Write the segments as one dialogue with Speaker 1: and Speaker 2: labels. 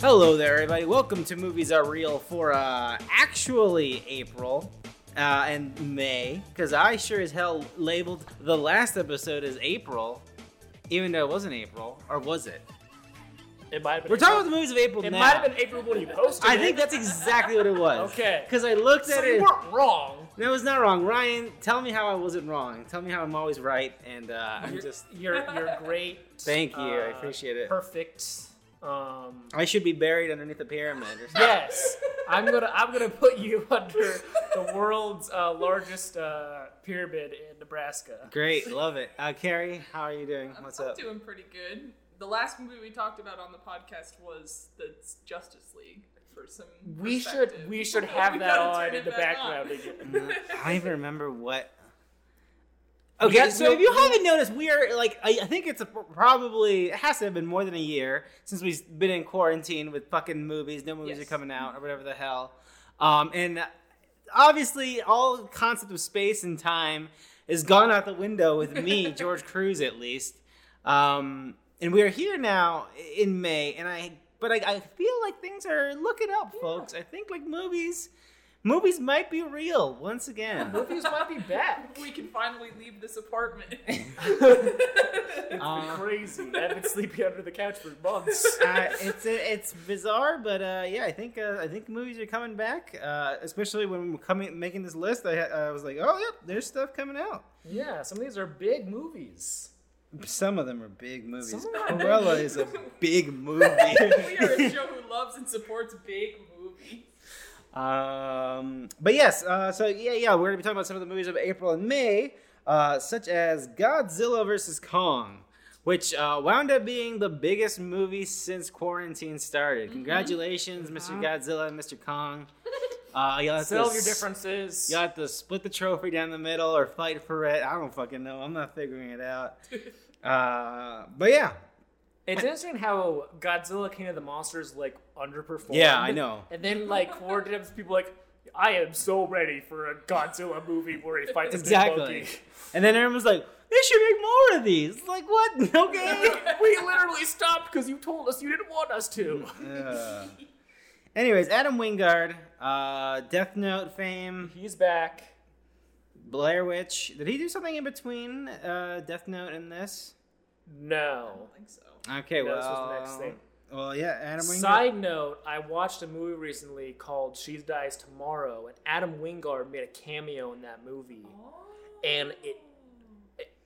Speaker 1: Hello there, everybody. Welcome to Movies Are Real for uh, actually April uh, and May, because I sure as hell labeled the last episode as April, even though it wasn't April, or was it?
Speaker 2: It might have been.
Speaker 1: We're talking about the movies of April
Speaker 2: It
Speaker 1: now.
Speaker 2: might have been April when you posted
Speaker 1: I
Speaker 2: it.
Speaker 1: think that's exactly what it was.
Speaker 2: Okay.
Speaker 1: Because I looked
Speaker 2: so
Speaker 1: at
Speaker 2: you
Speaker 1: it.
Speaker 2: weren't wrong.
Speaker 1: No, it's not wrong. Ryan, tell me how I wasn't wrong. Tell me how I'm always right, and uh, I'm
Speaker 2: You're,
Speaker 1: just.
Speaker 2: you're you're great.
Speaker 1: Thank you. I
Speaker 2: uh,
Speaker 1: appreciate it.
Speaker 2: Perfect. Um,
Speaker 1: I should be buried underneath a pyramid or something.
Speaker 2: yes, I'm gonna I'm gonna put you under the world's uh, largest uh, pyramid in Nebraska.
Speaker 1: Great, love it. Uh, Carrie, how are you doing? What's
Speaker 3: I'm
Speaker 1: up?
Speaker 3: doing pretty good. The last movie we talked about on the podcast was the Justice League. For some,
Speaker 2: We should
Speaker 3: perspective.
Speaker 2: we should have
Speaker 3: We
Speaker 2: that
Speaker 3: gotta
Speaker 2: on
Speaker 3: turn
Speaker 2: in
Speaker 3: it
Speaker 2: the
Speaker 3: back on.
Speaker 2: background again.
Speaker 1: I don't even remember what.
Speaker 2: We
Speaker 1: Okay,
Speaker 2: got-
Speaker 1: so if you
Speaker 2: we-
Speaker 1: haven't noticed, we are like I, I think it's a, probably it has to have been more than a year since we've been in quarantine with fucking movies. No movies
Speaker 3: Yes.
Speaker 1: are coming out or whatever the hell. Um, and obviously, all concept of space and time is gone out the window with me, George Cruz, at least. Um, and we are here now in May, and I but I, I feel like things are looking up, folks. I think like movies, movies might be real once again.
Speaker 2: Movies might be back.
Speaker 3: We can finally leave this apartment.
Speaker 2: It's
Speaker 1: Uh,
Speaker 2: been crazy. I've been sleeping under the couch for months.
Speaker 1: uh, it's it's bizarre, but uh, yeah, I think uh, I think movies are coming back. Uh, especially when we're coming making this list, I, I was like, oh yep, there's stuff coming out.
Speaker 2: Yeah, some of these are big movies.
Speaker 1: Some of them are big movies.
Speaker 2: Some of them are
Speaker 1: Cruella is a big movie.
Speaker 3: we are a show who loves and supports big movies.
Speaker 1: Um, but yes, uh, so yeah, yeah, we're gonna be talking about some of the movies of April and May, uh, such as Godzilla vs Kong, which uh, wound up being the biggest movie since quarantine started. Congratulations, Mr. Godzilla and Mr. Kong. Uh, you'll have to
Speaker 2: Sell your
Speaker 1: s-
Speaker 2: differences.
Speaker 1: You'll have to split the trophy down the middle or fight for it. I don't fucking know. I'm not figuring it out. Uh, but yeah,
Speaker 2: It's interesting how Godzilla King of the Monsters like underperformed.
Speaker 1: Yeah, I know.
Speaker 2: And then like coordinates people like, I am so ready for a Godzilla movie where he fights a big
Speaker 1: exactly.
Speaker 2: monkey.
Speaker 1: And then everyone's like, they should make more of these. Like what? Okay.
Speaker 2: we literally stopped because you told us you didn't want us to.
Speaker 1: Ugh. Anyways, Adam Wingard, uh, Death Note fame,
Speaker 2: He's back.
Speaker 1: Blair Witch. Did he do something in between uh, Death Note and this?
Speaker 3: I
Speaker 2: No.
Speaker 3: don't think so.
Speaker 1: Okay,
Speaker 2: No,
Speaker 1: well,
Speaker 2: this was the next thing.
Speaker 1: well, yeah, Adam Wingard.
Speaker 2: Side note, I watched a movie recently called She Dies Tomorrow, and Adam Wingard made a cameo in that movie.
Speaker 3: Oh.
Speaker 2: And it-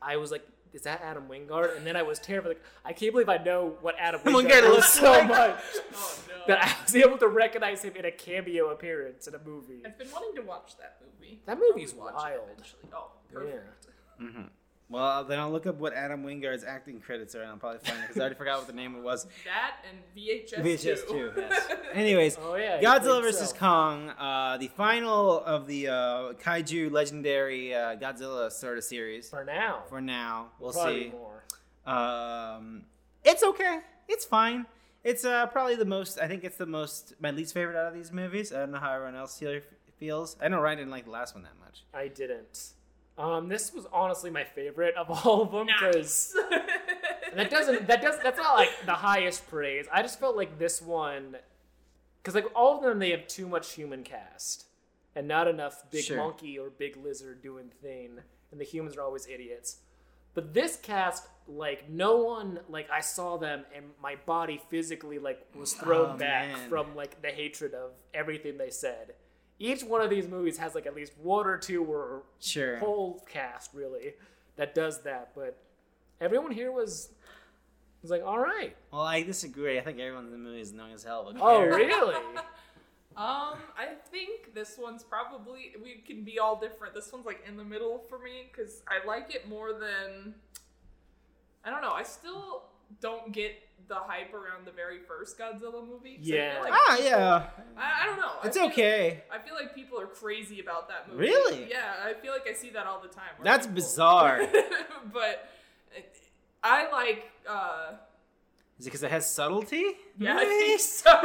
Speaker 2: I was like, is that Adam Wingard? And then I was terrified. Like, I can't believe I know what Adam
Speaker 1: Adam
Speaker 2: Wingard,
Speaker 1: Wingard looks
Speaker 2: looks so
Speaker 1: like.
Speaker 2: much
Speaker 3: Oh no.
Speaker 2: that I was able to recognize him in a cameo appearance in a movie.
Speaker 3: I've been wanting to watch that movie.
Speaker 2: That movie's
Speaker 3: I'll watch it
Speaker 2: wild.
Speaker 3: eventually. Oh, perfect.
Speaker 1: Mhm. Well, then I'll look up what Adam Wingard's acting credits are, and I'll probably find it because I already forgot what the name it was.
Speaker 3: That and VHS.
Speaker 1: VHS two. Yes. Anyways,
Speaker 2: Oh yeah, he
Speaker 1: Godzilla
Speaker 2: played
Speaker 1: vs.
Speaker 2: himself.
Speaker 1: Kong, uh, the final of the uh, kaiju legendary uh, Godzilla sort of series.
Speaker 2: For now,
Speaker 1: For now, we'll
Speaker 2: Probably
Speaker 1: see.
Speaker 2: more.
Speaker 1: Um, it's okay. It's fine. It's uh, probably the most. I think it's the most my least favorite out of these movies. I don't know how everyone else here feels. I know Ryan didn't like the last one that much.
Speaker 2: I didn't. Um, this was honestly my favorite of all of them because that doesn't that does that's not like the highest praise. I just felt like this one because like all of them they have too much human cast and not enough big
Speaker 1: Sure.
Speaker 2: monkey or big lizard doing thing, and the humans are always idiots. But this cast, like no one, like I saw them and my body physically like was thrown
Speaker 1: Oh,
Speaker 2: back
Speaker 1: man.
Speaker 2: from like the hatred of everything they said. Each one of these movies has like at least one or two or
Speaker 1: Sure.
Speaker 2: whole cast really that does that, but everyone here was was like, all right,
Speaker 1: Well, I disagree. I think everyone in the movie is annoying as hell. But
Speaker 2: oh
Speaker 1: Carrie-
Speaker 2: really?
Speaker 3: Um, I think this one's probably we can be all different. This one's like in the middle for me because I like it more than I don't know. I still don't get the hype around the very first Godzilla movie. 'cause I feel
Speaker 2: Yeah.
Speaker 3: like-
Speaker 1: Ah, yeah.
Speaker 3: I, I don't know. I
Speaker 1: It's
Speaker 3: feel-
Speaker 1: okay.
Speaker 3: I feel like people are crazy about that movie.
Speaker 1: Really?
Speaker 3: Yeah, I feel like I see that all the time. where
Speaker 1: That's
Speaker 3: people-
Speaker 1: bizarre.
Speaker 3: but uh, I like. uh
Speaker 1: Is it because it has subtlety?
Speaker 3: Yeah, I
Speaker 1: Really?
Speaker 3: think so.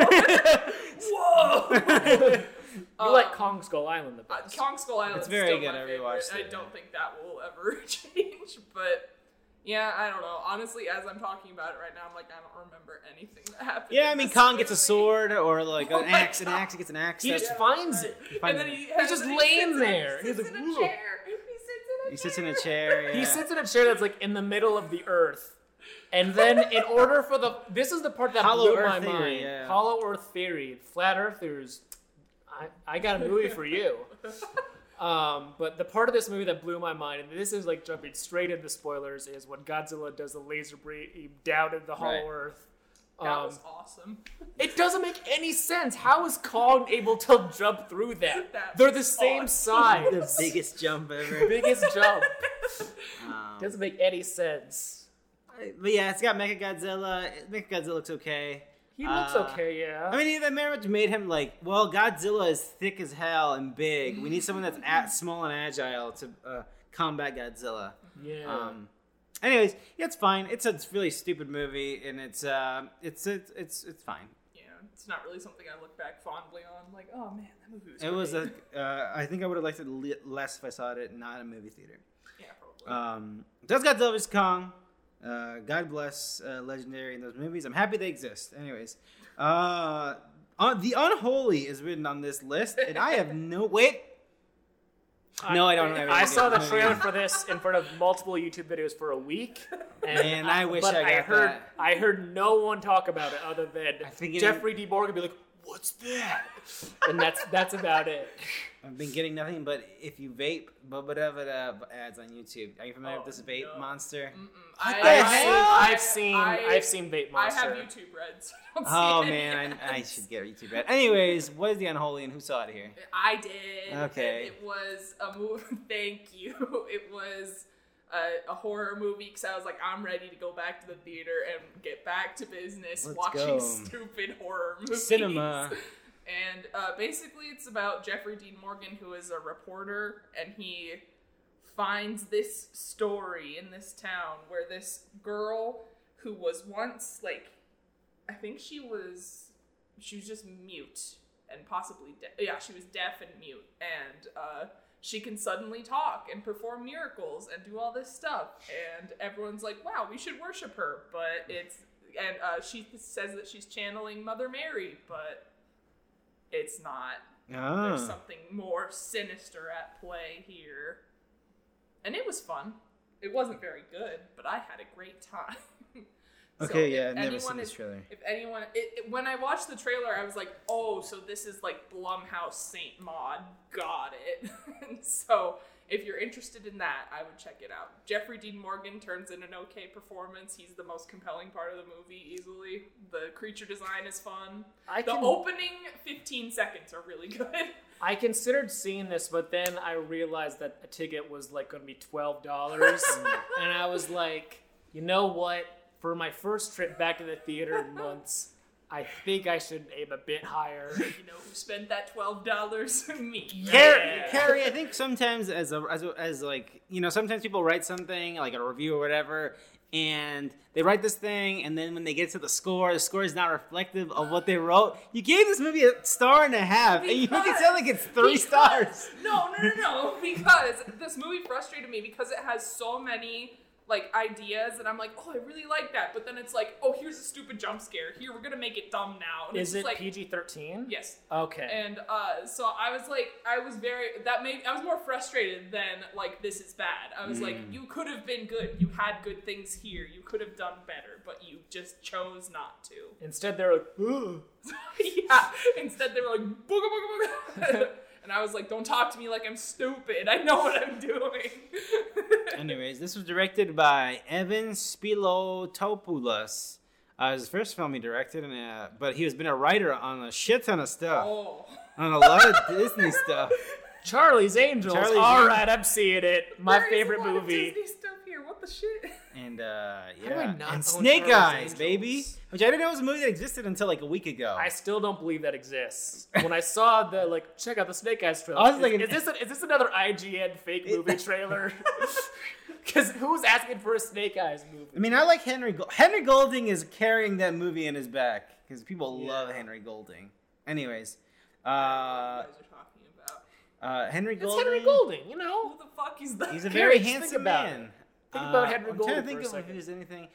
Speaker 3: Whoa.
Speaker 2: You
Speaker 3: Um,
Speaker 2: like Kong Skull Island the
Speaker 3: Uh,
Speaker 2: best?
Speaker 3: Kong Skull Island.
Speaker 1: It's
Speaker 3: is
Speaker 1: very
Speaker 3: still
Speaker 1: good.
Speaker 3: my
Speaker 1: I
Speaker 3: favorite.
Speaker 1: rewatched
Speaker 3: I
Speaker 1: it,
Speaker 3: don't
Speaker 1: yeah.
Speaker 3: think that will ever change, but Yeah, I don't know. Honestly, as I'm talking about it right now, I'm like, I don't remember anything that happened.
Speaker 1: Yeah, I
Speaker 3: in
Speaker 1: mean,
Speaker 3: this
Speaker 1: Kong gets a
Speaker 3: movie.
Speaker 1: sword or like
Speaker 3: Oh
Speaker 1: an
Speaker 3: my
Speaker 1: axe, an
Speaker 3: God.
Speaker 1: axe, he gets an axe.
Speaker 2: He
Speaker 1: That's-
Speaker 2: just finds it.
Speaker 3: And
Speaker 1: finds
Speaker 3: then
Speaker 1: it.
Speaker 3: he,
Speaker 2: He's just
Speaker 3: and then he
Speaker 2: laying
Speaker 3: sits in-
Speaker 2: there.
Speaker 3: He sits
Speaker 2: He's
Speaker 3: in
Speaker 2: like,
Speaker 3: a
Speaker 2: "Ooh."
Speaker 3: chair. He sits in a
Speaker 1: He sits in a chair,
Speaker 2: He
Speaker 1: yeah.
Speaker 2: sits in a chair that's like in the middle of the earth. And then, in order for the this is the part that
Speaker 1: Hollow
Speaker 2: blew my
Speaker 1: Earth theory,
Speaker 2: mind.
Speaker 1: yeah.
Speaker 2: Hollow Earth theory, flat earthers. I, I got a movie for you. Um, but the part of this movie that blew my mind, and this is like jumping straight into spoilers, is when Godzilla does the laser beam down into the Hollow
Speaker 1: Right.
Speaker 2: Earth.
Speaker 3: that
Speaker 2: Um,
Speaker 3: was awesome.
Speaker 2: It doesn't make any sense. How is Kong able to jump through that?
Speaker 3: That
Speaker 2: They're the
Speaker 3: was
Speaker 2: same
Speaker 3: awesome.
Speaker 2: size.
Speaker 1: the biggest jump ever.
Speaker 2: biggest
Speaker 1: oh.
Speaker 2: jump.
Speaker 1: Um,
Speaker 2: Doesn't make any sense.
Speaker 1: but yeah, it's got Mechagodzilla. Mechagodzilla looks okay.
Speaker 2: He looks
Speaker 1: Uh,
Speaker 2: okay, yeah.
Speaker 1: I mean, they very much made him like, well, Godzilla is thick as hell and big. We need someone that's at small and agile to uh, combat Godzilla.
Speaker 2: yeah.
Speaker 1: Um, anyways, yeah, it's fine. It's a really stupid movie, and it's uh, it's it's it's it's fine.
Speaker 3: Yeah, it's not really something I look back fondly on. Like, oh man, that movie was.
Speaker 1: It was a.
Speaker 3: great."
Speaker 1: Uh, I think I would have liked it le- less if I saw it not in a movie theater.
Speaker 3: yeah, probably.
Speaker 1: Um, that's Godzilla vs Kong. Uh, God bless uh, legendary in those movies. I'm happy they exist. Anyways, uh, un- the unholy is written on this list, and I have no wait. No, I don't know.
Speaker 2: I saw the
Speaker 1: No,
Speaker 2: trailer
Speaker 1: yeah.
Speaker 2: for this in front of multiple YouTube videos for a week. And
Speaker 1: Man, I wish
Speaker 2: but
Speaker 1: I got
Speaker 2: heard,
Speaker 1: that.
Speaker 2: I heard no one talk about it other than
Speaker 1: I think it-
Speaker 2: Jeffrey D. Morgan be like, "What's that?" and that's that's about it.
Speaker 1: I've been getting nothing but if you vape, but whatever the ads on YouTube. Are you familiar with
Speaker 3: Oh,
Speaker 1: this vape
Speaker 3: no.
Speaker 1: monster?
Speaker 3: Mm-mm.
Speaker 1: the
Speaker 2: I've
Speaker 1: hell?
Speaker 2: seen, I've seen,
Speaker 3: I-
Speaker 2: I've seen Vape
Speaker 3: I
Speaker 2: Monster.
Speaker 3: have YouTube Red, so I don't see
Speaker 1: Oh
Speaker 3: any
Speaker 1: man, I, I
Speaker 3: ads.
Speaker 1: should get YouTube red. Anyways, what is the unholy and who saw it here?
Speaker 3: I did.
Speaker 1: Okay.
Speaker 3: and It was a movie. Thank you. It was a, a horror movie because I was like, I'm ready to go back to the theater and get back to business
Speaker 1: Let's
Speaker 3: watching
Speaker 1: go.
Speaker 3: stupid horror movies.
Speaker 1: Cinema.
Speaker 3: And uh, basically, it's about Jeffrey Dean Morgan, who is a reporter, and he finds this story in this town where this girl who was once like, I think she was, she was just mute and possibly de- yeah, she was deaf and mute, and uh, she can suddenly talk and perform miracles and do all this stuff, and everyone's like, wow, we should worship her, but it's and uh, she says that she's channeling Mother Mary, but it's not. There's
Speaker 1: Oh.
Speaker 3: something more sinister at play here. And it was fun. It wasn't very good, but I had a great time. So
Speaker 1: Ah, Okay,
Speaker 3: if
Speaker 1: yeah, I've never
Speaker 3: anyone
Speaker 1: seen this
Speaker 3: is-
Speaker 1: trailer.
Speaker 3: If anyone, it, it- when I watched the trailer, I was like, "Oh, so this is like Blumhouse Saint Maud." Got it. And so, if you're interested in that, I would check it out. Jeffrey Dean Morgan turns in an okay performance. He's the most compelling part of the movie, easily. The creature design is fun.
Speaker 2: I
Speaker 3: The
Speaker 2: can-
Speaker 3: opening 15 seconds are really good.
Speaker 2: I considered seeing this, but then I realized that a ticket was like going to be twelve dollars, and I was like, you know what? For my first trip back to the theater in months, I think I should aim a bit higher.
Speaker 3: you know, who spent that twelve dollars me.
Speaker 1: Carrie,
Speaker 2: Yeah.
Speaker 1: Carrie, I think sometimes as a, as a, as like you know, sometimes people write something like a review or whatever, and they write this thing, and then when they get to the score, the score is not reflective of what they wrote. You gave this movie a star and a half, and you make it sound like it's three
Speaker 3: Because-
Speaker 1: stars.
Speaker 3: No, no, no, no. Because this movie frustrated me because it has so many like ideas, and I'm like, oh, I really like that. But then it's like, oh, here's a stupid jump scare. Here, we're gonna make it dumb now. And
Speaker 2: Is
Speaker 3: it's
Speaker 2: it
Speaker 3: just like,
Speaker 2: PG thirteen?
Speaker 3: yes.
Speaker 2: Okay.
Speaker 3: And uh, so I was like, I was very that made I was more frustrated than like this is bad. I was
Speaker 2: Mm.
Speaker 3: like, you could have been good. You had good things here. You could have done better, but you just chose not to.
Speaker 2: Instead, they're like, "Ugh."
Speaker 3: yeah. Instead, they were like booga booga booga, and I was like, "Don't talk to me like I'm stupid. I know what I'm doing."
Speaker 1: Anyways, this was directed by Evan Spilotopoulos. Uh, it was his first film he directed, and uh, but he has been a writer on a shit ton of stuff,
Speaker 3: oh,
Speaker 2: uh,
Speaker 1: on a lot of Disney stuff.
Speaker 2: Charlie's Angels.
Speaker 1: Charlie's
Speaker 2: All
Speaker 1: Angels.
Speaker 2: right, I'm seeing it. My
Speaker 3: There is a
Speaker 2: favorite
Speaker 3: lot of
Speaker 2: movie.
Speaker 3: Disney stuff here. What the shit?
Speaker 1: And uh,
Speaker 2: How do I
Speaker 1: yeah,
Speaker 2: not own
Speaker 1: and Snake
Speaker 2: Charlie's
Speaker 1: Eyes,
Speaker 2: Angels?
Speaker 1: baby, which I didn't know was a movie that existed until like a week ago.
Speaker 2: I still don't believe that exists. When I saw the like, check out the Snake Eyes trailer.
Speaker 1: I was
Speaker 2: is,
Speaker 1: thinking-
Speaker 2: is this a, is this another IGN fake movie trailer? Because who's asking for a Snake Eyes
Speaker 1: I
Speaker 2: movie?
Speaker 1: mean, I like Henry. Go- Henry Golding is carrying that movie in his back because people
Speaker 2: Yeah.
Speaker 1: love Henry Golding. Anyways,
Speaker 3: what
Speaker 1: uh,
Speaker 3: you guys are talking about?
Speaker 1: uh, Henry
Speaker 2: It's
Speaker 1: Golding.
Speaker 2: Henry Golding, you know.
Speaker 3: Who the fuck is that?
Speaker 1: He's a very
Speaker 2: Gary, just think
Speaker 1: handsome
Speaker 2: about
Speaker 1: man.
Speaker 2: Think about
Speaker 1: Uh,
Speaker 2: Henry
Speaker 1: I'm
Speaker 2: Golding
Speaker 1: trying to
Speaker 2: for
Speaker 1: think
Speaker 2: a
Speaker 1: of if
Speaker 2: second.
Speaker 1: there's anything. Did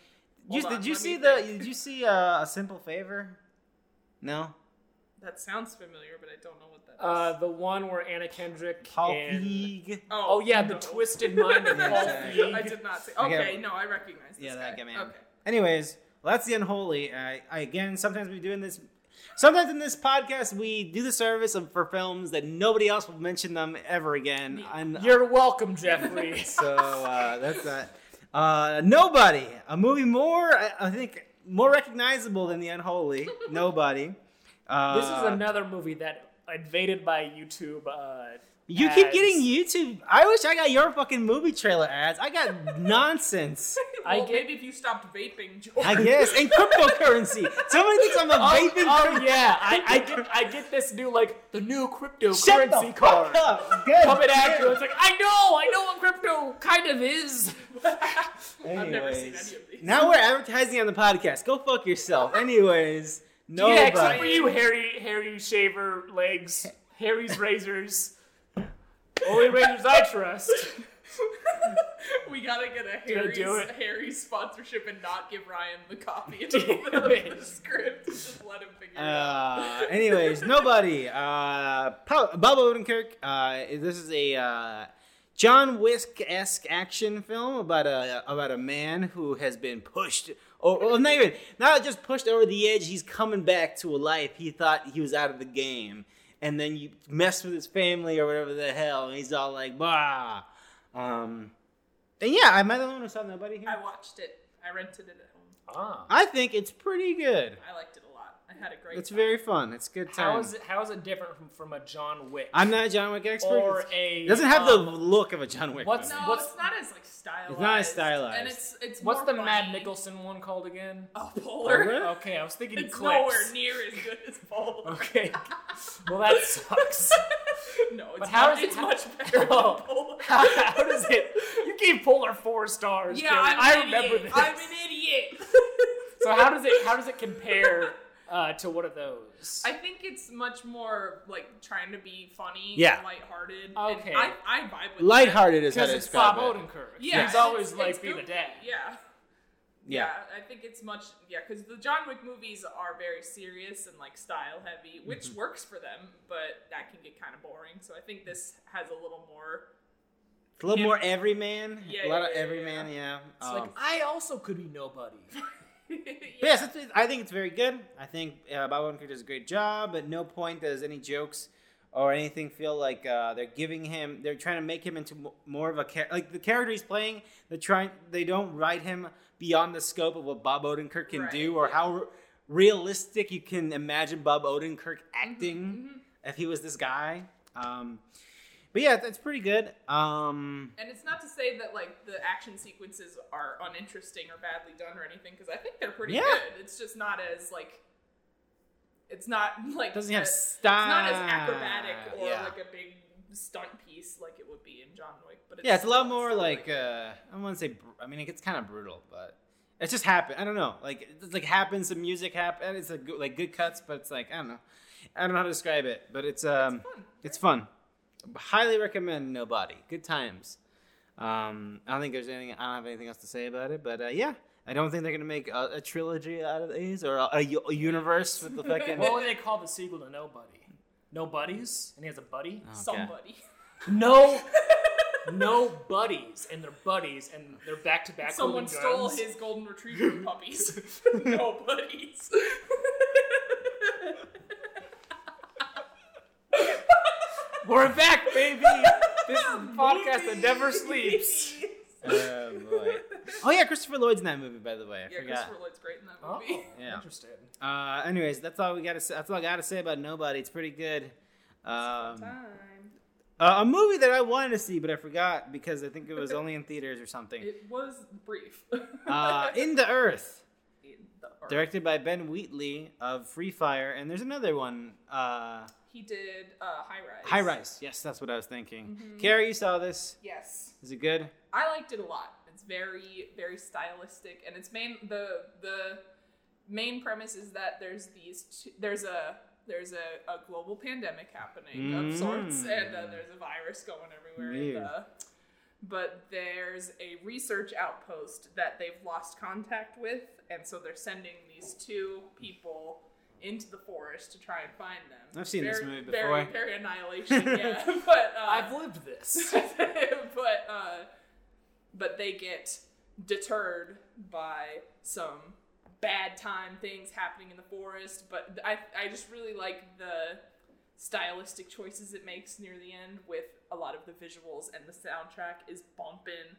Speaker 3: Hold
Speaker 1: you,
Speaker 3: on,
Speaker 1: did you
Speaker 3: let me
Speaker 1: see the?
Speaker 3: think.
Speaker 1: Did you see uh, a simple favor? No.
Speaker 3: That sounds familiar, but I don't know what that is.
Speaker 2: Uh, the one where Anna Kendrick
Speaker 1: Paul
Speaker 2: and
Speaker 1: Feig.
Speaker 2: oh yeah, the
Speaker 3: no.
Speaker 2: twisted mind of
Speaker 1: Yeah,
Speaker 2: Paul
Speaker 1: exactly.
Speaker 2: Feig.
Speaker 3: I did not see.
Speaker 1: Okay.
Speaker 3: Okay, no, I recognize this
Speaker 1: Yeah,
Speaker 3: guy.
Speaker 1: that guy, man.
Speaker 3: Okay.
Speaker 1: Anyways, well, that's the unholy. I, I again, sometimes we do in this. Sometimes in this podcast, we do the service of, for films that nobody else will mention them ever again. And
Speaker 2: You're welcome, Jeffrey.
Speaker 1: so uh, that's that. Uh, nobody. A movie more, I, I think, more recognizable than the unholy. Nobody. Uh,
Speaker 2: this is another movie that invaded by YouTube. Uh,
Speaker 1: You keep getting YouTube. I wish I got your fucking movie trailer ads. I got nonsense.
Speaker 2: I
Speaker 3: Well,
Speaker 2: get-
Speaker 3: maybe if you stopped vaping, George.
Speaker 1: I guess and cryptocurrency. Somebody thinks I'm a
Speaker 2: Oh,
Speaker 1: vaping.
Speaker 2: oh, yeah, I, I get I get this new like the new cryptocurrency
Speaker 1: Shut the
Speaker 2: card
Speaker 1: fuck up. Good.
Speaker 2: coming at you. It's like I know, I know what crypto kind of is.
Speaker 3: I've never seen
Speaker 1: Anyways,
Speaker 3: any of these.
Speaker 1: now we're advertising on the podcast. Go fuck yourself. Anyways,
Speaker 2: Yeah, except for
Speaker 1: nobody.
Speaker 2: you, Harry, Harry Shaver legs, Harry's razors. Only razors I trust.
Speaker 3: we gotta get a
Speaker 2: Gonna
Speaker 3: Harry's,
Speaker 2: do it.
Speaker 3: Harry's sponsorship and not give Ryan the copy of
Speaker 2: Damn
Speaker 3: the,
Speaker 2: it.
Speaker 3: script. Just let him figure it
Speaker 1: Uh,
Speaker 3: out.
Speaker 1: anyways, nobody. Uh, Pau- Bob Odenkirk. Uh, this is a uh, John Wick esque action film about a about a man who has been pushed. Or well, not even not just pushed over the edge. He's coming back to a life he thought he was out of the game, and then you mess with his family or whatever the hell, and he's all like, "Bah." Um, and yeah, am I the one who saw nobody here?
Speaker 3: I watched it. I rented it at home.
Speaker 2: Ah.
Speaker 1: I think it's pretty good.
Speaker 3: I liked it a lot. I had a great.
Speaker 1: It's
Speaker 3: time.
Speaker 1: very fun. It's a good time.
Speaker 2: How is it? How is it different from, from a John Wick?
Speaker 1: I'm not a John Wick expert.
Speaker 2: or
Speaker 1: It's-
Speaker 2: a
Speaker 1: it doesn't have the
Speaker 2: um,
Speaker 1: look of a John Wick.
Speaker 2: what's-
Speaker 1: movie.
Speaker 3: No,
Speaker 2: What's-
Speaker 3: it's not as like stylized.
Speaker 1: stylized.
Speaker 3: And it's it's
Speaker 2: What's
Speaker 3: more
Speaker 2: the
Speaker 3: funny.
Speaker 2: Mad Nicholson one called again?
Speaker 3: Oh, Polar.
Speaker 1: Polar?
Speaker 2: Okay, I was thinking
Speaker 3: It's
Speaker 2: clips. Oh.
Speaker 3: nowhere near as good as Polar.
Speaker 2: Okay, well that sucks.
Speaker 3: no, it's,
Speaker 2: But how
Speaker 3: much,
Speaker 2: does it
Speaker 3: it's
Speaker 2: ha-
Speaker 3: much better
Speaker 2: Oh.
Speaker 3: than Polar.
Speaker 2: How, how does it? You gave Polar four stars.
Speaker 3: Yeah,
Speaker 2: Jerry.
Speaker 3: I'm
Speaker 2: I
Speaker 3: an
Speaker 2: remember
Speaker 3: idiot.
Speaker 2: this.
Speaker 3: I'm an idiot.
Speaker 2: so how does it? How does it compare uh, to one of those?
Speaker 3: I think it's much more like trying to be funny,
Speaker 1: Yeah.
Speaker 3: and lighthearted.
Speaker 2: Okay.
Speaker 3: and I, I vibe with
Speaker 1: Lighthearted is how
Speaker 2: because
Speaker 1: to
Speaker 2: it's Bob
Speaker 1: describe it.
Speaker 2: Odenkirk.
Speaker 3: That. Yeah,
Speaker 2: he's
Speaker 3: and
Speaker 2: always
Speaker 3: it's-
Speaker 2: like
Speaker 3: it's
Speaker 2: be the
Speaker 3: goofy.
Speaker 2: dad.
Speaker 3: Yeah.
Speaker 1: Yeah.
Speaker 3: I think it's much yeah because the John Wick movies are very serious and like style heavy, which
Speaker 1: Mm-hmm.
Speaker 3: works for them, but that can get kind of boring. So I think this has a little more.
Speaker 1: It's a little
Speaker 3: Yeah.
Speaker 1: more everyman.
Speaker 3: Yeah,
Speaker 1: a lot
Speaker 3: yeah,
Speaker 1: of
Speaker 3: yeah,
Speaker 1: everyman. Yeah.
Speaker 2: It's
Speaker 1: Um,
Speaker 2: like I also could be nobody.
Speaker 1: but yes, it's, it's- I think it's very good. I think uh, Bob Odenkirk does a great job. At no point does any jokes or anything feel like uh, they're giving him. They're trying to make him into mo- more of a char- like the character he's playing. They're trying. They don't write him beyond the scope of what Bob Odenkirk can
Speaker 3: Right,
Speaker 1: do or
Speaker 3: yeah.
Speaker 1: how r- realistic you can imagine Bob Odenkirk acting.
Speaker 3: Mhm.
Speaker 1: if he was this guy. Um, but yeah, that's pretty good. Um,
Speaker 3: And it's not to say that like the action sequences are uninteresting or badly done or anything, because I think they're pretty
Speaker 1: Yeah.
Speaker 3: good. It's just not as like. It's not like
Speaker 1: doesn't have
Speaker 3: a-
Speaker 1: style.
Speaker 3: It's not as acrobatic or
Speaker 1: yeah.
Speaker 3: like a big stunt piece like it would be in John Wick, but it's,
Speaker 1: yeah, it's a lot more
Speaker 3: still,
Speaker 1: like uh, I don't want to say. Br- I mean, it gets kind of brutal, but it just happened. I don't know. Like it just, like happens. Some music happen. It's a good, like good cuts, but it's like I don't know. I don't know how to describe it, but it's um,
Speaker 3: fun.
Speaker 1: it's fun. Highly recommend. Nobody. Good times. Um, I don't think there's anything. I don't have anything else to say about it, but uh, yeah. I don't think they're gonna make a, a trilogy out of these or a, a u- a universe with the fucking.
Speaker 2: what would they call the sequel to Nobody? Nobodies, and he has a buddy.
Speaker 3: Oh.
Speaker 1: Okay.
Speaker 3: somebody.
Speaker 2: No, no buddies, and they're buddies, and they're back to back.
Speaker 3: Someone stole his golden retriever puppies. no buddies.
Speaker 2: We're back, baby. This is the podcast that never sleeps.
Speaker 1: Oh, boy. Oh yeah, Christopher Lloyd's in that movie, by the way. I
Speaker 3: Yeah,
Speaker 1: forgot.
Speaker 3: Christopher Lloyd's great in that
Speaker 2: Oh,
Speaker 3: movie.
Speaker 1: Yeah.
Speaker 2: interesting.
Speaker 1: Uh, anyways, that's all we got to say. That's all I got to say about Nobody. It's pretty good. Um,
Speaker 3: Time.
Speaker 1: uh, a movie that I wanted to see, but I forgot because I think it was only in theaters or something.
Speaker 3: It was brief.
Speaker 1: Uh, in the Earth,
Speaker 3: In the Earth.
Speaker 1: directed by Ben Wheatley of Free Fire, and there's another one, uh,
Speaker 3: he did uh, High Rise.
Speaker 1: High Rise. Yes, that's what I was thinking.
Speaker 3: Mhm.
Speaker 1: Carrie, you saw this?
Speaker 3: Yes.
Speaker 1: Is it good?
Speaker 3: I liked it a lot. It's very very stylistic, and it's main the the main premise is that there's these two, there's a there's a, a global pandemic happening of sorts,
Speaker 1: Mm.
Speaker 3: and uh, there's a virus going everywhere.
Speaker 1: Weird.
Speaker 3: And, uh, but there's a research outpost that they've lost contact with, and so they're sending these two people into the forest to try and find them.
Speaker 1: I've seen this
Speaker 3: Very-
Speaker 1: movie
Speaker 3: Very,
Speaker 1: before.
Speaker 3: very annihilation, yeah. but uh,
Speaker 2: I've lived this.
Speaker 3: but uh, but they get deterred by some bad time things happening in the forest. But I I just really like the stylistic choices it makes near the end with a lot of the visuals and the soundtrack is bumping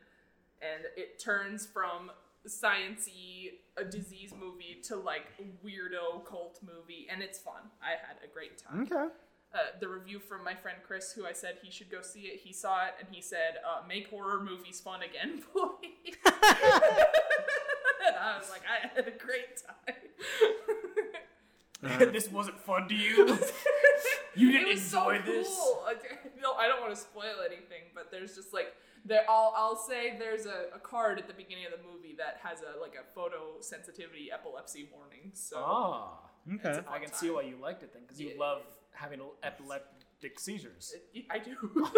Speaker 3: and it turns from sciency a disease movie to like weirdo cult movie and it's fun. I had a great time
Speaker 1: Okay.
Speaker 3: uh, the review from my friend Chris, who I said he should go see it. He saw it and he said, uh, "Make horror movies fun again, please." and I was like, I had a great time.
Speaker 2: this wasn't fun to you. You didn't
Speaker 3: it was so
Speaker 2: enjoy this?
Speaker 3: cool. Like, No, I don't want to spoil anything, but there's just like there. I'll I'll say there's a, a card at the beginning of the movie that has a like a photosensitivity epilepsy warning. So
Speaker 2: Ah,
Speaker 1: Okay.
Speaker 3: It's a-
Speaker 2: I can see why you liked it then, because you
Speaker 3: Yeah.
Speaker 2: love having epileptic seizures,
Speaker 3: I do,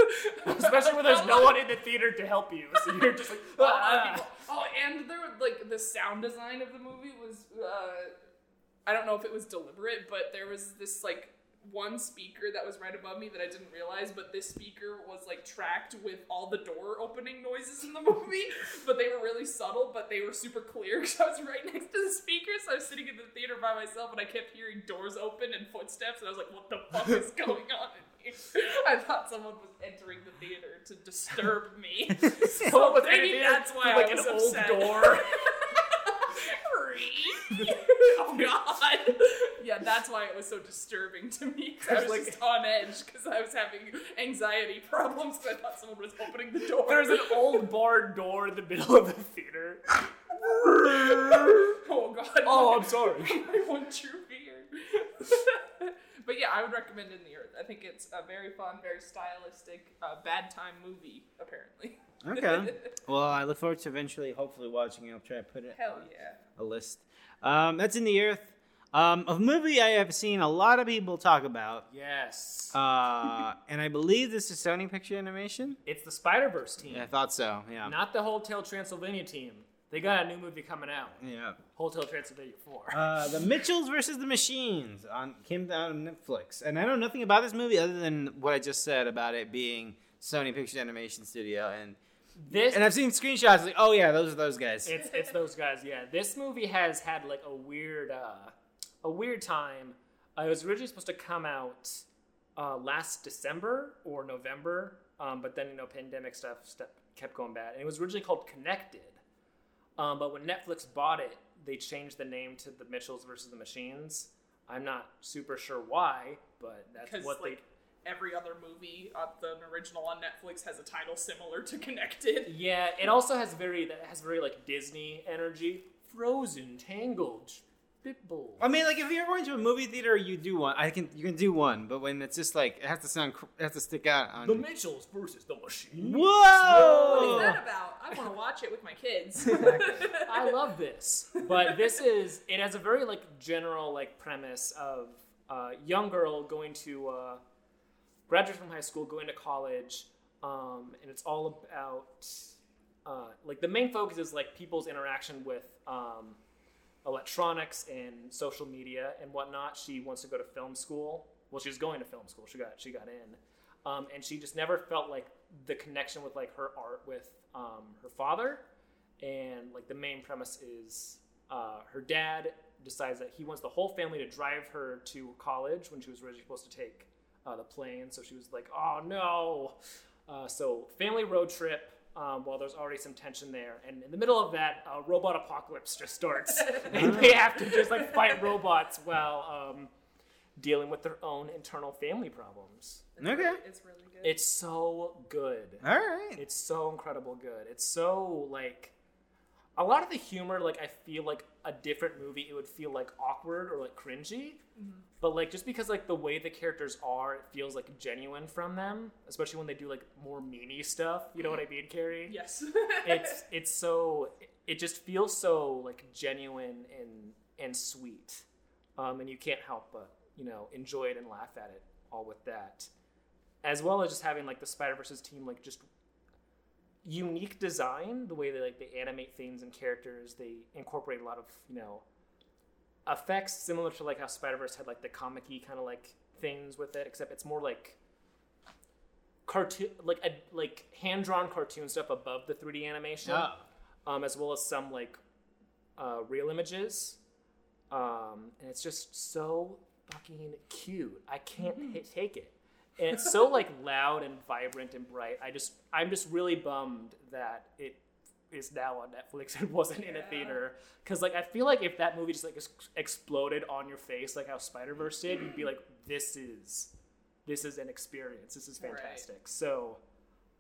Speaker 2: especially when there's
Speaker 3: I
Speaker 2: no
Speaker 3: love-
Speaker 2: one in the theater to help you. So you're just like,
Speaker 3: A lot of
Speaker 2: "Ah."
Speaker 3: people- Oh, and there were like the sound design of the movie was uh, I don't know if it was deliberate, but there was this like one speaker that was right above me that I didn't realize, but this speaker was like tracked with all the door opening noises in the movie, but they were really subtle, but they were super clear because I was right next to the speaker, so I was sitting in the theater by myself and I kept hearing doors open and footsteps, and I was like, what the fuck is going on in here? I thought someone was entering the theater to disturb me.
Speaker 2: Someone was
Speaker 3: Maybe
Speaker 2: in there
Speaker 3: that's why
Speaker 2: through,
Speaker 3: I
Speaker 2: like
Speaker 3: was
Speaker 2: an
Speaker 3: upset.
Speaker 2: old door.
Speaker 3: oh god. Yeah, that's why it was so disturbing to me. 'cause I was
Speaker 2: It's like-
Speaker 3: just on edge because I was having anxiety problems. 'cause I thought someone was opening the door.
Speaker 2: There's an old barn door in the middle of the theater.
Speaker 3: oh god.
Speaker 2: Oh, I'm sorry.
Speaker 3: I want true fear. but yeah, I would recommend In the Earth. I think it's a very fun, very stylistic, uh, bad time movie. Apparently.
Speaker 1: Okay. Well, I look forward to eventually, hopefully, watching it. I'll try to put it
Speaker 3: Hell
Speaker 1: on a
Speaker 3: yeah.
Speaker 1: list. Um, that's in the earth. Um, a movie I have seen a lot of people talk about,
Speaker 2: Yes.
Speaker 1: uh, and I believe this is Sony Picture Animation.
Speaker 2: it's the Spider Verse team,
Speaker 1: Yeah, I thought um, so. Yeah.
Speaker 2: not the Hotel Transylvania team. They got a new movie coming out,
Speaker 1: Yeah.
Speaker 2: Hotel Transylvania Four.
Speaker 1: Mm. Uh, the Mitchells versus the Machines on came out on Netflix, and I know nothing about this movie other than what I just said about it being Sony Pictures Animation Studio, and
Speaker 2: this
Speaker 1: and I've seen screenshots like, oh yeah, those are those guys.
Speaker 2: it's it's those guys. Yeah, this movie has had like a weird uh, a weird time. Uh, it was originally supposed to come out uh, last December or November, um, but then you know pandemic stuff step, kept going bad, and it was originally called Connected. Um, but when Netflix bought it, they changed the name to The Mitchells versus the Machines. I'm not super sure why, but that's
Speaker 3: Because
Speaker 2: what
Speaker 3: like every other movie, uh, the original on Netflix has a title similar to Connected.
Speaker 2: they. Yeah, it also has very that has very like Disney energy. Frozen, Tangled, Pitbull.
Speaker 1: I mean, like if you're going to a movie theater, you do one. I can you can do one, but when it's just like it has to sound, cr- it has to stick out on.
Speaker 2: The Mitchells versus the Machine.
Speaker 3: What
Speaker 2: Oh.
Speaker 1: Whoa!
Speaker 3: is that about? I want to watch it with my kids.
Speaker 2: I love this, but this is it has a very like general like premise of uh, young girl going to uh, graduate from high school, going to college, um, and it's all about uh, like the main focus is like people's interaction with um, electronics and social media and whatnot. She wants to go to film school. Well, she was going to film school. She got she got in, um, and she just never felt like the connection with like her art with um, her father. And like the main premise is uh, her dad decides that he wants the whole family to drive her to college when she was originally supposed to take uh, the plane. So she was like, "Oh no!" Uh, so family road trip. Um, while there's already some tension there, and in the middle of that, a robot apocalypse just starts, and they have to just like fight robots while um, dealing with their own internal family problems.
Speaker 1: Okay.
Speaker 3: It's really good.
Speaker 2: It's so good.
Speaker 1: All right.
Speaker 2: It's so incredible good. It's so like a lot of the humor like I feel like a different movie it would feel like awkward or like cringy. But like just because like the way the characters are, it feels like genuine from them, especially when they do like more meany stuff. You know what I mean, Carrie?
Speaker 3: yes.
Speaker 2: It's it's so it just feels so like genuine and and sweet. Um and you can't help but, you know, enjoy it and laugh at it all with that. As well as just having like the Spider Versus team like just unique design, the way they like they animate things and characters, they incorporate a lot of you know effects similar to like how Spider Verse had like the comic-y kind of like things with it, except it's more like cartoon, like a, like hand drawn cartoon stuff above the 3D animation,
Speaker 1: Oh.
Speaker 2: um, as well as some like uh, real images, um, and it's just so fucking cute. I can't
Speaker 3: Mm-hmm.
Speaker 2: hit, take it and it's so like loud and vibrant and bright. I just I'm just really bummed that it is now on Netflix and wasn't in a
Speaker 3: Yeah.
Speaker 2: theater because like I feel like if that movie just like ex- exploded on your face like how Spider Verse did, you'd be like, this is this is an experience. This is
Speaker 3: Right.
Speaker 2: fantastic. So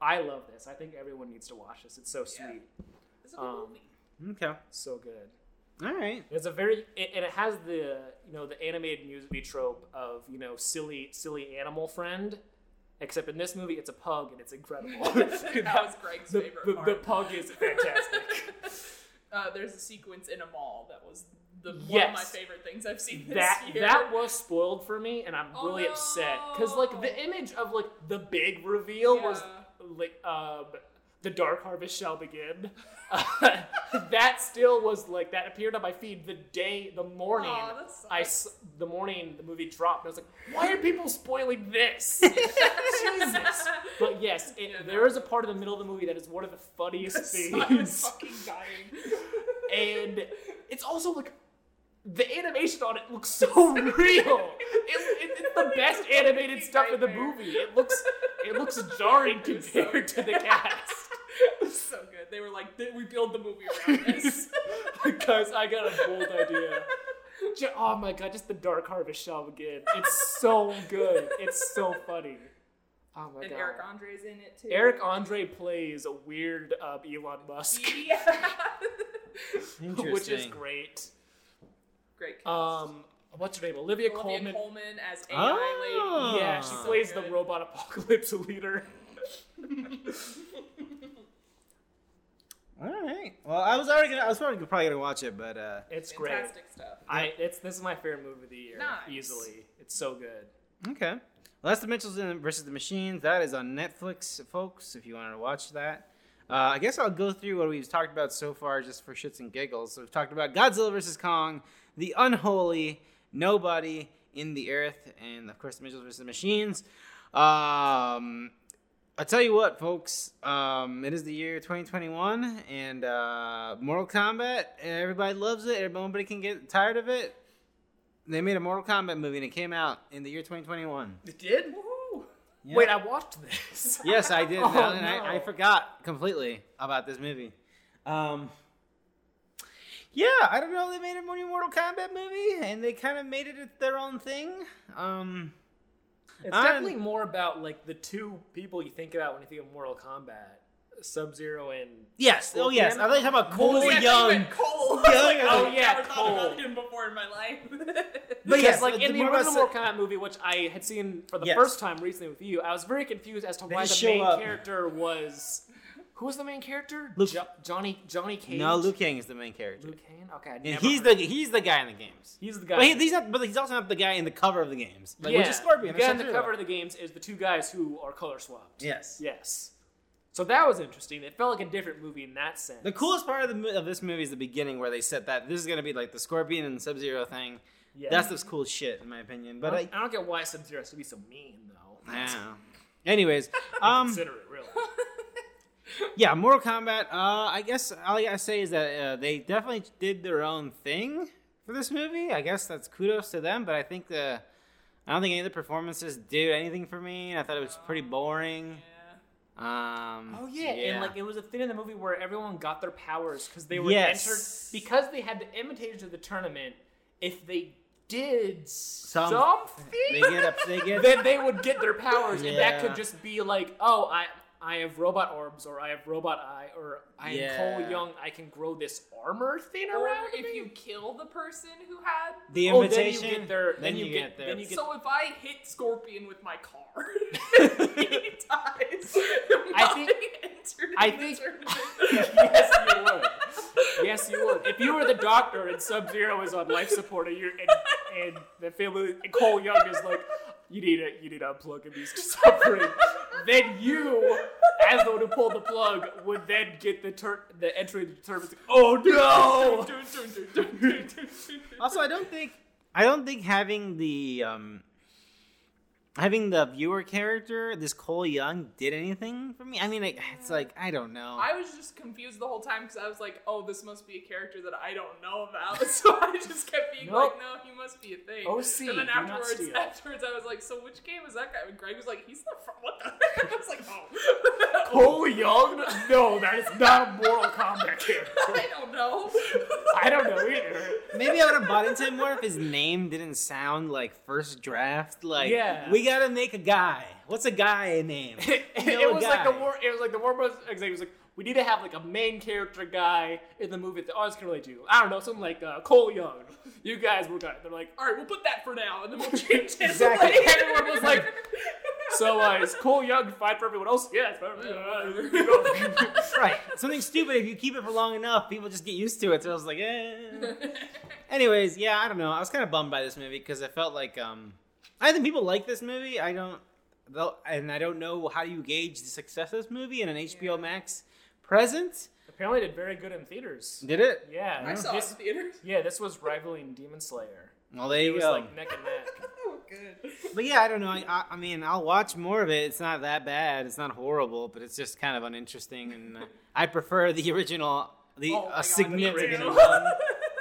Speaker 2: I love this. I think everyone needs to watch this. It's so
Speaker 3: Yeah.
Speaker 2: sweet,
Speaker 3: It's a good
Speaker 2: Um,
Speaker 3: movie.
Speaker 1: Okay.
Speaker 2: so good.
Speaker 1: All right.
Speaker 2: It's a very it, and it has the you know the animated movie trope of you know silly silly animal friend, except in this movie it's a pug and it's incredible.
Speaker 3: that was Greg's
Speaker 2: the,
Speaker 3: favorite
Speaker 2: the,
Speaker 3: part.
Speaker 2: the pug is fantastic.
Speaker 3: uh, there's a sequence in a mall that was the, one of my
Speaker 2: Yes.
Speaker 3: favorite things I've seen this
Speaker 2: that
Speaker 3: year.
Speaker 2: that was spoiled for me and I'm
Speaker 3: Oh,
Speaker 2: really upset because like
Speaker 3: no.
Speaker 2: the image of like the big reveal was
Speaker 3: Yeah.
Speaker 2: like um the dark harvest shall begin. that still was like that appeared on my feed the day the morning.
Speaker 3: Aw, that sucks.
Speaker 2: I s- the morning the movie dropped, and I was like, "Why are people spoiling this?" Jesus. But yes, it,
Speaker 3: Yeah,
Speaker 2: there is a part in the middle of the movie that is one of the funniest
Speaker 3: I was
Speaker 2: things,
Speaker 3: fucking dying.
Speaker 2: and it's also like the animation on it looks so real. It, it- it's the best animated stuff in the
Speaker 3: Nightmare.
Speaker 2: movie. It looks it looks jarring
Speaker 3: It was so
Speaker 2: compared to the
Speaker 3: good.
Speaker 2: cast.
Speaker 3: It was so good. They were like, "Th- we build the movie around this.
Speaker 2: Oh Guys, I got a bold idea. Ju- Oh my god, just the Dark Harvest Shall Begin. It's so good. It's so funny. Oh my
Speaker 3: and
Speaker 2: god.
Speaker 3: Eric Andre's in it too.
Speaker 2: Eric Andre plays a weird um, Elon Musk,
Speaker 3: Yeah.
Speaker 1: Interesting.
Speaker 2: which is great.
Speaker 3: Great. cast.
Speaker 2: Um, what's her name? Olivia,
Speaker 3: Olivia
Speaker 2: Colman.
Speaker 3: Coleman. as AI
Speaker 1: Oh.
Speaker 2: Yeah, she
Speaker 1: So
Speaker 2: plays the
Speaker 3: good.
Speaker 2: robot apocalypse leader.
Speaker 3: lady.
Speaker 1: All right. Well, I was already gonna, I was probably probably gonna watch it, but uh,
Speaker 2: It's great.
Speaker 3: Fantastic stuff.
Speaker 2: I it's this is my favorite movie of the year.
Speaker 3: Nice.
Speaker 2: Easily, it's so good.
Speaker 1: okay. Well, that's the Mitchells and- versus the Machines. That is on Netflix, folks. If you wanted to watch that, uh, I guess I'll go through what we've talked about so far, just for shits and giggles. So we've talked about Godzilla versus Kong, The Unholy, Nobody in the Earth, and of course, the Mitchells versus the Machines. Um, I tell you what, folks. Um, it is the year 2021, and uh, Mortal Kombat. Everybody loves it. Everybody nobody can get tired of it. They made a Mortal Kombat movie, and it came out in the year 2021.
Speaker 2: It did.
Speaker 1: Yeah.
Speaker 2: Wait, I watched this.
Speaker 1: Yes, I did,
Speaker 2: Oh,
Speaker 1: and I, I
Speaker 2: no.
Speaker 1: forgot completely about this movie. Um, yeah, I don't know. They made a new Mortal Kombat movie, and they kind of made it their own thing. Um,
Speaker 2: It's
Speaker 1: I'm-
Speaker 2: definitely more about like the two people you think about when you think of Mortal Kombat, Sub Zero and
Speaker 1: yes. Oh, yes. I thought you were talking about Cole
Speaker 2: Well,
Speaker 3: Exactly,
Speaker 1: Young.
Speaker 3: but Cole.
Speaker 1: Young.
Speaker 2: Oh,
Speaker 3: I've
Speaker 2: yeah,
Speaker 3: never thought
Speaker 2: Cole.
Speaker 3: about him before in my life.
Speaker 1: But
Speaker 2: Because,
Speaker 1: yes,
Speaker 2: like
Speaker 1: uh,
Speaker 2: in the
Speaker 1: Mortal
Speaker 2: original
Speaker 1: Kombat-
Speaker 2: Mortal Kombat movie, which I had seen for the
Speaker 1: Yes.
Speaker 2: first time recently with you, I was very confused as to why
Speaker 1: just
Speaker 2: the
Speaker 1: show
Speaker 2: main
Speaker 1: up.
Speaker 2: character was who was the main character?
Speaker 1: Luke-
Speaker 2: Jo- Johnny Johnny Cage.
Speaker 1: No, Liu Kang is the main character,
Speaker 2: Luke Kane. Okay, I
Speaker 1: and
Speaker 2: never
Speaker 1: he's the
Speaker 2: heard-
Speaker 1: he's the guy in the games.
Speaker 2: he's the guy.
Speaker 1: But he, he's not. But he's also not the guy in the cover of the games, like,
Speaker 2: yeah.
Speaker 1: which is Scorpion.
Speaker 2: The guy
Speaker 1: or
Speaker 2: on the
Speaker 1: Sub-Zero.
Speaker 2: cover of the games is the two guys who are color swapped.
Speaker 1: Yes.
Speaker 2: Yes. So that was interesting. It felt like a different movie in that sense.
Speaker 1: The coolest part of the mo- of this movie is the beginning where they said that this is gonna be like the Scorpion and Sub Zero thing.
Speaker 2: Yeah.
Speaker 1: That's the cool shit in my opinion. But uh,
Speaker 2: I,
Speaker 1: I,
Speaker 2: don't, I don't get why Sub Zero has to be so mean though.
Speaker 1: I don't know. Anyways, um,
Speaker 2: consider it really.
Speaker 1: yeah, Mortal Kombat. Uh, I guess all I gotta say is that uh, they definitely did their own thing for this movie. I guess that's kudos to them. But I think the, I don't think any of the performances did anything for me. I thought it was pretty boring. Um,
Speaker 2: Oh yeah. and like it was a thing in the movie where everyone got their powers because they were
Speaker 1: Yes.
Speaker 2: entered because they had the imitators of the tournament. If they did
Speaker 1: Some-
Speaker 2: something,
Speaker 1: they get up, they get
Speaker 2: then they would get their powers, and that
Speaker 1: Yeah.
Speaker 2: could just be like, oh, I I have robot orbs, or I have robot eye, or I am
Speaker 1: Yeah.
Speaker 2: Cole Young. I can grow this armor thing
Speaker 3: Or
Speaker 2: around.
Speaker 3: if
Speaker 2: me."
Speaker 3: you kill the person who had.
Speaker 1: the
Speaker 2: oh,
Speaker 1: invitation.
Speaker 2: then you get their, then, you get,
Speaker 1: their-
Speaker 2: then you get.
Speaker 3: So if I hit Scorpion with my car, he dies.
Speaker 2: I think-
Speaker 3: Why enter
Speaker 2: I
Speaker 3: the
Speaker 2: think-
Speaker 3: tournament?
Speaker 2: yes, you would. Yes, you would. If you were the doctor and Sub Zero is on life support, and, you're, and, and the family, and Cole Young is like, you need to, you need to unplug him. He's suffering then you, as the one who pulled the plug, would then get the tur- the entry to the tournament. Oh no!
Speaker 1: also, I don't think I don't think having the um having the viewer character, this Cole Young, did anything for me. I mean, like, it's like I don't know.
Speaker 3: I was just confused the whole time because I was like, oh, this must be a character that I don't know about. So I just kept being
Speaker 2: Nope.
Speaker 3: like, no, he must be a thing.
Speaker 2: OC,
Speaker 3: and then
Speaker 2: do not
Speaker 3: afterwards,
Speaker 2: steal.
Speaker 3: afterwards, I was like, so which game is that guy? And Greg was like, he's not from what the heck? I was like, oh.
Speaker 2: Cole Young? No, that is not a Mortal Kombat character.
Speaker 3: I don't know.
Speaker 2: I don't know either.
Speaker 1: Maybe I would have bought into it more if his name didn't sound like first draft. Like,
Speaker 2: Yeah.
Speaker 1: we gotta make a guy. What's a guy name?
Speaker 2: it,
Speaker 1: know a
Speaker 2: was like the
Speaker 1: guy.
Speaker 2: war. It was like the war bros executive was like, we need to have like a main character guy in the movie that artists can relate to. I don't know, something like uh, Cole Young. You guys work on it. They're like,
Speaker 3: All right, we'll put that for now, and then we'll change it.
Speaker 1: Exactly.
Speaker 3: later.
Speaker 2: Everyone was like, so uh, is Cole Young fine for everyone else? Yeah, it's fine.
Speaker 1: right. Something stupid. If you keep it for long enough, people just get used to it. So I was like, eh. Anyways, yeah, I don't know. I was kind of bummed by this movie because I felt like um, I think people like this movie. I don't, though, and I don't know how you gauge the success of this movie in an HBO Max present.
Speaker 2: Apparently, did very good in theaters.
Speaker 1: Did it?
Speaker 2: Yeah,
Speaker 3: I saw it in
Speaker 2: this,
Speaker 3: theaters.
Speaker 2: yeah, this was rivaling Demon Slayer.
Speaker 1: Well, there
Speaker 2: It
Speaker 1: you
Speaker 2: was
Speaker 1: go.
Speaker 2: like neck and neck.
Speaker 3: Oh, good.
Speaker 1: But yeah, I don't know. I, I, I mean, I'll watch more of it. It's not that bad. It's not horrible, but it's just kind of uninteresting. And uh, I prefer the original, the
Speaker 3: Oh my
Speaker 1: uh,
Speaker 3: God, me
Speaker 1: significant
Speaker 3: too.
Speaker 1: one.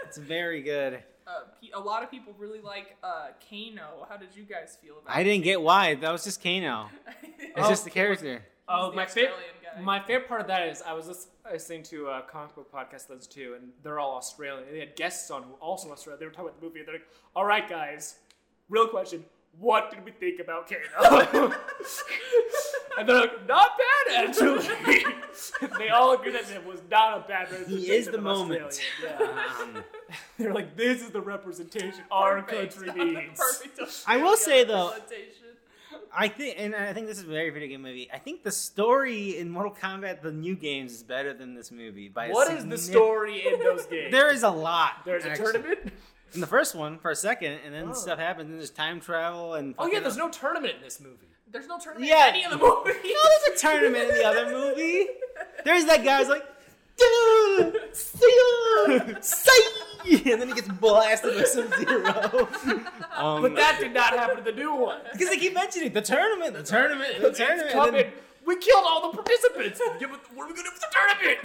Speaker 1: It's very good.
Speaker 3: uh, pe- a lot of people really like uh, Kano. How did you guys feel about?
Speaker 1: I didn't get why. That was just Kano.
Speaker 3: it?
Speaker 1: It's just the character.
Speaker 2: Oh,
Speaker 3: the
Speaker 2: my favorite.
Speaker 3: Australian guy.
Speaker 2: My favorite part of that is I was lis- listening to a comic book podcast those two, and they're all Australian. And they had guests on who were also Australian. They were talking about the movie, and they're like, "All right, guys, real question: What did we think about Kano?" and they're like, "Not bad, actually." they all agreed that it was not a bad representation.
Speaker 1: is the
Speaker 2: of
Speaker 1: moment.
Speaker 2: Australia. Yeah.
Speaker 1: Um,
Speaker 2: They're like, "This is the representation our
Speaker 3: Perfect.
Speaker 2: country needs."
Speaker 3: Perfect
Speaker 1: I will say,
Speaker 3: Australian
Speaker 1: though-
Speaker 3: representation.
Speaker 1: I think, and I think this is a very video game movie. I think the story in Mortal Kombat: The New Games is better than this movie. By a
Speaker 2: What is the
Speaker 1: significant-
Speaker 2: story in those games?
Speaker 1: There is a lot.
Speaker 2: There's a
Speaker 1: actually.
Speaker 2: tournament.
Speaker 1: in the first one for a second, and then
Speaker 2: Oh.
Speaker 1: stuff happens, and there's time travel and.
Speaker 2: Oh yeah,
Speaker 1: fucking-
Speaker 2: there's no tournament in this movie.
Speaker 3: there's no tournament
Speaker 1: Yeah.
Speaker 3: in any of the movies.
Speaker 1: No, there's a tournament in the other movie. There's that guy's like, "Duh, see ya, say," and then he gets blasted by some zero. Um,
Speaker 2: But that did not happen to the new one.
Speaker 1: because they keep mentioning the tournament, the tournament, the tournament. and
Speaker 2: It's coming.
Speaker 1: then-
Speaker 2: We killed all the participants. Yeah, but what are we gonna do for the tournament?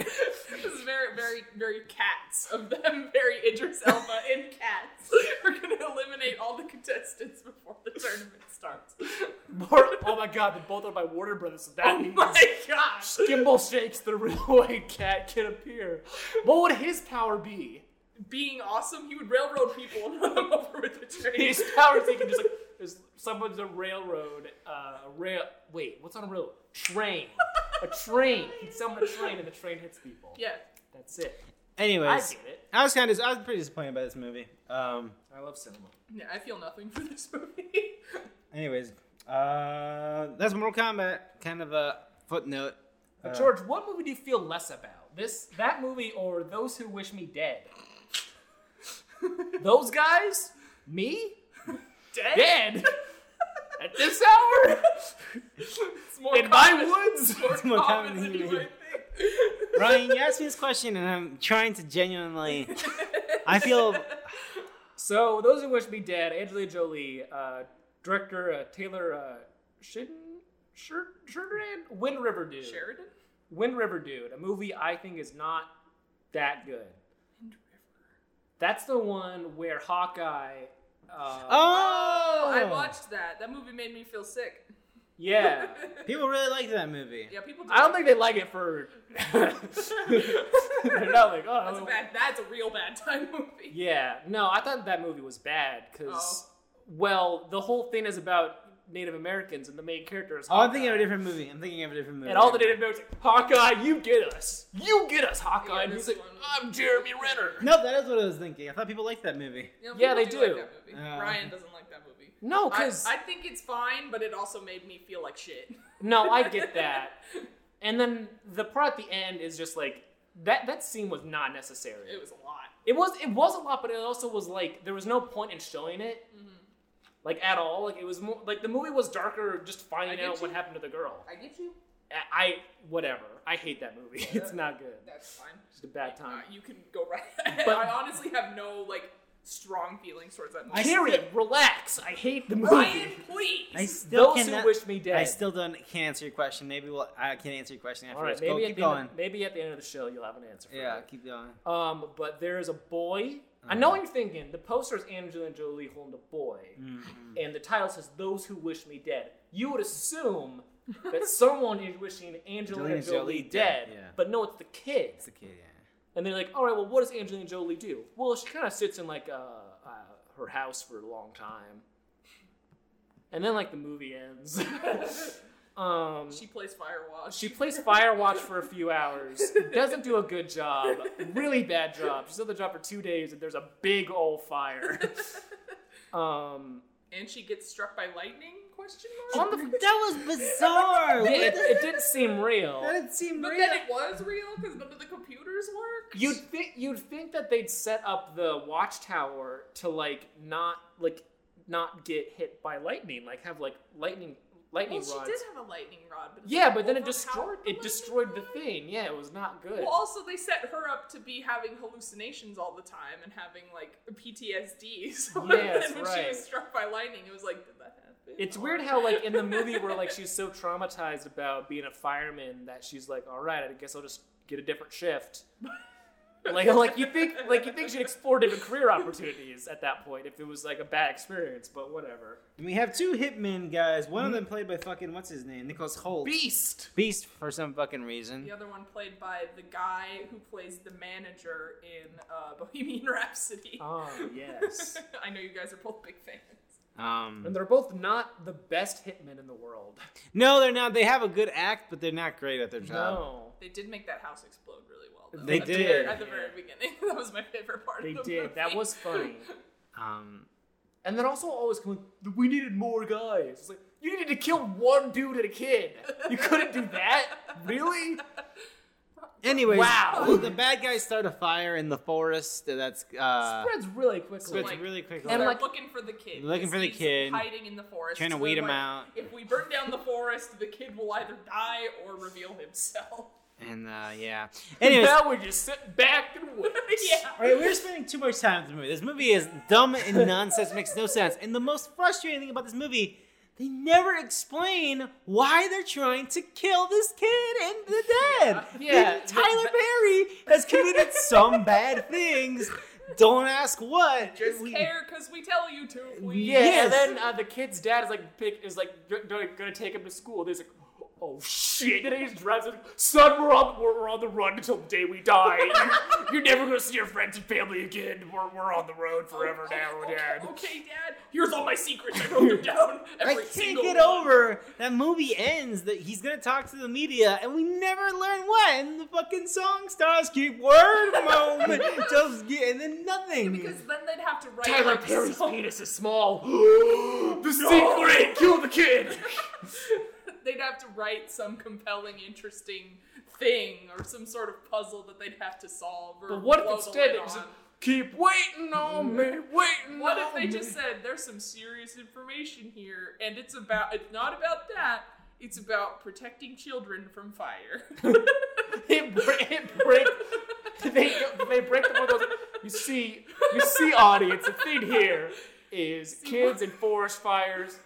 Speaker 3: this is very, very, very cats of them. Very Idris Elba in cats. We're gonna eliminate all the contestants before the tournament starts.
Speaker 2: Mort- oh my god, they're both are my Warner Brothers, so that
Speaker 3: oh
Speaker 2: means
Speaker 3: my gosh!
Speaker 2: Gimbal Shakes the railway cat can appear. What would his power be?
Speaker 3: Being awesome, he would railroad people and run them over with a train.
Speaker 2: His power is he can just like there's someone's a railroad, uh, a rail. Wait, what's on a rail? Train. A train. He'd summon a train and the train hits people.
Speaker 3: yeah.
Speaker 2: That's it. I
Speaker 1: Anyways,
Speaker 2: get it.
Speaker 1: I was kind of, I was pretty disappointed by this movie. Um,
Speaker 2: I love cinema.
Speaker 3: yeah, I feel nothing for this movie.
Speaker 1: anyways, uh, that's Mortal Kombat. Kind of a footnote.
Speaker 2: But
Speaker 1: Uh,
Speaker 2: George, what movie do you feel less about? This, that movie, or Those Who Wish Me Dead? Those guys? Me?
Speaker 3: Dead?
Speaker 2: Dead? At this hour?
Speaker 3: It's more
Speaker 2: In my
Speaker 3: common-
Speaker 2: woods?
Speaker 3: it's more
Speaker 1: It's more
Speaker 3: common
Speaker 1: common
Speaker 3: than
Speaker 1: here.
Speaker 3: you might think.
Speaker 1: Ryan, you asked me this question, and I'm trying to genuinely. I feel
Speaker 2: So, Those Who Wish Me Dead, Angelina Jolie, uh, director uh, Taylor uh, Shin. Sheridan? Wind River Dude.
Speaker 3: Sheridan?
Speaker 2: Wind River Dude, a movie I think is not that good.
Speaker 3: Wind River.
Speaker 2: That's the one where Hawkeye. Uh,
Speaker 1: Oh,
Speaker 3: I watched that. That movie made me feel sick.
Speaker 2: Yeah.
Speaker 1: People really liked that movie.
Speaker 3: yeah, people do.
Speaker 2: I don't think they like it for. They're not like, oh.
Speaker 3: That's a bad. That's a real bad time movie.
Speaker 2: Yeah, no, I thought that movie was bad
Speaker 3: Oh.
Speaker 2: because, well, the whole thing is about Native Americans and the main character is.
Speaker 1: Oh, I'm thinking of a
Speaker 2: Hawkeye.
Speaker 1: different movie. I'm thinking of a different movie.
Speaker 2: And all the Native Americans, like, Hawkeye, you get us, you get us, Hawkeye.
Speaker 3: Yeah,
Speaker 2: and he's
Speaker 3: this
Speaker 2: like,
Speaker 3: one-
Speaker 2: I'm Jeremy Renner.
Speaker 1: Nope, that is what I was thinking. I thought people liked that movie.
Speaker 3: You know,
Speaker 2: Yeah,
Speaker 3: people
Speaker 2: they do.
Speaker 3: Like that movie.
Speaker 1: Uh,
Speaker 3: Ryan doesn't like that movie.
Speaker 2: No,
Speaker 3: I,
Speaker 2: because
Speaker 3: I think it's fine, but it also made me feel like shit.
Speaker 2: no, I get that. and then the part at the end is just like that. That scene was not necessary.
Speaker 3: It was a lot.
Speaker 4: Mm-hmm.
Speaker 2: It was it was a lot, but it also was like there was no point in showing it. like at all. Like it was more like the movie was darker just
Speaker 4: I
Speaker 2: finding
Speaker 4: get
Speaker 2: out what
Speaker 4: you.
Speaker 2: happened to the girl.
Speaker 4: I get you.
Speaker 2: I, I- whatever. I hate that movie. It's not good.
Speaker 4: That's fine.
Speaker 2: It's a bad
Speaker 3: Uh,
Speaker 2: time.
Speaker 3: you can go right. ahead.
Speaker 2: But-
Speaker 3: I honestly have no like strong feelings towards that movie.
Speaker 2: Period. Relax. I hate the movie.
Speaker 3: Ryan, please.
Speaker 1: I still
Speaker 2: Those
Speaker 1: cannot-
Speaker 2: who wish me dead.
Speaker 1: I still don't can't answer your question. Maybe we'll, I can't answer your question
Speaker 2: All
Speaker 1: afterwards.
Speaker 2: right. Maybe
Speaker 1: Go,
Speaker 2: at,
Speaker 1: keep
Speaker 2: the end
Speaker 1: going.
Speaker 2: of- maybe at the end of the show you'll have an answer. For
Speaker 1: yeah,
Speaker 2: me.
Speaker 1: keep going.
Speaker 2: Um, but there is a boy. I
Speaker 1: Mm.
Speaker 2: know what you're thinking. The poster is Angelina Jolie holding a boy,
Speaker 1: Mm-hmm.
Speaker 2: and the title says "Those Who Wish Me Dead." You would assume that someone is wishing Angelina
Speaker 1: Angelina
Speaker 2: Jolie,
Speaker 1: Jolie
Speaker 2: dead,
Speaker 1: dead, yeah.
Speaker 2: but no, it's the kid.
Speaker 1: It's the kid. Yeah.
Speaker 2: And they're like, "All right, well, what does Angelina Jolie do?" Well, she kind of sits in like uh, uh, her house for a long time, and then like the movie ends. um,
Speaker 3: She plays Firewatch.
Speaker 2: she plays Firewatch for a few hours, doesn't do a good job, really bad job. She's on the job for two days, and there's a big old fire. Um,
Speaker 3: and she gets struck by lightning? Question mark.
Speaker 2: on the,
Speaker 1: That was bizarre.
Speaker 2: yeah,
Speaker 1: What
Speaker 2: it,
Speaker 1: the-
Speaker 2: it didn't seem
Speaker 1: that
Speaker 2: real.
Speaker 1: didn't seem
Speaker 3: But
Speaker 1: real.
Speaker 3: then it was real because none of the computers worked.
Speaker 2: You'd think you'd think that they'd set up the watchtower to like not like not get hit by lightning, like have like lightning lightning
Speaker 3: Well, she
Speaker 2: rods.
Speaker 3: did have a lightning rod, but it's
Speaker 2: Yeah,
Speaker 3: like
Speaker 2: but then it
Speaker 3: overpowered
Speaker 2: destroyed
Speaker 3: the
Speaker 2: it
Speaker 3: lightning
Speaker 2: destroyed the
Speaker 3: rod?
Speaker 2: thing. Yeah, it was not good.
Speaker 3: Well, also they set her up to be having hallucinations all the time and having like PTSD. So
Speaker 2: Yes,
Speaker 3: then when she
Speaker 2: right.
Speaker 3: was struck by lightning, it was like, did that happen?
Speaker 2: It's
Speaker 3: Or-
Speaker 2: weird how like in the movie where like she's so traumatized about being a fireman that she's like, all right, I guess I'll just get a different shift. Like like you think like you think she'd explore different career opportunities at that point if it was like a bad experience, but whatever.
Speaker 1: And we have two hitmen guys. One of them played by fucking what's his name, Nicholas Holt.
Speaker 2: Beast.
Speaker 1: Hmm? Beast for some fucking reason.
Speaker 3: The other one played by the guy who plays the manager in uh, Bohemian Rhapsody.
Speaker 2: Oh yes.
Speaker 3: I know you guys are both big fans.
Speaker 1: Um,
Speaker 2: And they're both not the best hitmen in the world.
Speaker 1: no, they're not. They have a good act, but they're not great at their job.
Speaker 2: No.
Speaker 3: They did make that house explode really well. Though,
Speaker 1: They
Speaker 3: at the
Speaker 1: did,
Speaker 3: very- at the
Speaker 2: yeah.
Speaker 3: very beginning. that was my favorite part.
Speaker 2: They
Speaker 3: of the
Speaker 2: did. That
Speaker 3: movie.
Speaker 2: was funny.
Speaker 1: Um,
Speaker 2: And then also always going, we needed more guys. It's like, you needed to kill one dude and a kid. You couldn't do that? Really?
Speaker 1: anyways,
Speaker 2: Wow.
Speaker 1: the bad guys start a fire in the forest. That's uh,
Speaker 2: Spreads really quickly.
Speaker 1: spreads
Speaker 3: like-
Speaker 1: really quickly.
Speaker 2: And
Speaker 3: they're
Speaker 2: like-
Speaker 3: looking for the kid.
Speaker 1: Looking for the
Speaker 3: He's
Speaker 1: kid.
Speaker 3: Hiding in the forest.
Speaker 1: Trying to
Speaker 3: They're
Speaker 1: weed him
Speaker 3: like,
Speaker 1: out.
Speaker 3: If we burn down the forest, the kid will either die or reveal himself.
Speaker 1: and uh, yeah. Anyways,
Speaker 2: now we just sit back and wait.
Speaker 3: yeah.
Speaker 1: All right, we're spending too much time with the movie. This movie is dumb and nonsense, makes no sense. And the most frustrating thing about this movie, they never explain why they're trying to kill this kid and the dead.
Speaker 2: Uh, Yeah,
Speaker 1: Tyler Perry has committed some bad things. Don't ask what.
Speaker 3: Just
Speaker 1: We-
Speaker 3: care because we tell you to. Please.
Speaker 2: Yeah,
Speaker 1: Yes.
Speaker 2: and then uh, the kid's dad is like, pick, is like, g- gonna, gonna take him to school. There's like, oh shit! And he just drives. Like, Son, we're on, we're, we're on the run until the day we die. You're, you're never gonna see your friends and family again. We're, we're on the road forever now,
Speaker 3: okay,
Speaker 2: Dad.
Speaker 3: Oh, Okay, Dad. Here's all my secrets. I wrote them down. Every
Speaker 1: I can't
Speaker 3: single
Speaker 1: get
Speaker 3: one.
Speaker 1: over that movie ends that he's gonna talk to the media and we never learn when the fucking song starts keep word moment just get and then nothing
Speaker 3: Because then they'd have to write.
Speaker 2: Tyler
Speaker 3: like,
Speaker 2: Perry's
Speaker 3: some-
Speaker 2: penis is small. the secret. Kill the kid.
Speaker 3: They'd have to write some compelling, interesting thing or some sort of puzzle that they'd have to solve. Or
Speaker 2: But what if
Speaker 3: blow the
Speaker 2: instead
Speaker 3: lid
Speaker 2: it was
Speaker 3: on.
Speaker 2: like, keep waiting on me, waiting
Speaker 3: What
Speaker 2: on
Speaker 3: if they
Speaker 2: me.
Speaker 3: just said there's some serious information here, and it's about it's not about that. It's about protecting children from fire.
Speaker 2: it, bre- it break they they break the windows. You see, you see, audience. The thing here is kids and forest fires.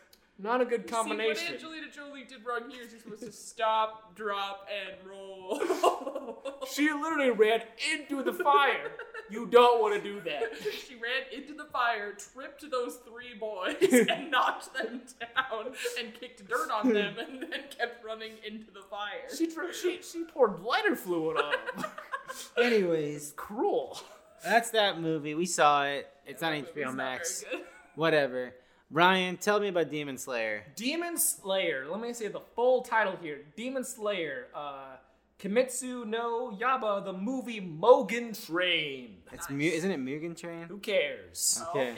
Speaker 2: Not a good
Speaker 3: See, what
Speaker 2: combination.
Speaker 3: Angelina Jolie did wrong here is you're supposed to stop, drop, and roll.
Speaker 2: She literally ran into the fire. You don't want to do that.
Speaker 3: she ran into the fire, tripped those three boys, and knocked them down, and kicked dirt on them, and then kept running into the fire.
Speaker 2: She dr- she she poured lighter fluid on them.
Speaker 1: anyways
Speaker 2: Cruel.
Speaker 1: That's that movie. We saw it. It's on
Speaker 3: That movie's
Speaker 1: HBO
Speaker 3: not
Speaker 1: Max.
Speaker 3: very good.
Speaker 1: Whatever. Ryan, tell me about Demon Slayer.
Speaker 2: Demon Slayer. Let me say the full title here. Demon Slayer. Uh, Kimetsu no Yaba. The movie Mogan Train.
Speaker 1: It's
Speaker 3: Nice.
Speaker 1: mu- isn't it Mugen Train?
Speaker 2: Who cares?
Speaker 1: Okay.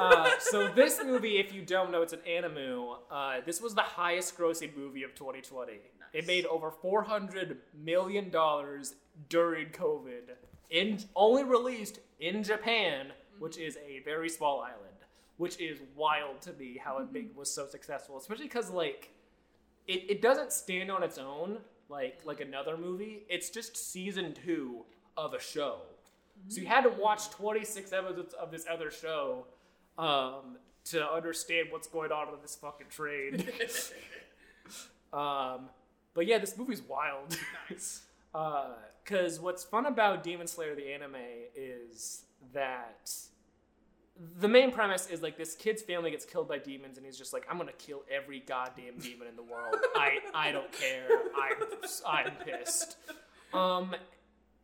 Speaker 2: uh, so this movie, if you don't know, it's an anime. Uh, this was the highest-grossing movie of 2020. It made over 400 million dollars during COVID, in only released in Japan, which is a very small island. which is wild to me how it make, was so successful, especially because like it, it doesn't stand on its own like like another movie. It's just season two of a show, so you had to watch twenty six episodes of this other show um, to understand what's going on with this fucking train. Um, but yeah, this movie's wild.
Speaker 3: nice.
Speaker 2: Because what's fun about Demon Slayer the anime is that the main premise is like this kid's family gets killed by demons, and he's just like, I'm gonna kill every goddamn demon in the world. I I don't care. I'm I'm pissed. Um,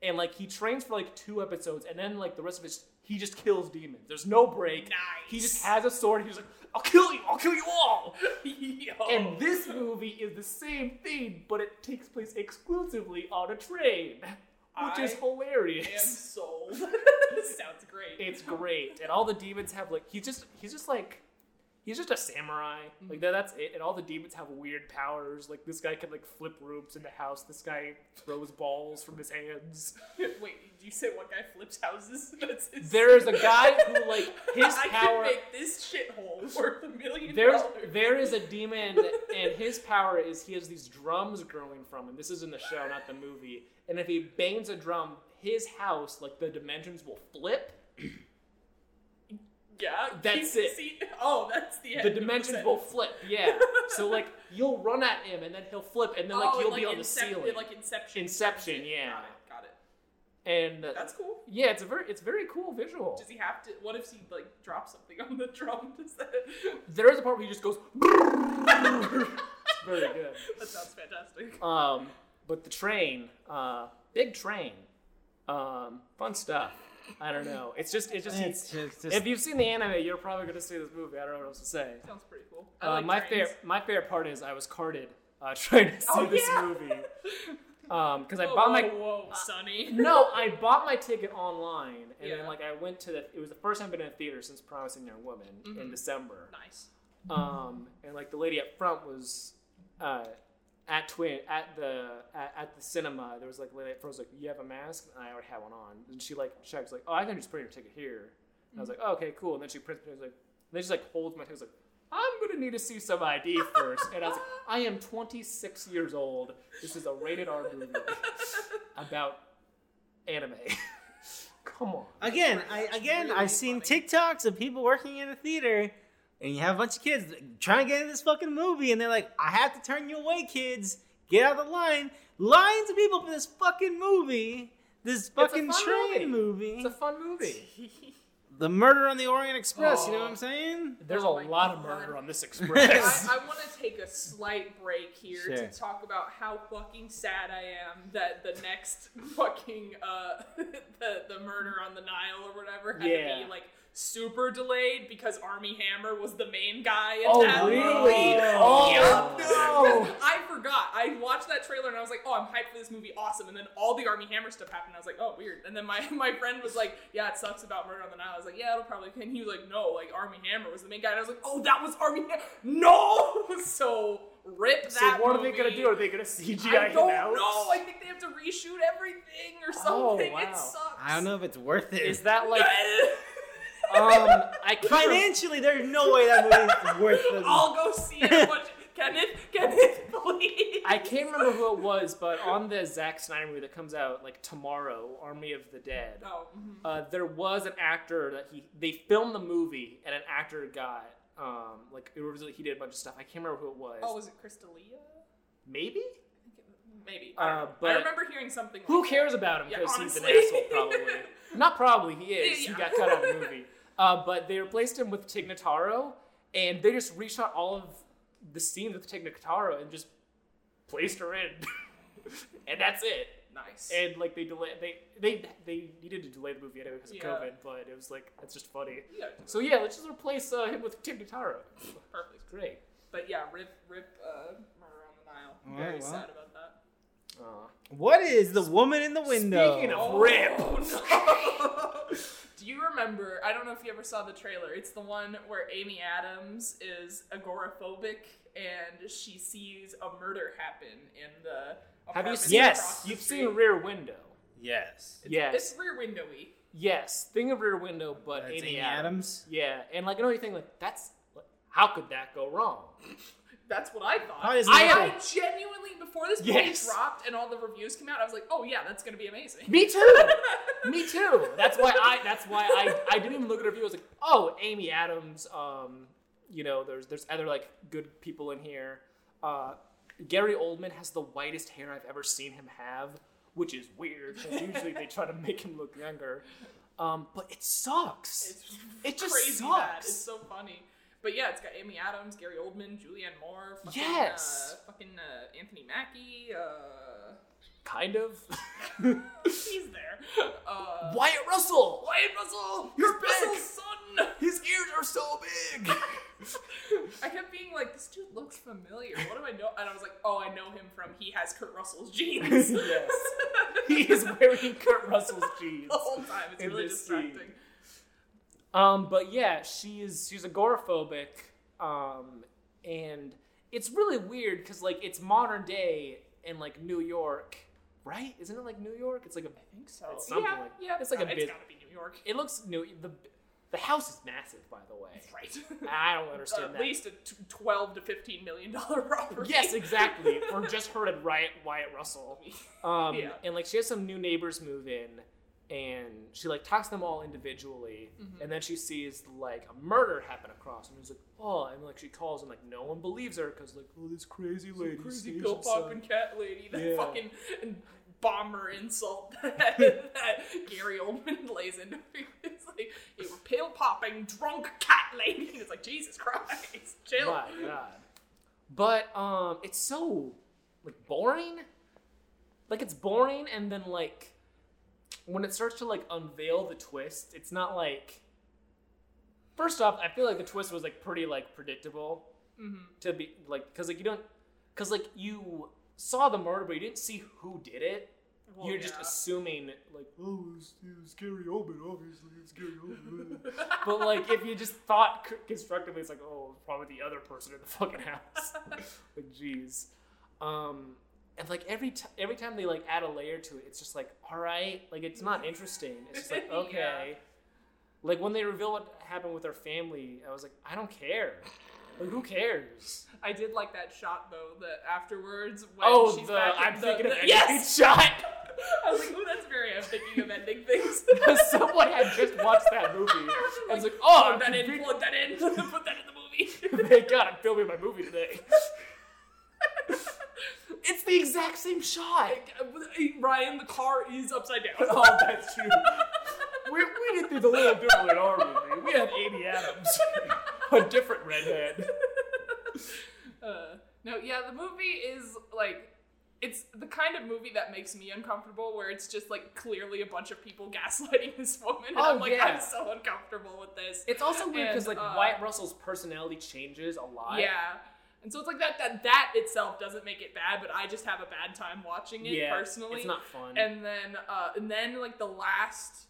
Speaker 2: and like he trains for like two episodes, and then like the rest of his he just kills demons. There's no break. He just has a sword. He's like, I'll kill you. I'll kill you all.
Speaker 3: Yo.
Speaker 2: And this movie is the same thing, but it takes place exclusively on a train, which is
Speaker 3: I am
Speaker 2: hilarious.
Speaker 3: sold. this sounds great.
Speaker 2: It's great, and all the demons have like he's just he's just like he's just a samurai. Like that, that's it. And all the demons have weird powers. Like this guy can like flip ropes in the house. This guy throws balls from his hands.
Speaker 3: Wait, you said one guy flips houses? That's his...
Speaker 2: There is a guy who like his
Speaker 3: I
Speaker 2: power.
Speaker 3: could make this shithole worth a million
Speaker 2: There's
Speaker 3: dollars.
Speaker 2: there is a demon, and his power is he has these drums growing from him. This is in the show, not the movie. And if he bangs a drum, his house, like the dimensions, will flip.
Speaker 3: Yeah,
Speaker 2: That's
Speaker 3: you
Speaker 2: it.
Speaker 3: See, oh, that's the end.
Speaker 2: The
Speaker 3: of
Speaker 2: dimensions will
Speaker 3: sentence.
Speaker 2: flip. Yeah. So like you'll run at him, and then he'll flip, and then like
Speaker 3: oh,
Speaker 2: you'll
Speaker 3: like
Speaker 2: be on the
Speaker 3: Incep-
Speaker 2: ceiling.
Speaker 3: Like Inception.
Speaker 2: Inception,
Speaker 3: Got
Speaker 2: yeah.
Speaker 3: it, Got it.
Speaker 2: and uh,
Speaker 3: That's cool.
Speaker 2: yeah, it's a very it's very cool visual.
Speaker 3: Does he have to? What if he like drops something on the drum? Does that?
Speaker 2: There is a part where he just goes. it's very good.
Speaker 3: that sounds fantastic.
Speaker 2: Um, but the train, uh, big train, um, fun stuff. I don't know. It's just, it just,
Speaker 1: It's just- just-
Speaker 2: if you've seen the anime, you're probably gonna see this movie. I don't know what else to say.
Speaker 3: Sounds pretty cool. I
Speaker 2: Uh,
Speaker 3: like
Speaker 2: my
Speaker 3: trains.
Speaker 2: favorite, my favorite part is I was carded uh, trying to see
Speaker 3: Oh,
Speaker 2: this
Speaker 3: yeah. Oh,
Speaker 2: movie. Um, because I
Speaker 3: Whoa,
Speaker 2: bought my
Speaker 3: whoa, whoa, Sonny.
Speaker 2: no, I bought my ticket online, and
Speaker 3: Yeah.
Speaker 2: then like I went to the. It was the first time I've been in a theater since Promising Young Woman in
Speaker 3: Mhm.
Speaker 2: December.
Speaker 3: Nice.
Speaker 2: Um, and like the lady up front was uh, at twin at the at, at the cinema. There was like a lady up front was like, "You have a mask?" And I already had one on. And she like checks like, "Oh, I can just print your ticket here." And I was like, oh, "Okay, cool." And then she prints it. and was like, and then she like holds my ticket. was like, "I'm gonna need to see some ID first. And I was like, "I am 26 years old. This is a rated R movie about anime. Come on."
Speaker 1: Again, I again
Speaker 3: really
Speaker 1: I've seen
Speaker 3: funny.
Speaker 1: TikToks of people working in a theater, and you have a bunch of kids trying to get into this fucking movie, and they're like, "I have to turn you away, kids. Get out of the line." Lines of people for this fucking movie, this
Speaker 2: a
Speaker 1: fucking
Speaker 2: fun
Speaker 1: train movie,
Speaker 2: It's a fun movie.
Speaker 1: the murder on the Orient Express. You know
Speaker 3: Oh.
Speaker 1: what I'm saying?
Speaker 2: There's a
Speaker 3: Oh my
Speaker 2: lot of
Speaker 3: God.
Speaker 2: murder on this
Speaker 3: I,
Speaker 2: express.
Speaker 3: I want to take a slight break here
Speaker 1: Sure.
Speaker 3: to talk about how fucking sad I am that the next fucking uh, the the murder on the Nile or whatever had to
Speaker 2: Yeah.
Speaker 3: be like super delayed because Army Hammer was the main guy. In
Speaker 2: Oh,
Speaker 3: that
Speaker 2: really?
Speaker 3: Movie.
Speaker 2: Oh,
Speaker 3: Yup.
Speaker 2: no.
Speaker 3: I forgot. I watched that trailer and I was like, "Oh, I'm hyped for this movie, awesome!" And then all the Army Hammer stuff happened. I was like, "Oh, weird." And then my my friend was like, "Yeah, it sucks about Murder on the Nile." I was like, "Yeah, it'll probably." And he was like, "No, like Army Hammer was the main guy." And I was like, "Oh, that was Army Hammer." No, so rip that.
Speaker 2: so what are
Speaker 3: movie.
Speaker 2: they gonna do? Are they gonna CGI
Speaker 3: I
Speaker 2: him
Speaker 3: don't
Speaker 2: out?
Speaker 3: know. I think they have to reshoot everything or
Speaker 2: Oh,
Speaker 3: something.
Speaker 2: wow.
Speaker 3: It sucks.
Speaker 1: I don't know if it's worth it.
Speaker 2: Is that like um?
Speaker 1: um,
Speaker 2: I can't.
Speaker 1: Financially, there's no way that movie is worth it.
Speaker 3: I'll go see it. What- Kenneth, Kenneth, please.
Speaker 2: I can't remember who it was, but on the Zack Snyder movie that comes out like tomorrow, Army of the Dead,
Speaker 3: Oh, mhm.
Speaker 2: uh, there was an actor that he they filmed the movie and an actor got um like it was he did a bunch of stuff. I can't remember who it was.
Speaker 3: Oh, was it Crystalia?
Speaker 2: Maybe.
Speaker 3: Maybe. I, don't
Speaker 2: Uh,
Speaker 3: know.
Speaker 2: but-
Speaker 3: I remember hearing something.
Speaker 2: Who
Speaker 3: like
Speaker 2: cares about him
Speaker 3: Yeah,
Speaker 2: because he's an
Speaker 3: honestly.
Speaker 2: asshole, probably. Not probably, he is.
Speaker 3: Yeah.
Speaker 2: He got cut out of the movie. Uh, but they replaced him with Tignataro, and they just reshot all of the scenes with Tignataro and just placed her in. and that's it.
Speaker 3: that. Nice.
Speaker 2: And like they delay, they they they needed to delay the movie anyway because of
Speaker 3: Yeah.
Speaker 2: COVID, but it was like that's just funny.
Speaker 3: yeah,
Speaker 2: So yeah, let's just replace uh, him with Tignataro.
Speaker 3: perfect.
Speaker 2: Great.
Speaker 3: But yeah, rip, rip, uh, Murder on the Nile.
Speaker 1: Alright,
Speaker 3: Very
Speaker 1: well.
Speaker 3: sad about that.
Speaker 2: Uh,
Speaker 1: what is the woman in the window?
Speaker 2: Speaking of- Rip.
Speaker 3: Oh, no. Do you remember? I don't know if you ever saw the trailer. It's the one where Amy Adams is agoraphobic and she sees a murder happen in
Speaker 2: have
Speaker 3: the.
Speaker 2: you
Speaker 3: apartment
Speaker 2: seen?
Speaker 1: Yes.
Speaker 3: across the
Speaker 2: you've
Speaker 3: street.
Speaker 2: seen Rear Window.
Speaker 1: Yes.
Speaker 2: Yes.
Speaker 3: It's rear windowy.
Speaker 2: yes. Thing of Rear Window, but
Speaker 1: That's
Speaker 2: Amy,
Speaker 1: Amy
Speaker 2: Adams.
Speaker 1: Adams.
Speaker 2: Yeah, and like another thing, like that's like, how could that go wrong?
Speaker 3: That's what I thought.
Speaker 1: Probably doesn't
Speaker 3: I,
Speaker 1: matter.
Speaker 3: I genuinely, before this movie
Speaker 2: Yes.
Speaker 3: dropped and all the reviews came out, I was like, oh yeah, that's gonna be amazing.
Speaker 2: Me too. Me too. That's why I. That's why I. I didn't even look at her review. I was like, oh, Amy Adams. Um, you know, there's there's other like good people in here. Uh, Gary Oldman has the whitest hair I've ever seen him have, which is weird. 'cause usually they try to make him look younger. Um, but it sucks.
Speaker 3: It's
Speaker 2: It just
Speaker 3: crazy bad.
Speaker 2: sucks.
Speaker 3: It's so funny. But yeah, it's got Amy Adams, Gary Oldman, Julianne Moore, fucking,
Speaker 2: Yes.
Speaker 3: uh, fucking uh, Anthony Mackie. Uh,
Speaker 2: kind of.
Speaker 3: he's there. Uh,
Speaker 2: Wyatt Russell.
Speaker 3: Wyatt Russell, you're
Speaker 2: back.
Speaker 3: Russell's son.
Speaker 2: His ears are so big.
Speaker 3: I kept being like, this dude looks familiar. What do I know? And I was like, oh, I know him from he has Kurt Russell's jeans.
Speaker 2: Yes. he is wearing Kurt Russell's jeans.
Speaker 3: the whole time. It's
Speaker 2: In
Speaker 3: really
Speaker 2: this scene. Oh,
Speaker 3: distracting.
Speaker 2: Um, but yeah, she's she's agoraphobic, um, and it's really weird because like it's modern day and like New York, right? Isn't it like New York? It's like a
Speaker 3: I think so.
Speaker 2: It's something
Speaker 3: yeah,
Speaker 2: like-
Speaker 3: yeah.
Speaker 2: it's like a
Speaker 3: gotta-
Speaker 2: bit-
Speaker 3: It's gotta be New York.
Speaker 2: it looks new. The the house is massive, by the way.
Speaker 3: Right.
Speaker 2: I don't understand
Speaker 3: At
Speaker 2: that.
Speaker 3: least a t- twelve to fifteen million dollar property.
Speaker 2: Yes, exactly. Or just her and Wyatt, Wyatt Russell. Um,
Speaker 3: Yeah.
Speaker 2: And like she has some new neighbors move in, and she like talks to them all individually,
Speaker 3: Mm-hmm.
Speaker 2: and then she sees like a murder happen across, and she's like, oh, and like she calls, and like no one believes her because like, oh, this crazy lady,
Speaker 3: Crazy
Speaker 2: stays
Speaker 3: pill
Speaker 2: outside."
Speaker 3: popping cat lady. That
Speaker 2: Yeah.
Speaker 3: fucking bomber insult that, that Gary Oldman lays into me. It's like you were pill popping drunk cat lady. It's like Jesus Christ, chill.
Speaker 2: My God. But um, it's so like boring. Like it's boring, and then like when it starts to like unveil the twist, it's not like. First off, I feel like the twist was like pretty like predictable
Speaker 3: Mm-hmm.
Speaker 2: to be like because like you don't because like you saw the murder but you didn't see who did it.
Speaker 3: Well,
Speaker 2: You're just
Speaker 3: yeah.
Speaker 2: assuming like,
Speaker 4: Oh, it was, it was Gary Oldman, obviously. It's Gary Oldman.
Speaker 2: but like if you just thought c- constructively, it's like oh, it's probably the other person in the fucking house. like jeez um and like every t- every time they like add a layer to it it's just like all right like it's not interesting it's just like
Speaker 3: Yeah.
Speaker 2: okay like when they reveal what happened with her family i was like i don't care like who cares
Speaker 3: I did like that shot though. That afterwards, when
Speaker 2: oh
Speaker 3: she's
Speaker 2: the
Speaker 3: back in
Speaker 2: i'm
Speaker 3: the,
Speaker 2: thinking
Speaker 3: the,
Speaker 2: of ending
Speaker 3: yes.
Speaker 2: shot
Speaker 3: I was like, ooh, that's very. I'm thinking of ending things.
Speaker 2: someone had just watched that movie and was like oh
Speaker 3: Put
Speaker 2: I'm
Speaker 3: that in.
Speaker 2: convinced-
Speaker 3: Put that in. Put that in the movie.
Speaker 2: thank god i'm filming my movie today it's the exact same shot
Speaker 3: uh, Ryan, the car is upside down.
Speaker 2: oh that's true we, we did things a little differently in our movie. We had Amy Adams, a different redhead.
Speaker 3: Uh, no, yeah, the movie is like. It's the kind of movie that makes me uncomfortable, where it's just like clearly a bunch of people gaslighting this woman. And
Speaker 2: Oh,
Speaker 3: I'm like,
Speaker 2: yeah.
Speaker 3: I'm so uncomfortable with this.
Speaker 2: It's also weird because
Speaker 3: And,
Speaker 2: like
Speaker 3: uh,
Speaker 2: Wyatt Russell's personality changes a lot.
Speaker 3: yeah. And so it's like that, that that itself doesn't make it bad, but I just have a bad time watching it
Speaker 2: yeah,
Speaker 3: personally.
Speaker 2: it's not fun.
Speaker 3: and then uh, and then like the last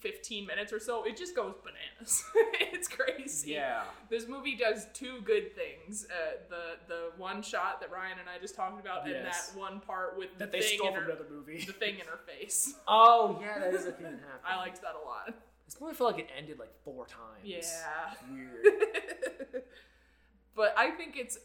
Speaker 3: 15 minutes or so it just goes bananas it's crazy
Speaker 2: yeah,
Speaker 3: this movie does two good things uh, the the one shot that ryan and i just talked about and
Speaker 2: Yes.
Speaker 3: that one part with the
Speaker 2: that they
Speaker 3: thing
Speaker 2: stole
Speaker 3: in
Speaker 2: from
Speaker 3: her,
Speaker 2: another movie.
Speaker 3: the thing in her face
Speaker 2: Oh yeah, that is a thing that happened.
Speaker 3: i liked that a lot
Speaker 2: this movie. Felt like it ended like four times.
Speaker 3: yeah
Speaker 2: weird.
Speaker 3: but i think it's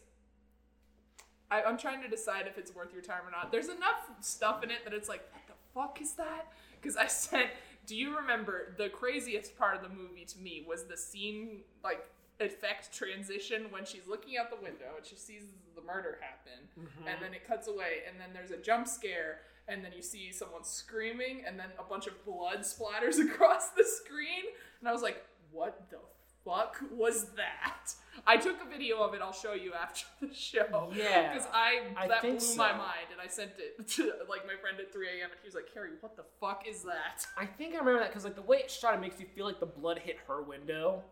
Speaker 3: I, i'm trying to decide if it's worth your time or not there's enough stuff in it that it's like what the fuck is that because i sent do you remember the craziest part of the movie to me was the scene like effect transition when she's looking out the window and she sees the murder happen and then it cuts away and then there's a jump scare and then you see someone screaming and then a bunch of blood splatters across the screen and i was like what the fuck was that i took a video of it i'll show you after the show
Speaker 2: Yeah.
Speaker 3: Oh, because i,
Speaker 2: I
Speaker 3: that blew
Speaker 2: think
Speaker 3: my
Speaker 2: so.
Speaker 3: mind and i sent it to like my friend at 3 a.m and he was like carrie what the fuck is that
Speaker 2: I think I remember that because like the way it's shot, it makes you feel like the blood hit her window.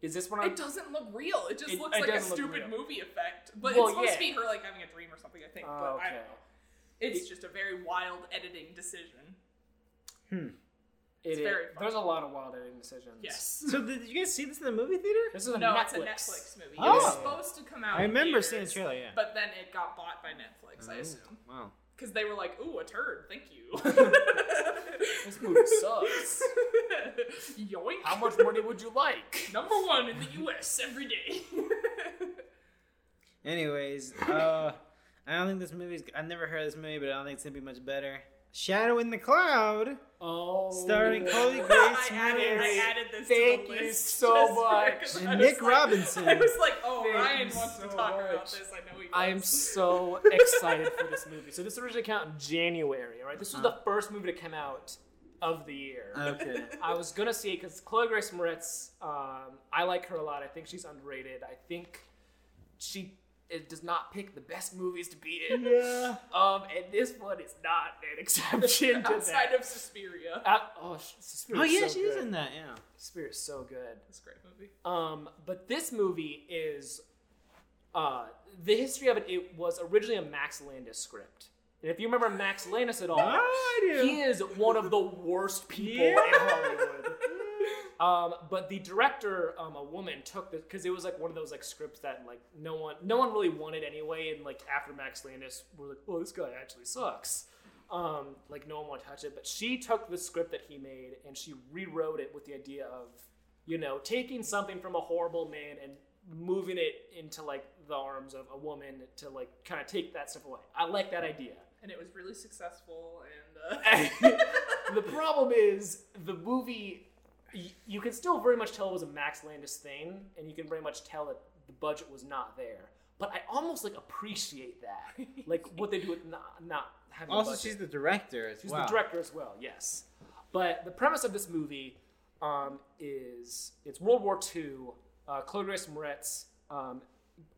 Speaker 2: Is this when I?
Speaker 3: it doesn't look real. It just
Speaker 2: It-
Speaker 3: looks
Speaker 2: it
Speaker 3: like a
Speaker 2: doesn't look
Speaker 3: stupid
Speaker 2: real.
Speaker 3: movie effect. But
Speaker 2: Well,
Speaker 3: it's supposed to
Speaker 2: yeah.
Speaker 3: be her like having a dream or something, I think.
Speaker 2: Oh,
Speaker 3: but I
Speaker 2: okay.
Speaker 3: don't know. It's just a very wild editing decision.
Speaker 2: It
Speaker 3: it's
Speaker 2: is-
Speaker 3: very funny.
Speaker 2: There's a lot of wild editing decisions.
Speaker 3: Yes.
Speaker 1: So did you guys see this in the movie theater?
Speaker 2: This is a
Speaker 3: no,
Speaker 2: Netflix.
Speaker 3: it's a Netflix movie. It
Speaker 1: Oh.
Speaker 3: was supposed to come out.
Speaker 1: I
Speaker 3: in
Speaker 1: remember
Speaker 3: theaters,
Speaker 1: seeing the trailer. Yeah.
Speaker 3: But
Speaker 2: Mm.
Speaker 3: then it got bought by Netflix, I assume.
Speaker 1: Wow.
Speaker 3: Because they were like, ooh, a turd, thank you.
Speaker 2: This movie sucks.
Speaker 3: Yoink.
Speaker 2: How much money would you like?
Speaker 3: Number one in the U.S. every day.
Speaker 1: Anyways, uh, I don't think this movie's. I've never heard of this movie, but I don't think it's gonna be much better. Shadow in the Cloud,
Speaker 2: Oh,
Speaker 1: starring Chloe Grace
Speaker 3: I added, I
Speaker 1: Moretz
Speaker 3: added this
Speaker 2: Thank
Speaker 3: to the
Speaker 2: you
Speaker 3: list
Speaker 2: so
Speaker 3: just for-
Speaker 2: much.
Speaker 3: 'cause
Speaker 1: and
Speaker 3: I was
Speaker 1: Nick
Speaker 3: like-
Speaker 1: Robinson.
Speaker 3: I was like, oh,
Speaker 2: Thank
Speaker 3: Ryan
Speaker 2: you
Speaker 3: wants to
Speaker 2: so
Speaker 3: talk about
Speaker 2: much.
Speaker 3: this. I know he
Speaker 2: I am
Speaker 3: does.
Speaker 2: so excited for this movie. So this originally came out in January, all right? This was
Speaker 1: Uh-huh.
Speaker 2: the first movie to come out of the year.
Speaker 1: okay.
Speaker 2: I was gonna see it because Chloe Grace Moretz, um, I like her a lot. I think she's underrated. I think she it does not pick the best movies to be in.
Speaker 1: Yeah.
Speaker 2: Um, and this one is not an exception to
Speaker 3: Outside
Speaker 2: that.
Speaker 3: of Suspiria.
Speaker 2: Out- oh, sh-
Speaker 1: Oh
Speaker 2: Suspiria's
Speaker 1: yeah,
Speaker 2: so
Speaker 1: she is
Speaker 2: good.
Speaker 1: in that. Yeah.
Speaker 2: Suspiria's so good.
Speaker 3: That's a great movie.
Speaker 2: Um, but this movie is uh, the history of it. It was originally a Max Landis script, and if you remember Max Landis at all,
Speaker 1: Oh, I do.
Speaker 2: he is one of the worst people in
Speaker 1: Yeah.
Speaker 2: Hollywood. Um, but the director, um, a woman, took the because it was like one of those like scripts that like no one no one really wanted anyway, and like after Max Landis, we're like, oh, this guy actually sucks. Um, like no one wanted to touch it, but she took the script that he made and she rewrote it with the idea of you know taking something from a horrible man and moving it into like the arms of a woman to like kind of take that stuff away. I like that idea.
Speaker 3: And it was really successful. And uh,
Speaker 2: the problem is the movie. y- You can still very much tell it was a Max Landis thing, and you can very much tell that the budget was not there. But I almost like appreciate that, like what they do with not not having. a
Speaker 1: Also,
Speaker 2: budget.
Speaker 1: she's the director as
Speaker 2: She's
Speaker 1: well.
Speaker 2: the director as well, yes. But the premise of this movie um, is it's World War II. Uh, Chloe Grace Moretz um,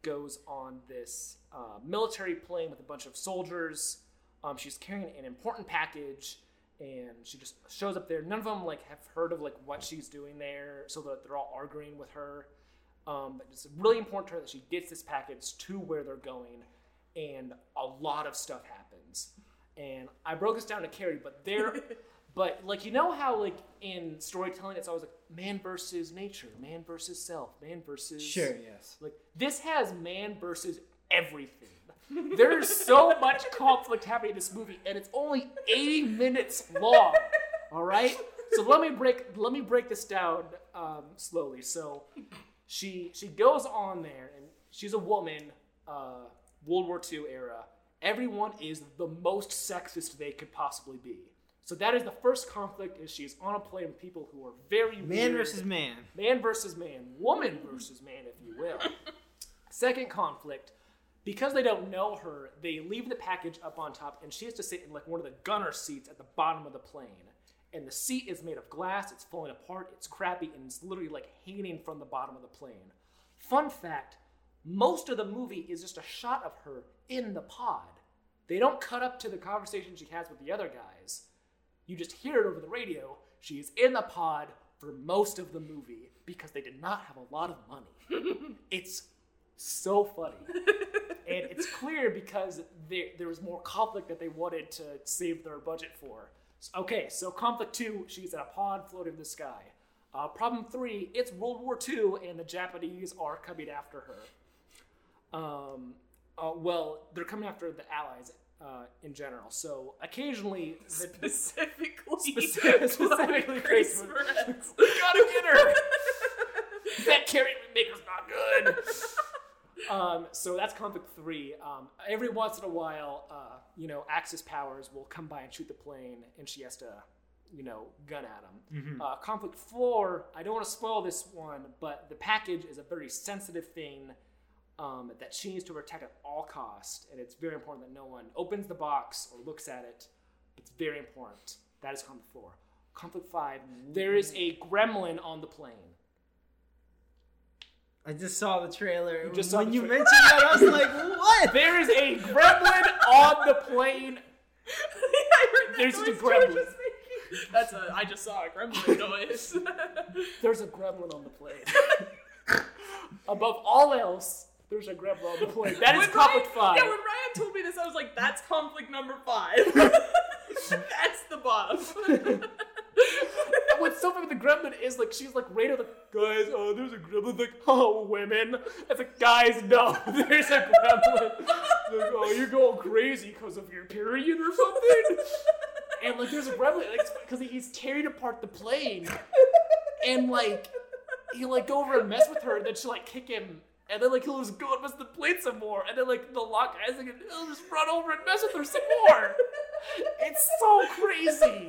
Speaker 2: goes on this uh, military plane with a bunch of soldiers. Um, she's carrying an important package, and she just shows up there. None of them like have heard of like what she's doing there, so that they're all arguing with her. Um, but it's really important to her that she gets this package to where they're going, and a lot of stuff happens. And I broke this down to Carrie, but there, but like you know how like in storytelling it's always like man versus nature, man versus self, man versus
Speaker 1: Sure. Yes.
Speaker 2: like this has man versus everything. There's so much conflict happening in this movie, and it's only 80 minutes long. All right, so let me break let me break this down um, slowly. So she she goes on there, and she's a woman, uh, World War II era. Everyone is the most sexist they could possibly be. So that is the first conflict. Is she is on a plane with people who are very
Speaker 1: Man
Speaker 2: weird
Speaker 1: versus man.
Speaker 2: man versus man, woman versus man, if you will. Second conflict, because they don't know her, they leave the package up on top, and she has to sit in like one of the gunner seats at the bottom of the plane. And the seat is made of glass, it's falling apart, it's crappy, and it's literally like hanging from the bottom of the plane. Fun fact most of the movie is just a shot of her in the pod. They don't cut up to the conversation she has with the other guys. You just hear it over the radio. She is in the pod for most of the movie because they did not have a lot of money. it's so funny. and it's clear because there, there was more conflict that they wanted to save their budget for. S- Okay, so conflict two, she's in a pod floating in the sky. Uh, problem three, it's World War II and the Japanese are coming after her. Um, uh, well, they're coming after the Allies uh, in general. So occasionally, the,
Speaker 3: specifically,
Speaker 2: Spec- specifically
Speaker 3: Chloe
Speaker 2: Grace
Speaker 3: Grace Moretz.
Speaker 2: We gotta get her. that carrot we make is not good. Um, so that's conflict three. Um, every once in a while, uh, you know, Axis powers will come by and shoot the plane, and she has to, you know, gun at them. Uh, conflict four. I don't want to spoil this one, but the package is a very sensitive thing um, that she needs to protect at all costs, and it's very important that no one opens the box or looks at it. It's very important. That is conflict four. Conflict five. There is a gremlin on the plane.
Speaker 1: I just saw the trailer.
Speaker 2: You just saw
Speaker 1: when
Speaker 2: the
Speaker 1: you
Speaker 2: tra-
Speaker 1: mentioned that, I was like, what?
Speaker 2: There is a gremlin on the plane.
Speaker 3: I heard that
Speaker 2: There's just a
Speaker 3: noise George
Speaker 2: gremlin.
Speaker 3: was making. That's a. I just saw a gremlin noise.
Speaker 2: There's a gremlin on the plane. Above all else, there's a gremlin on the plane. That is
Speaker 3: When
Speaker 2: conflict
Speaker 3: Ryan-
Speaker 2: five.
Speaker 3: Yeah, when Ryan told me this, I was like, "That's conflict number five. That's the bottom."
Speaker 2: What's so funny with the gremlin is like she's like right over the guys. Oh, there's a gremlin. Like oh, women. It's like guys, no, there's a gremlin. Like, oh, you're going crazy because of your period or something. and like there's a revel like because he's tearing apart the plane, and like he like go over and mess with her, and then she like kick him, and then like he'll just go and mess with the plane some more, and then like the lock eyes and he'll just run over and mess with her some more. It's so crazy.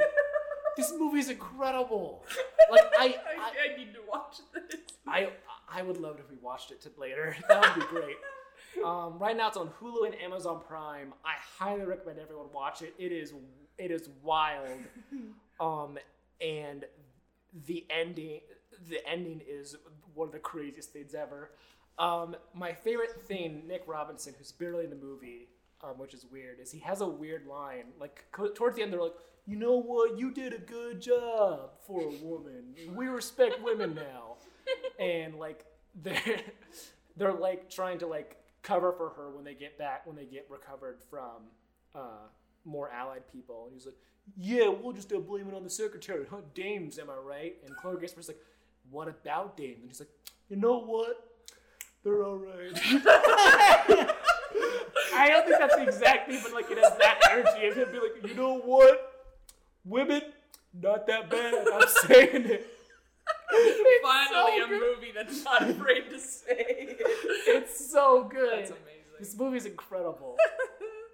Speaker 2: This movie's incredible. Like I, I
Speaker 3: I, I need to watch this.
Speaker 2: I I would love it if we watched it to later. That would be great. Um, right now it's on Hulu and Amazon Prime. I highly recommend everyone watch it. It is it is wild. Um, and the ending the ending is one of the craziest things ever. Um, my favorite thing, Nick Robinson, who's barely in the movie, um, which is weird, is he has a weird line. Like co- towards the end, they're like, "You know what? You did a good job for a woman. We respect women now." and like they're they're like trying to like cover for her when they get back when they get recovered from uh, more allied people. And he's like, "Yeah, we'll just uh, blame it on the secretary, huh? Dames, am I right?" And Chloe Grace's like, "What about Dames?" And he's like, "You know what? They're all right." I don't think that's the exact thing, but like it has that energy of him being like, "You know what? Women, not that bad." I'm saying it. It's
Speaker 3: Finally,
Speaker 2: so
Speaker 3: a
Speaker 2: good.
Speaker 3: movie that's not afraid to say it.
Speaker 2: It's so good.
Speaker 3: That's
Speaker 2: This
Speaker 3: amazing.
Speaker 2: movie's incredible.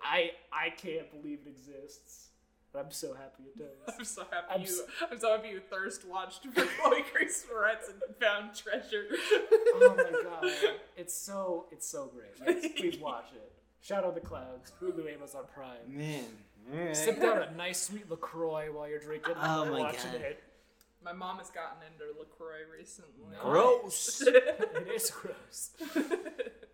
Speaker 2: I I can't believe it exists. But I'm so happy it does.
Speaker 3: I'm so happy
Speaker 2: I'm
Speaker 3: you.
Speaker 2: s-
Speaker 3: I'm so happy you thirst watched for Chloe Grace Moretz and found treasure.
Speaker 2: Oh my god. It's so it's so great. Yes, please watch it. Shout out the clouds, Hulu Amazon Prime.
Speaker 1: Man. All right.
Speaker 2: Sip down a nice sweet LaCroix while you're drinking
Speaker 1: Oh
Speaker 2: and
Speaker 1: my
Speaker 2: watching
Speaker 1: God.
Speaker 2: it.
Speaker 3: My mom has gotten into Lacroix recently.
Speaker 1: Gross.
Speaker 2: It is gross.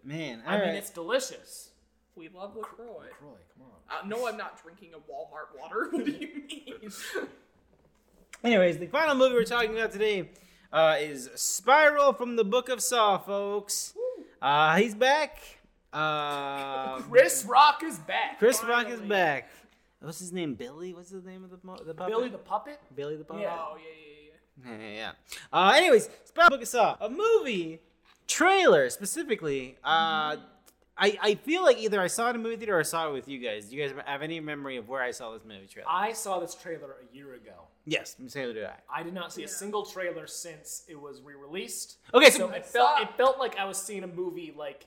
Speaker 1: Man.
Speaker 2: I
Speaker 1: All
Speaker 2: mean
Speaker 1: right.
Speaker 2: it's delicious.
Speaker 3: we love Lacroix.
Speaker 2: LaCroix, come on.
Speaker 3: Uh, no, I'm not drinking a Walmart water. What do you mean?
Speaker 1: Anyways, the final movie we're talking about today uh, is Spiral from the Book of Saw, folks. Uh, he's back. Uh,
Speaker 2: Chris Rock is back.
Speaker 1: Chris Rock is
Speaker 2: finally.
Speaker 1: back. What's his name? Billy? What's the name of the mo- the puppet?
Speaker 2: Billy the Puppet?
Speaker 1: Billy the puppet.
Speaker 2: Yeah.
Speaker 3: Oh yeah, yeah, yeah.
Speaker 1: Yeah, yeah, yeah. Uh, anyways, Spiral Book of Saw, a movie trailer specifically. Uh, I I feel like either I saw it in a movie theater or I saw it with you guys. Do you guys have any memory of where I saw this movie trailer?
Speaker 2: I saw this trailer a year ago.
Speaker 1: yes, neither did I.
Speaker 2: I did not see a
Speaker 3: Yeah.
Speaker 2: single trailer since it was re-released.
Speaker 1: Okay, so
Speaker 2: So it
Speaker 3: saw-
Speaker 2: felt it felt like I was seeing a movie like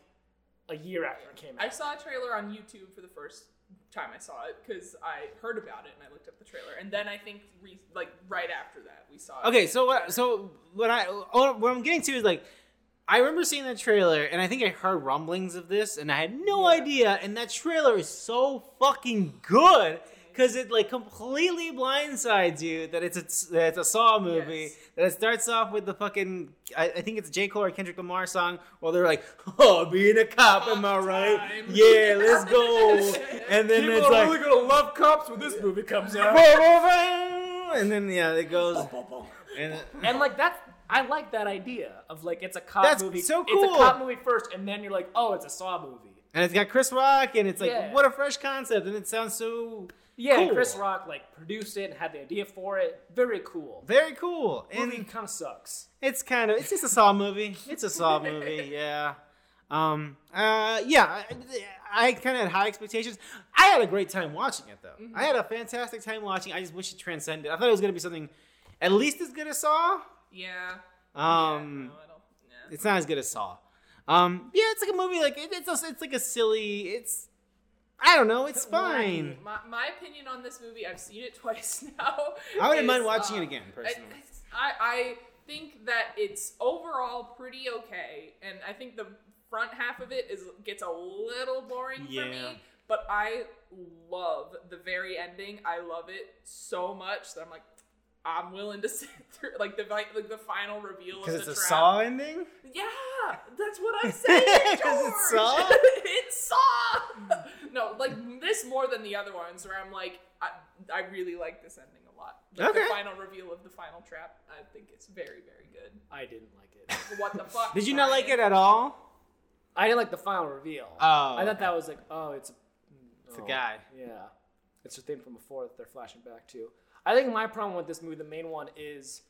Speaker 2: a year after it came
Speaker 3: I
Speaker 2: out.
Speaker 3: saw a trailer on YouTube for the first time I saw it because I heard about it and I looked up the trailer, and then I think re- like right after that we saw. it.
Speaker 1: okay, so what? So what I oh, what I'm getting to is like. I remember seeing that trailer, and I think I heard rumblings of this, and I had no
Speaker 2: Yeah.
Speaker 1: idea. And that trailer is so fucking good because it like completely blindsides you that it's a, that it's a Saw movie.
Speaker 3: Yes.
Speaker 1: That it starts off with the fucking I, I think it's J Cole or Kendrick Lamar song where they're like, "Oh, being a cop, am I
Speaker 3: Cop
Speaker 1: right?
Speaker 3: time."
Speaker 1: Yeah, let's go." and then it's like,
Speaker 2: gonna love cops when this movie comes
Speaker 1: and then yeah, it goes, and
Speaker 2: and like that's I like that idea of like it's a cop
Speaker 1: That's
Speaker 2: movie.
Speaker 1: so
Speaker 2: It's
Speaker 1: cool.
Speaker 2: a cop movie first, and then you're like, oh, it's a Saw movie.
Speaker 1: And it's got Chris Rock, and it's like,
Speaker 2: Yeah.
Speaker 1: what a fresh concept, and it sounds so
Speaker 2: Yeah, and
Speaker 1: Cool.
Speaker 2: Chris Rock like produced it and had the idea for it. Very cool.
Speaker 1: very cool. And
Speaker 2: movie kind of sucks.
Speaker 1: it's kind of it's just a Saw movie. It's a Saw movie, yeah. Um, uh, yeah, I, I kind of had high expectations. I had a great time watching it, though. I had a fantastic time watching. I just wish it transcended. I thought it was gonna be something at least as good as Saw.
Speaker 3: Yeah.
Speaker 1: Um,
Speaker 3: Yeah, no, I don't, yeah.
Speaker 1: it's not as good as Saw. Um, yeah, it's like a movie. Like it, it's also, it's like a silly. It's I don't know. It's fine.
Speaker 3: My, my opinion on this movie, I've seen it twice now.
Speaker 1: I wouldn't
Speaker 3: is,
Speaker 1: mind watching
Speaker 3: um,
Speaker 1: it again, personally.
Speaker 3: I, I think that it's overall pretty okay, and I think the front half of it is gets a little boring for
Speaker 1: Yeah.
Speaker 3: me. But I love the very ending. I love it so much that I'm like, I'm willing to sit through like the vi- like the final reveal.
Speaker 1: Because
Speaker 3: Because
Speaker 1: it's a Saw ending.
Speaker 3: Yeah, that's what I'm saying.
Speaker 1: 'Cause it's
Speaker 3: George.
Speaker 1: Saw?
Speaker 3: it's Saw. No, like this more than the other ones, where I'm like, I, I really like this ending a lot. Like,
Speaker 1: Okay.
Speaker 3: The final reveal of the final trap, I think it's very, very good.
Speaker 2: I didn't like it.
Speaker 3: What the fuck?
Speaker 1: Did you not like it at
Speaker 3: Ryan?
Speaker 1: all?
Speaker 2: I didn't like the final reveal.
Speaker 1: Oh,
Speaker 2: I thought that was like, oh, it's a,
Speaker 1: It's a
Speaker 2: oh,
Speaker 1: guy.
Speaker 2: Yeah, it's a thing from before that they're flashing back to. I think my problem with this movie, the main one, is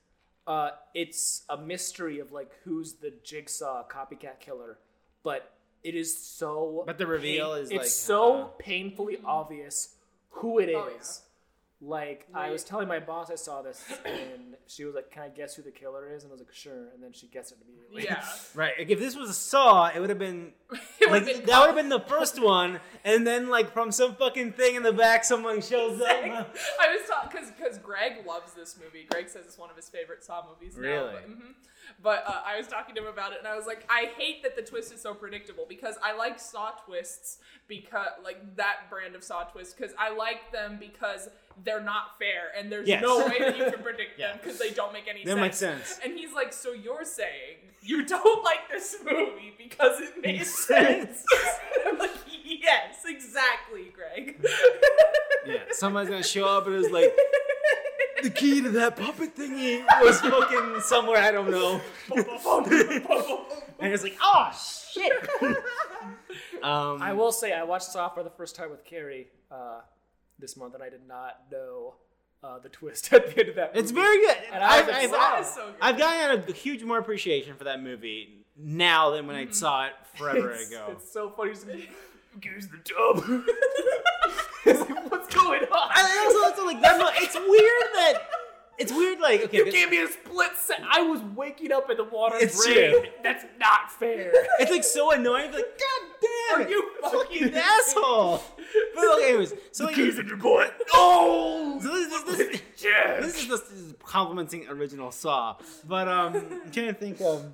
Speaker 2: uh, it's a mystery of like who's the jigsaw copycat killer, but it is so.
Speaker 1: But the reveal is,
Speaker 2: it's
Speaker 1: like,
Speaker 2: so
Speaker 1: uh,
Speaker 2: painfully obvious who it is.
Speaker 3: Oh,
Speaker 2: Like I
Speaker 3: Right.
Speaker 2: was telling my boss I saw this, and she was like, "Can I guess who the killer is?" And I was like, "Sure." And then she guessed it immediately.
Speaker 3: Yeah.
Speaker 1: Right. Like if this was a Saw, it would have been
Speaker 3: It
Speaker 1: like
Speaker 3: would've been
Speaker 1: that would have been the first one, and then like from some fucking thing in the back, someone shows up.
Speaker 3: I was talking because because Greg loves this movie. Greg says it's one of his favorite Saw movies. Now,
Speaker 1: Really?
Speaker 3: But, mhm. But, uh, I was talking to him about it, and I was like, I hate that the twist is so predictable because I like Saw twists because like that brand of Saw twist because I like them because they're not fair and there's
Speaker 1: Yes.
Speaker 3: no way that you can predict
Speaker 1: Yeah.
Speaker 3: them because they don't make any
Speaker 1: That
Speaker 3: sense.
Speaker 1: makes sense.
Speaker 3: And he's like, so you're saying you don't like this movie because it makes
Speaker 1: sense.
Speaker 3: sense? I'm like, yes, exactly, Greg.
Speaker 1: Yeah, somebody's gonna show up and it's like the key to that puppet thingy was fucking somewhere I don't know. and it's like, oh shit. um,
Speaker 2: I will say I watched Saw for the first time with Carrie uh, this month, and I did not know uh, the twist at the end of that.
Speaker 1: It's
Speaker 2: movie.
Speaker 1: very good.
Speaker 2: And I was
Speaker 1: I've- I've-
Speaker 2: excited.
Speaker 3: That is so good.
Speaker 1: I've gotten a huge more appreciation for that movie now than when I saw it forever
Speaker 2: Mm. it's,
Speaker 1: ago.
Speaker 2: It's so funny. She's like, Who's the dub? It's like, What's going on?
Speaker 1: I I also, also like that. mo- It's weird that it's weird. Like okay,
Speaker 2: You gave me a split set. I was waking up in the water.
Speaker 1: It's
Speaker 2: brain.
Speaker 1: true.
Speaker 2: That's not fair.
Speaker 1: it's like so annoying. Like god damn,
Speaker 2: Are you fucking
Speaker 1: asshole? But okay, anyways, so like, so
Speaker 2: in your butt. Oh,
Speaker 1: this, this, this,
Speaker 2: yes.
Speaker 1: this is just this is complimenting original Saw, but um, I'm trying to think of.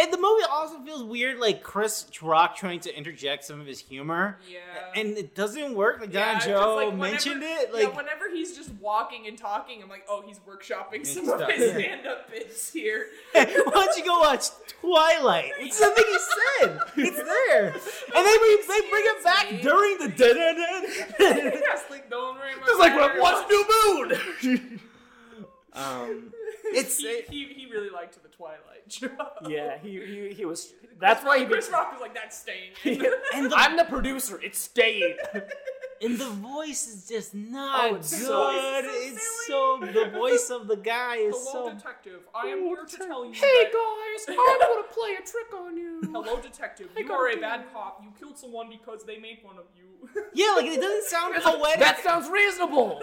Speaker 1: And the movie also feels weird, like Chris Rock trying to interject some of his humor,
Speaker 3: Yeah.
Speaker 1: and it doesn't work. Like Don
Speaker 3: Yeah, 'cause,
Speaker 1: Joe
Speaker 3: like, whenever-
Speaker 1: mentioned it,
Speaker 3: yeah,
Speaker 1: like
Speaker 3: whenever he's just walking and talking, I'm like, oh, he's workshopping some
Speaker 1: Stuff,
Speaker 3: of his
Speaker 1: yeah.
Speaker 3: stand-up bits here.
Speaker 1: Why don't you go watch Twilight? It's the thing he said. It's there. And they, bring- they bring it back
Speaker 3: Excuse me.
Speaker 1: during the da-da-da.
Speaker 3: Yes, like don't worry about
Speaker 2: It's like
Speaker 3: that.
Speaker 2: when what's new moon?
Speaker 1: um, it's
Speaker 3: he, he, he really liked the Twilight show.
Speaker 2: yeah, he, he he was. That's why he.
Speaker 3: Chris
Speaker 2: Was,
Speaker 3: Rock was like, that's staying. in."
Speaker 1: and the,
Speaker 2: I'm the producer. It's staying.
Speaker 1: and the voice is just not
Speaker 2: Oh, it's
Speaker 1: good.
Speaker 2: so-
Speaker 1: it's so the voice of the guy is
Speaker 3: Hello,
Speaker 1: so
Speaker 3: detective. I am here to tell you.
Speaker 2: Hey
Speaker 3: that-
Speaker 2: guys, I'm gonna play a trick on you.
Speaker 3: Hello, detective.
Speaker 2: Hey,
Speaker 3: You are a
Speaker 2: God.
Speaker 3: bad cop. You killed someone because they made one of you.
Speaker 1: yeah. Like it doesn't sound poetic.
Speaker 2: That sounds reasonable.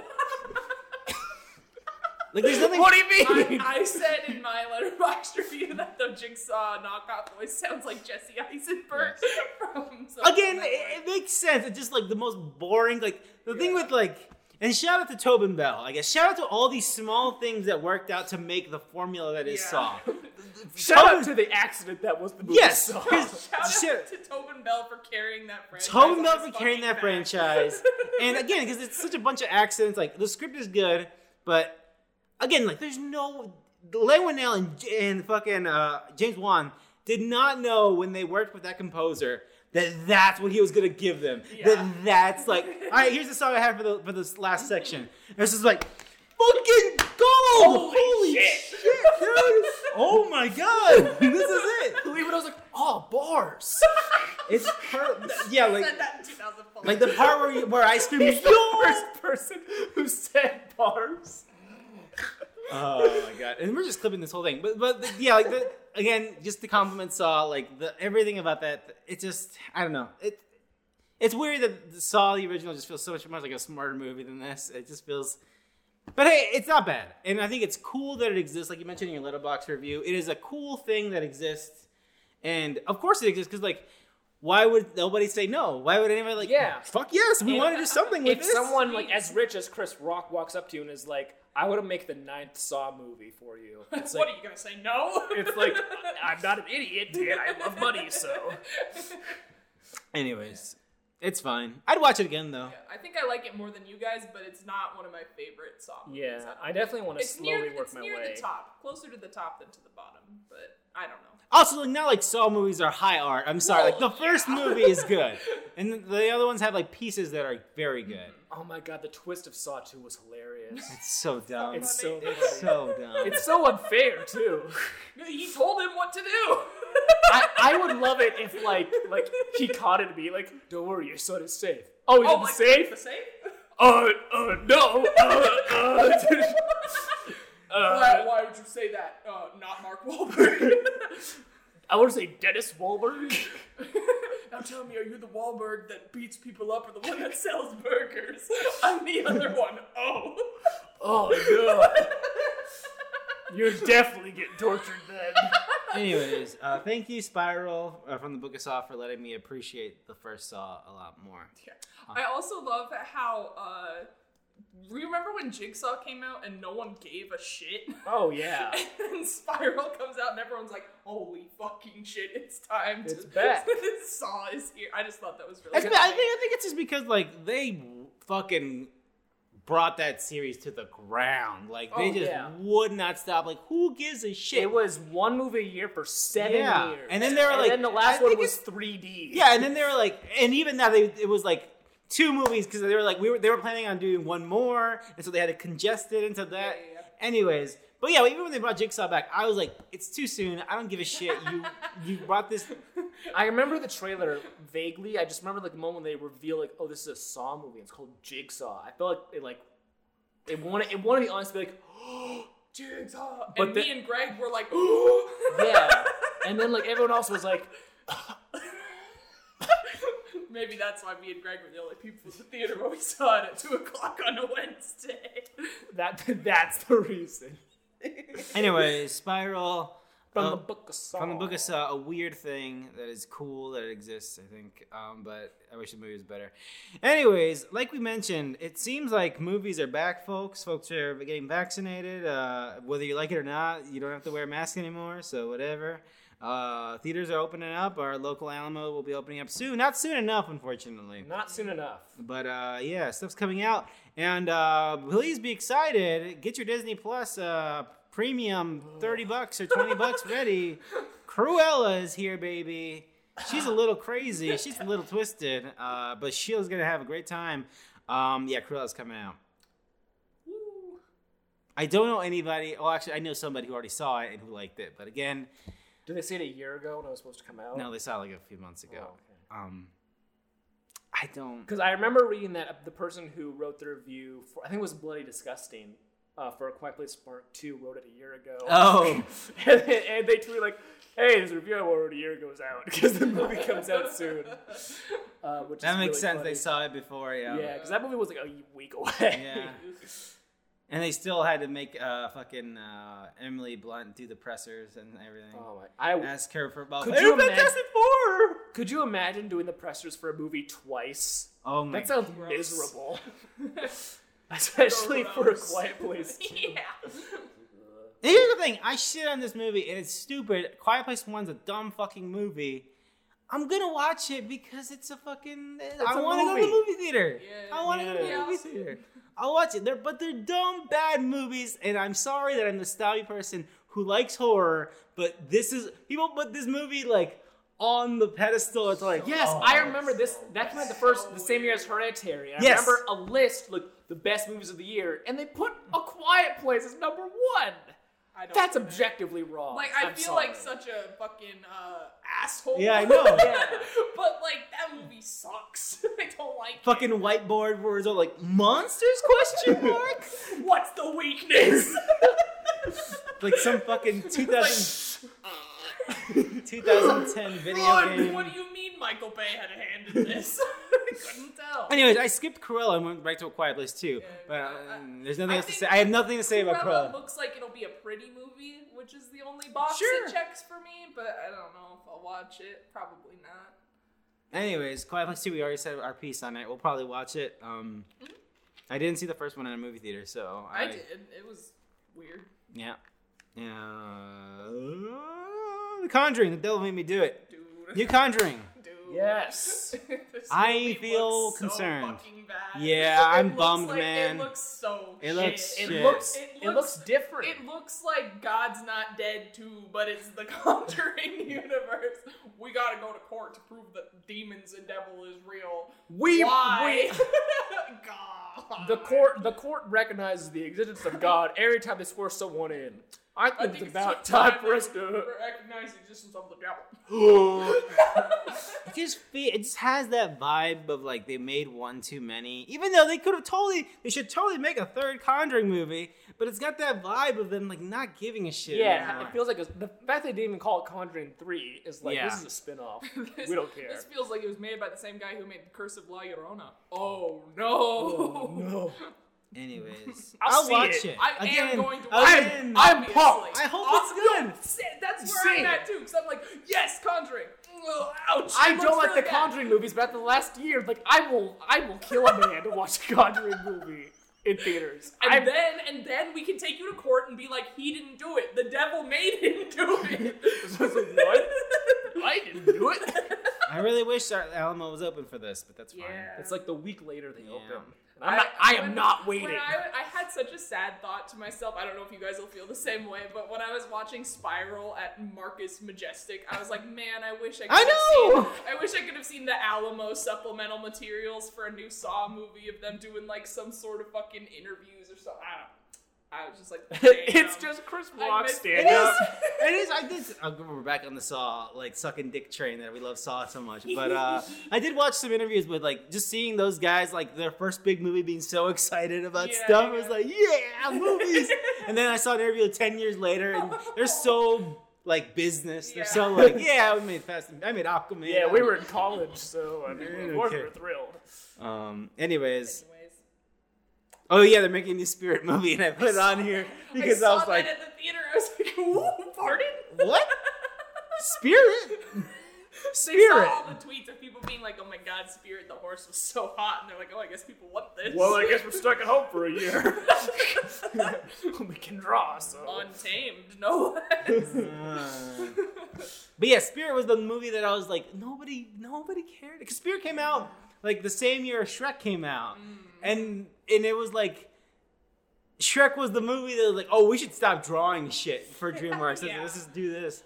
Speaker 1: like there's nothing.
Speaker 2: What do you mean?
Speaker 3: I, I said in my letterbox review that the jigsaw knockout voice sounds like Jesse Eisenberg from Social
Speaker 1: Again,
Speaker 3: Network.
Speaker 1: it, it makes sense. It's just like the most boring. Like the thing
Speaker 3: Yeah.
Speaker 1: with like. And shout out to Tobin Bell. I guess shout out to all these small things that worked out to make the formula that is
Speaker 3: Yeah.
Speaker 1: Saw.
Speaker 2: Shout out to the accident that was the movie.
Speaker 1: Yes.
Speaker 2: Saw.
Speaker 1: Chris-
Speaker 3: Shout out
Speaker 1: Shit.
Speaker 3: to Tobin Bell for carrying that franchise.
Speaker 1: Tone
Speaker 3: on
Speaker 1: Bell for
Speaker 3: his
Speaker 1: carrying that
Speaker 3: fucking back.
Speaker 1: franchise. and again, because it's such a bunch of accidents, like the script is good, but again, like there's no Leigh Whannell and, and fucking uh, James Wan did not know when they worked with that composer that that's what he was gonna give them.
Speaker 3: Yeah.
Speaker 1: That that's like, all right, here's the song I have for the for this last section. And it's just like fucking gold. Holy,
Speaker 2: Holy
Speaker 1: shit.
Speaker 2: shit.
Speaker 1: dude. Oh my god, this is it.
Speaker 2: Believe it, I was like, oh, bars.
Speaker 1: It's per- yeah, like.
Speaker 3: Said that in 2004.
Speaker 1: Like the part where you, where I scream,
Speaker 2: He's the
Speaker 1: "Yo!"
Speaker 2: first person who said bars.
Speaker 1: Oh my god! And we're just clipping this whole thing, but but the- yeah, like the, again, just the compliments saw like the everything about that. It just I don't know. It it's weird that the Saw the original just feels so much more like a smarter movie than this. It just feels. But hey, it's not bad, and I think it's cool that it exists. Like you mentioned in your letterbox review, it is a cool thing that exists, and of course it exists because like. Why would nobody say no? Why would anybody like?
Speaker 2: Yeah.
Speaker 1: fuck yes, we
Speaker 2: If-
Speaker 1: want to do something with
Speaker 2: If
Speaker 1: this.
Speaker 2: someone like as rich as Chris Rock walks up to you and is like, "I want to make the ninth Saw movie for you," it's
Speaker 3: what
Speaker 2: like,
Speaker 3: are you gonna say? No.
Speaker 2: it's like, I'm not an idiot, and I love money, so
Speaker 1: Anyways, it's fine. I'd watch it again though.
Speaker 3: Yeah, I think I like it more than you guys, but it's not one of my favorite songs.
Speaker 2: yeah, I definitely want to
Speaker 3: It's
Speaker 2: slowly
Speaker 3: near,
Speaker 2: work
Speaker 3: it's
Speaker 2: my
Speaker 3: near
Speaker 2: way.
Speaker 3: the top, closer to the top than to the bottom, but I don't know.
Speaker 1: Also, like, not like Saw movies are high art. I'm sorry. Like the
Speaker 3: Well,
Speaker 1: first
Speaker 3: yeah.
Speaker 1: movie is good, and the- the other ones have like pieces that are very good.
Speaker 2: Oh my god, the twist of Saw Two was hilarious.
Speaker 1: It's so dumb.
Speaker 2: It's
Speaker 1: It's
Speaker 2: so
Speaker 3: funny.
Speaker 1: so dumb.
Speaker 2: it's so unfair too.
Speaker 3: He told him what to do.
Speaker 2: I, I would love it if like like he caught it me like, "Don't worry, your son is safe." Oh, he's
Speaker 3: oh,
Speaker 2: not
Speaker 3: like,
Speaker 2: safe.
Speaker 3: The safe?
Speaker 2: Uh, uh, no. Uh, uh,
Speaker 3: why,
Speaker 2: uh,
Speaker 3: why would you say that? Uh, not Mark Wahlberg.
Speaker 2: I want to say Dennis Wahlberg.
Speaker 3: Now tell me, are you the Wahlberg that beats people up or the one that sells burgers? I'm the other one. Oh.
Speaker 2: Oh no! You're definitely getting tortured then.
Speaker 1: Anyways, uh, thank you, Spiral, uh, from the Book of Saw, for letting me appreciate the first Saw a lot more.
Speaker 3: I also love how. Uh, remember when Jigsaw came out and no one gave a shit?
Speaker 2: Oh yeah.
Speaker 3: And then Spiral comes out and everyone's like, "Holy fucking shit! It's time to
Speaker 2: It's back.
Speaker 3: this Saw is here." I just thought that was really.
Speaker 1: It's- I think I think it's just because like they fucking brought that series to the ground. Like they
Speaker 2: Oh,
Speaker 1: just
Speaker 2: yeah.
Speaker 1: would not stop. Like who gives a shit?
Speaker 2: It was one movie a year for seven
Speaker 1: Yeah.
Speaker 2: years,
Speaker 1: And then they were like-
Speaker 2: then the
Speaker 1: I
Speaker 2: last
Speaker 1: think
Speaker 2: one was
Speaker 1: it's-
Speaker 2: 3D.
Speaker 1: yeah, and then they were like, and even now they it was like two movies because they were like we were they were planning on doing one more, and so they had to congest it into that.
Speaker 3: Yeah, yeah,
Speaker 1: Anyways, but yeah, even when they brought Jigsaw back, I was like, it's too soon. I don't give a shit. You you brought this.
Speaker 2: I remember the trailer vaguely. I just remember like the moment they reveal like, oh, this is a Saw movie. It's called Jigsaw. I felt like it like it wanted it wanted to be honest, be like,
Speaker 3: Jigsaw.
Speaker 2: But
Speaker 3: and
Speaker 2: the-
Speaker 3: me and Greg were like,
Speaker 2: yeah. And then like everyone else was like,
Speaker 3: Maybe that's why me and Greg were the only people in the theater when we saw it at two o'clock on a Wednesday.
Speaker 2: that that's the reason.
Speaker 1: Anyways, Spiral.
Speaker 2: From
Speaker 1: uh,
Speaker 2: the book of Saw.
Speaker 1: From the book of Saw, a weird thing that is cool that it exists, I think. Um, but I wish the movie was better. Anyways, like we mentioned, it seems like movies are back, folks. Folks are getting vaccinated. Uh, whether you like it or not, you don't have to wear a mask anymore, so whatever. Uh, theaters are opening up. Our local Alamo will be opening up soon. Not soon enough, unfortunately.
Speaker 2: Not soon enough.
Speaker 1: But uh, yeah, stuff's coming out, and uh, please be excited. Get your Disney Plus uh, premium, thirty bucks or twenty bucks ready. Cruella is here, baby. She's a little crazy. She's a little twisted, uh, but she's gonna have a great time. Um, yeah, Cruella's coming out.
Speaker 3: Woo.
Speaker 1: I don't know anybody. Well, actually, I know somebody who already saw it and who liked it. But again,
Speaker 2: Did they say it a year ago when it was supposed to come out?
Speaker 1: no, they saw it like a few months ago. Um, I don't.
Speaker 2: Because I remember reading that the person who wrote the review, for, I think it was Bloody Disgusting, uh, for A Quiet Place Part 2, wrote it a year ago.
Speaker 1: Oh.
Speaker 2: and, they- and they tweeted, like, hey, this review I wrote a year ago is out because the movie comes out soon. Uh, which
Speaker 1: That
Speaker 2: is
Speaker 1: makes
Speaker 2: really
Speaker 1: sense.
Speaker 2: funny.
Speaker 1: They saw it before.
Speaker 2: Yeah, because that movie was like a week away.
Speaker 1: Yeah. And they still had to make uh, fucking uh, Emily Blunt do the pressers and everything.
Speaker 2: Oh my. I,
Speaker 1: Ask her for about.
Speaker 2: Could you
Speaker 1: Hey,
Speaker 2: imagine-
Speaker 1: Fantastic Four!
Speaker 2: could you imagine doing the pressers for a movie twice?
Speaker 1: Oh my.
Speaker 2: That sounds
Speaker 3: Gross.
Speaker 2: miserable. Especially for A
Speaker 3: Gross.
Speaker 2: Quiet Place.
Speaker 3: yeah.
Speaker 1: Here's the thing. I shit on this movie, and it's stupid. Quiet Place One's a dumb fucking movie. I'm gonna watch it because it's a fucking. I
Speaker 2: a
Speaker 1: want to go to the
Speaker 2: movie.
Speaker 1: movie theater.
Speaker 3: Yeah.
Speaker 1: I want to go to the
Speaker 3: Yeah.
Speaker 1: movie theater. I'll watch it. They're, but they're dumb, bad movies, and I'm sorry that I'm the snobby person who likes horror. But this is people put this movie like on the pedestal. It's like
Speaker 2: Yes,
Speaker 1: oh,
Speaker 2: I remember this. That came out the first, the same year as Hereditary. I
Speaker 1: Yes.
Speaker 2: remember a list, like the best movies of the year, and they put A Quiet Place as number one.
Speaker 3: I don't
Speaker 2: That's
Speaker 3: know.
Speaker 2: objectively wrong.
Speaker 3: Like I
Speaker 2: I'm
Speaker 3: feel
Speaker 2: sorry.
Speaker 3: like such a fucking uh, asshole.
Speaker 1: Yeah, I know.
Speaker 2: Yeah.
Speaker 3: but like that movie sucks. I don't like. it.
Speaker 1: fucking whiteboard words are like monsters question mark
Speaker 3: What's the weakness?
Speaker 1: like some fucking 2000, 2010 video
Speaker 3: Run!
Speaker 1: game
Speaker 3: What do you mean Michael Bay had a hand in this? I couldn't tell.
Speaker 1: anyways i skipped cruella and went right to a quiet place too but uh,
Speaker 3: I-
Speaker 1: there's nothing
Speaker 3: I
Speaker 1: else to
Speaker 3: think
Speaker 1: say i have nothing to say about
Speaker 3: Cruella
Speaker 1: cruella
Speaker 3: looks like it'll be a pretty movie, which is the only box
Speaker 1: Sure.
Speaker 3: it checks for me. But I don't know if I'll watch it. Probably not.
Speaker 1: anyways quiet place 2 we already said our piece on it we'll probably watch it um i didn't see the first one in a movie theater so
Speaker 3: Mm-hmm. I, did. It was weird.
Speaker 1: yeah yeah the conjuring the devil made me do it
Speaker 3: Dude.
Speaker 1: you conjuring
Speaker 3: Dude.
Speaker 2: Yes.
Speaker 3: This
Speaker 1: I
Speaker 3: movie
Speaker 1: feel
Speaker 3: looks so
Speaker 1: concerned.
Speaker 3: fucking bad.
Speaker 1: Yeah, I'm
Speaker 3: It looks
Speaker 1: bummed,
Speaker 3: like-
Speaker 1: man.
Speaker 3: It looks so.
Speaker 1: It looks
Speaker 2: it,
Speaker 1: shit.
Speaker 2: looks,
Speaker 3: It
Speaker 2: it looks
Speaker 3: looks-
Speaker 2: different.
Speaker 3: It looks like God's not dead too, but it's the Conjuring universe. We gotta go to court to prove that demons and devil is real.
Speaker 2: we,
Speaker 3: Why?
Speaker 2: we
Speaker 3: God.
Speaker 2: the court the court recognizes the existence of God every time they swear someone in. I
Speaker 3: I
Speaker 2: think
Speaker 3: think
Speaker 2: it's about
Speaker 3: just time
Speaker 2: time
Speaker 3: they
Speaker 2: for us to.
Speaker 3: recognize the existence of the devil.
Speaker 1: It just fe- it just has that vibe of like they made one too many. Even though they could have totally they should totally make a third Conjuring movie, but it's got that vibe of them like not giving a shit.
Speaker 2: Yeah,
Speaker 1: anymore.
Speaker 2: it feels like it's the fact they didn't even call it Conjuring Three is like
Speaker 1: Yeah.
Speaker 2: this is a spin-off.
Speaker 3: This-
Speaker 2: we don't care.
Speaker 3: This feels like it was made by the same guy who made the Curse of La Llorona. Oh no!
Speaker 2: Oh, no.
Speaker 1: Anyways,
Speaker 2: I'll
Speaker 1: I'll,
Speaker 2: see
Speaker 1: watch it.
Speaker 2: it.
Speaker 3: I am
Speaker 1: Again,
Speaker 3: going to watch it.
Speaker 1: again.
Speaker 2: I'm
Speaker 3: Obviously.
Speaker 2: pumped.
Speaker 1: I hope
Speaker 3: Awesome.
Speaker 1: it's good.
Speaker 3: uh, No, sa- that's where
Speaker 2: Same.
Speaker 3: I'm at too, because I'm like, yes, Conjuring. Ugh, ouch!
Speaker 2: I
Speaker 3: it
Speaker 2: don't
Speaker 3: looks
Speaker 2: like the
Speaker 3: really bad.
Speaker 2: Conjuring movies, but at the last year, like I will, I will kill a man to watch a Conjuring movie in theaters.
Speaker 3: And
Speaker 2: I'm,
Speaker 3: then, and then we can take you to court and be like, he didn't do it. The devil made him do it.
Speaker 2: What? I didn't do it.
Speaker 1: I really wish our Alamo was open for this, but that's fine.
Speaker 3: Yeah.
Speaker 2: It's like the week later they
Speaker 1: Yeah.
Speaker 2: open. And I'm not, I am
Speaker 3: when-
Speaker 2: not waiting.
Speaker 3: When I, I had such a sad thought to myself. I don't know if you guys will feel the same way, but when I was watching Spiral at Marcus Majestic, I was like, man, I wish I could
Speaker 1: I
Speaker 3: have
Speaker 1: know!
Speaker 3: seen. I wish I could have seen the Alamo supplemental materials for a new Saw movie of them doing like some sort of fucking interviews or something. I don't. I was just like,
Speaker 2: it's
Speaker 3: damn.
Speaker 2: just Chris
Speaker 3: I
Speaker 2: Rock
Speaker 3: missed
Speaker 2: stand
Speaker 1: It is.
Speaker 2: up.
Speaker 1: It is. I did. oh, we're back on the Saw, like sucking dick train that we love Saw so much. But uh, I did watch some interviews with like just seeing those guys like their first big movie being so excited about
Speaker 3: Yeah,
Speaker 1: stuff. It
Speaker 3: yeah.
Speaker 1: was like, yeah, movies. and then I saw an interview ten years later, and they're so like business. They're so
Speaker 3: Yeah.
Speaker 1: like, yeah, we made Fast. and- I made Aquaman.
Speaker 2: Yeah, we were in college, so I mean,
Speaker 1: Yeah,
Speaker 2: of course we
Speaker 1: okay.
Speaker 2: were thrilled.
Speaker 1: Um. Anyways,
Speaker 3: Anyways,
Speaker 1: oh yeah, they're making a new Spirit movie, and I put it
Speaker 3: saw
Speaker 1: on here
Speaker 3: I
Speaker 1: because I,
Speaker 3: saw
Speaker 1: was
Speaker 3: that
Speaker 1: like,
Speaker 3: at the theater, I was like, whoa, pardon?
Speaker 1: what Spirit?
Speaker 3: They saw
Speaker 1: Spirit.
Speaker 3: all the tweets of people being like, "Oh my God, Spirit, the horse was so hot," and they're like, "Oh, I guess people want this."
Speaker 2: Well, I guess we're stuck at home for a year. we can draw, so.
Speaker 3: untamed, no less.
Speaker 1: Uh, but yeah, Spirit was the movie that I was like, nobody, nobody cared because Spirit came out like the same year Shrek came out,
Speaker 3: Mm.
Speaker 1: and and it was like. Shrek was the movie that was like, oh, we should stop drawing shit for DreamWorks.
Speaker 3: Yeah.
Speaker 1: Let's just do this.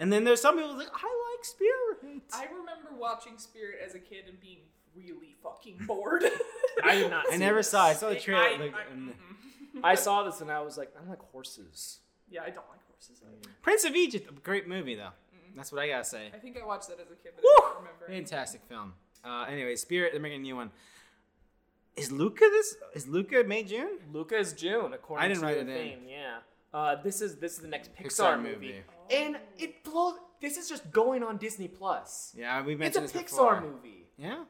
Speaker 1: And then there's some people who's like, I like Spirit.
Speaker 3: I remember watching Spirit as a kid and being really fucking bored.
Speaker 2: I did not
Speaker 1: I
Speaker 2: see
Speaker 1: never
Speaker 2: this.
Speaker 1: saw. it. I saw the
Speaker 3: I-
Speaker 1: trailer.
Speaker 3: I- mm-hmm.
Speaker 1: like,
Speaker 3: I-
Speaker 1: and-
Speaker 3: mm-mm.
Speaker 2: I saw this and I was like, I'm like horses.
Speaker 3: yeah, I don't like horses. Either.
Speaker 1: Prince of Egypt, a great movie though. That's what I gotta say.
Speaker 3: I think I watched that as a kid, but I
Speaker 1: Woo!
Speaker 3: don't remember. it.
Speaker 1: Fantastic film. Uh, anyway, Spirit, they're making a new one. Is Luca this? Is Luca May June?
Speaker 2: Luca is June, according
Speaker 1: I didn't
Speaker 2: to
Speaker 1: write
Speaker 2: the
Speaker 1: it
Speaker 2: thing.
Speaker 1: in.
Speaker 2: Yeah. Uh, this is this is the next Pixar,
Speaker 1: Pixar
Speaker 2: movie.
Speaker 1: movie.
Speaker 2: and it blows. This is just going on Disney Plus.
Speaker 1: Yeah, we
Speaker 2: It's a
Speaker 1: mentioned
Speaker 2: Pixar
Speaker 1: this before.
Speaker 2: movie.
Speaker 1: Yeah,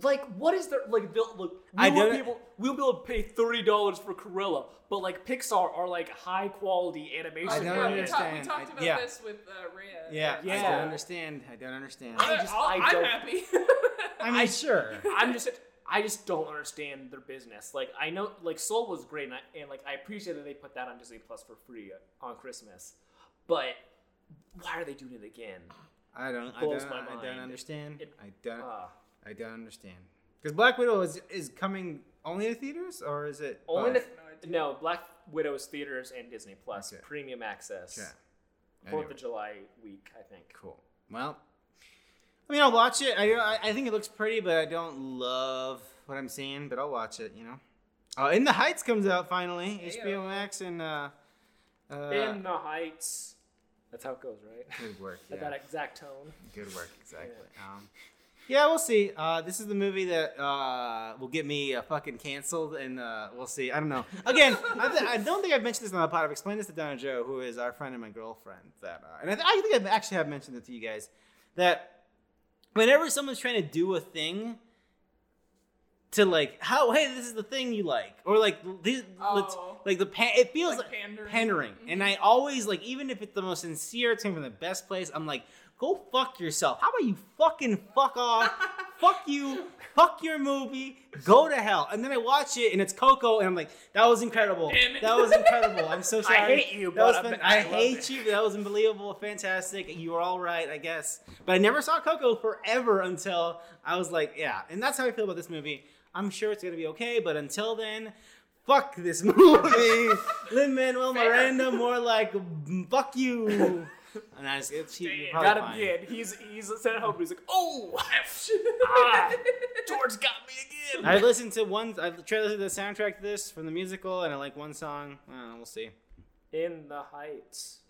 Speaker 2: Like, what is the like? They'll, look, we
Speaker 1: I
Speaker 2: will
Speaker 1: don't-
Speaker 2: be able we'll be able to pay thirty dollars for Cruella, but like Pixar are like high quality animation.
Speaker 1: I don't
Speaker 3: yeah, we,
Speaker 2: movies.
Speaker 3: talked-
Speaker 1: understand.
Speaker 3: we talked
Speaker 1: I-
Speaker 3: about
Speaker 1: yeah.
Speaker 3: this with uh, Rhea.
Speaker 1: yeah. I
Speaker 2: Yeah.
Speaker 1: don't understand. I don't understand.
Speaker 2: I
Speaker 3: I
Speaker 2: just- I
Speaker 3: am
Speaker 2: don't-
Speaker 3: happy.
Speaker 1: I mean, sure.
Speaker 2: I'm just I just don't understand their business. Like I know like Soul was great and, I, and like I appreciate that they put that on Disney Plus for free uh, on Christmas. But why are they doing it again?
Speaker 1: I don't. I
Speaker 2: blows
Speaker 1: don't.
Speaker 2: my
Speaker 1: I
Speaker 2: mind.
Speaker 1: don't understand.
Speaker 2: It-
Speaker 1: I don't.
Speaker 2: Uh,
Speaker 1: I don't understand. Because Black Widow is is coming only to theaters, or is it
Speaker 2: only
Speaker 1: both?
Speaker 2: the, no, Black Widow's theaters and Disney Plus
Speaker 1: uh, Okay.
Speaker 2: premium access.
Speaker 1: Okay.
Speaker 2: Fourth
Speaker 1: Anyway.
Speaker 2: of July week, I think.
Speaker 1: Cool. Well, I mean, I'll watch it. I I- I think it looks pretty, but I don't love what I'm seeing. But I'll watch it. You know. Oh, In the Heights comes out finally.
Speaker 3: Yeah.
Speaker 1: HBO Max and uh, uh,
Speaker 2: In the Heights. That's how it goes, right?
Speaker 1: good work.
Speaker 2: At
Speaker 1: yeah.
Speaker 2: that exact tone.
Speaker 1: Good work, exactly. Um, yeah, we'll see. Uh, this is the movie that uh, will get me uh, fucking canceled, and uh, we'll see. I don't know. Again, I, th- I don't think I've mentioned this on the pod. I've explained this to Donna Joe, who is our friend and my girlfriend. That uh, and I, th- I think I actually have mentioned it to you guys that whenever someone's trying to do a thing. To like, how hey, this is the thing you like, or like these, let's,
Speaker 3: Oh.
Speaker 1: like the pan, it feels
Speaker 3: Like
Speaker 1: like,
Speaker 3: pandering.
Speaker 1: pandering. And I always like, even if it's the most sincere, it's coming from the best place, I'm like, go fuck yourself. How about you fucking fuck off? fuck you. Fuck your movie. Go to hell. And then I watch it and it's Coco and I'm like, that was incredible.
Speaker 3: Damn it.
Speaker 1: That was incredible. I'm so sorry.
Speaker 2: hate you,
Speaker 1: That
Speaker 2: but
Speaker 1: was
Speaker 2: I-
Speaker 1: fan-
Speaker 2: I
Speaker 1: I,
Speaker 2: love
Speaker 1: hate
Speaker 2: it."
Speaker 1: you, but that was unbelievable. Fantastic. You were all right, I guess. But I never saw Coco forever until I was like, yeah. And that's how I feel about this movie. I'm sure it's gonna be okay, but until then, fuck this movie. Lin Manuel
Speaker 3: Fair.
Speaker 1: Miranda, more like mm, fuck you. And I just, it's, you're
Speaker 3: Damn.
Speaker 1: probably
Speaker 2: Got him
Speaker 1: fine.
Speaker 2: again. He's he's sent home. He's like, oh,
Speaker 3: Ah.
Speaker 2: George got me
Speaker 1: I listened to one. I tried to listen to the soundtrack to this from the musical, and I like one song. I don't know, we'll see.
Speaker 2: in the heights.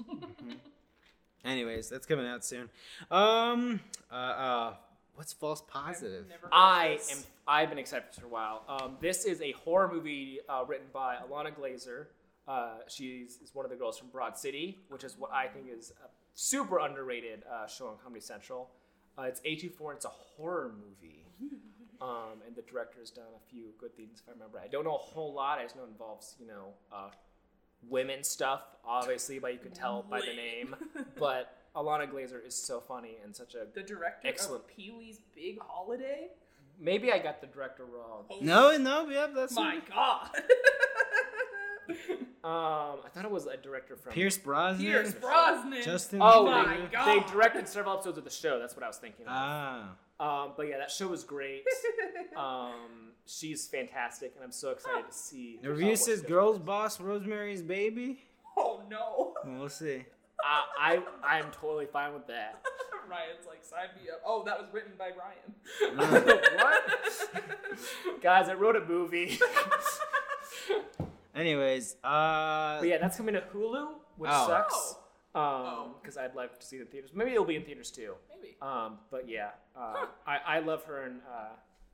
Speaker 1: Anyways, that's coming out soon. Um, uh, uh what's false positive?
Speaker 3: Never heard of
Speaker 2: I
Speaker 3: this.
Speaker 2: am. I've been excited for this for a while. Um, this is a horror movie uh, written by Alana Glazer. Uh, she's is one of the girls from Broad City, which is what I think is a super underrated uh, show on Comedy Central. Uh, it's A24. It's a horror movie, um, and the director's done a few good things if I remember. I don't know a whole lot. I just know it involves you know uh, women stuff, obviously, but you can tell by the
Speaker 3: Lit.
Speaker 2: name. But Alana Glazer is so funny and such a.
Speaker 3: the director
Speaker 2: Excellent.
Speaker 3: of Pee Wee's Big Holiday.
Speaker 2: Maybe I got the director wrong.
Speaker 1: No, no, yeah, that's
Speaker 3: my God.
Speaker 2: Um, I thought it was a director from
Speaker 1: Pierce Brosnan.
Speaker 3: Pierce Brosnan.
Speaker 1: Justin.
Speaker 2: Oh
Speaker 3: My
Speaker 1: Bieber.
Speaker 3: God.
Speaker 2: They directed several episodes of the show. That's what I was thinking. Of.
Speaker 1: Ah,
Speaker 2: Um, but yeah, that show was great. um, she's fantastic, and I'm so excited to see.
Speaker 1: the review
Speaker 2: uh,
Speaker 1: says
Speaker 2: what-
Speaker 1: "Girls Boss Rosemary's Baby."
Speaker 3: oh no.
Speaker 1: Well, we'll see.
Speaker 2: I, I I'm totally fine with that.
Speaker 3: Ryan's like, sign me up. Oh, that was written by
Speaker 1: No.
Speaker 3: Ryan.
Speaker 2: What? Guys, I wrote a movie.
Speaker 1: Anyways, uh,
Speaker 2: but yeah, that's coming to Hulu, which
Speaker 1: Oh.
Speaker 2: sucks.
Speaker 3: Oh.
Speaker 2: Um, because I'd like to see it in theaters. Maybe it'll be in theaters too.
Speaker 3: Maybe.
Speaker 2: Um, but yeah, uh,
Speaker 3: Huh.
Speaker 2: I, I love her and uh,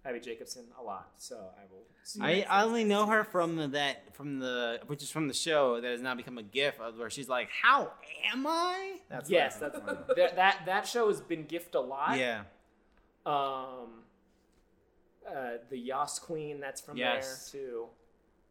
Speaker 2: Abby Jacobson a lot, so I will. See
Speaker 1: I,
Speaker 2: that.
Speaker 1: I only know her from the, that from the which is from the show that has now become a gif of where she's like, "How am I?" That's what I
Speaker 2: yes,
Speaker 1: know
Speaker 2: that's
Speaker 1: from.
Speaker 2: that, that that show has been gift a lot.
Speaker 1: yeah.
Speaker 2: Um, uh, the Yas Queen, that's from
Speaker 1: Yes.
Speaker 2: there too.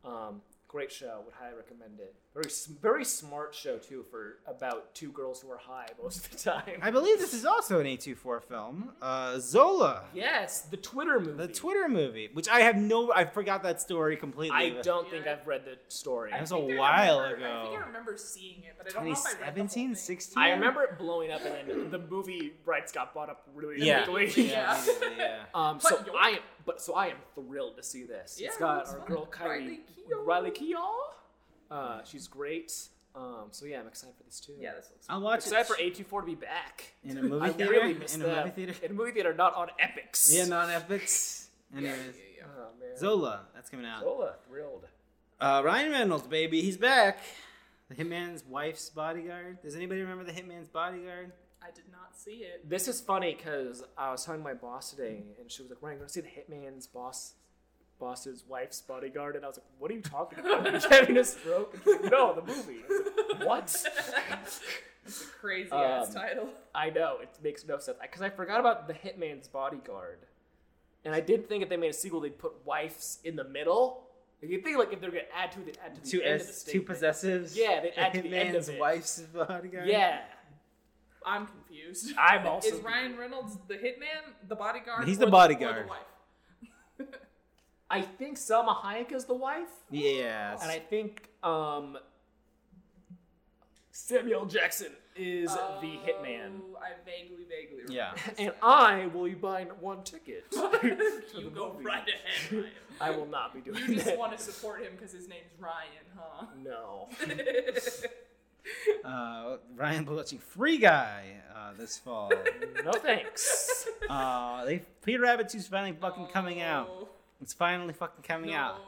Speaker 2: Um, great show. Would highly recommend it. Very s- very smart show too for about two girls who are high most of the time.
Speaker 1: I believe this is also an A24 film. Uh, Zola,
Speaker 2: yes, the Twitter movie.
Speaker 1: the Twitter movie, which I have no, I forgot that story completely.
Speaker 2: I don't think
Speaker 3: Yeah.
Speaker 2: I've read the story.
Speaker 3: I
Speaker 1: That was
Speaker 3: think
Speaker 1: a
Speaker 3: I
Speaker 1: while
Speaker 3: remember- I think
Speaker 1: ago.
Speaker 3: I remember seeing it, but I don't know if I read the whole
Speaker 1: 2017,
Speaker 3: thing.
Speaker 1: 16.
Speaker 2: I remember it blowing up, and then the movie rights got bought up really
Speaker 1: Yeah.
Speaker 2: quickly.
Speaker 1: Yeah.
Speaker 3: Yeah.
Speaker 1: immediately, yeah.
Speaker 2: Um,
Speaker 3: But
Speaker 2: so
Speaker 3: you're-
Speaker 2: I am, but so I am thrilled to see this.
Speaker 3: Yeah,
Speaker 2: it's got
Speaker 3: that's
Speaker 2: our
Speaker 3: fun.
Speaker 2: girl Kylie
Speaker 3: Riley Keough.
Speaker 2: Riley Keough. Uh, she's great. Um, so yeah, I'm excited for this too.
Speaker 3: Yeah, this looks.
Speaker 1: I'll watch
Speaker 2: excited
Speaker 1: it
Speaker 2: for A24 to be back.
Speaker 1: in a movie
Speaker 2: I
Speaker 1: theater.
Speaker 2: really miss
Speaker 1: in a
Speaker 2: that.
Speaker 1: movie theater.
Speaker 2: In a movie theater, not on Epics.
Speaker 1: Yeah, non epics.
Speaker 3: yeah, yeah,
Speaker 1: Anyways,
Speaker 3: yeah.
Speaker 2: Oh, man.
Speaker 1: Zola, that's coming out.
Speaker 2: Zola, thrilled.
Speaker 1: Uh, Ryan Reynolds, baby, he's back. The Hitman's wife's bodyguard. Does anybody remember the Hitman's bodyguard?
Speaker 3: I did not see it.
Speaker 2: This is funny because I was telling my boss today, and she was like, "Ryan, go see the Hitman's boss." Boss's wife's bodyguard, and I was like, "What are you talking about? Are you having a stroke?" And she's like, no, the movie. I was like, what?
Speaker 3: It's a crazy ass
Speaker 2: Um,
Speaker 3: title.
Speaker 2: I know it makes no sense because I forgot about the Hitman's Bodyguard, and I did think if they made a sequel, they'd put wives in the middle. Like, you think like if they're gonna add to the add to the
Speaker 1: Two
Speaker 2: end of the
Speaker 1: S, two
Speaker 2: statement.
Speaker 1: possessives.
Speaker 2: Yeah, they add to the end
Speaker 1: Hitman's
Speaker 2: of it.
Speaker 1: wife's bodyguard.
Speaker 2: Yeah,
Speaker 3: I'm confused.
Speaker 2: I'm also.
Speaker 3: Is Ryan Reynolds the hitman, the bodyguard?
Speaker 1: He's
Speaker 3: or
Speaker 1: the
Speaker 3: Or
Speaker 1: bodyguard.
Speaker 3: the wife?
Speaker 2: I think Selma Hayek is the wife,
Speaker 1: Yes.
Speaker 2: and I think um, Samuel Jackson is the Hitman.
Speaker 3: Oh, I vaguely, vaguely remember.
Speaker 1: Yeah.
Speaker 3: this
Speaker 2: And
Speaker 3: now.
Speaker 2: I will be buying one ticket. to the
Speaker 3: you go
Speaker 2: movie.
Speaker 3: right ahead, Ryan.
Speaker 2: I will not be doing
Speaker 3: You just
Speaker 2: that.
Speaker 3: want to support him because his name's Ryan, huh?
Speaker 2: No.
Speaker 1: Uh, Ryan will be watching Free Guy uh, this fall.
Speaker 2: No thanks.
Speaker 1: uh, they Peter Rabbit 2's finally fucking coming out.
Speaker 3: Oh,
Speaker 1: It's finally fucking coming out.
Speaker 3: No.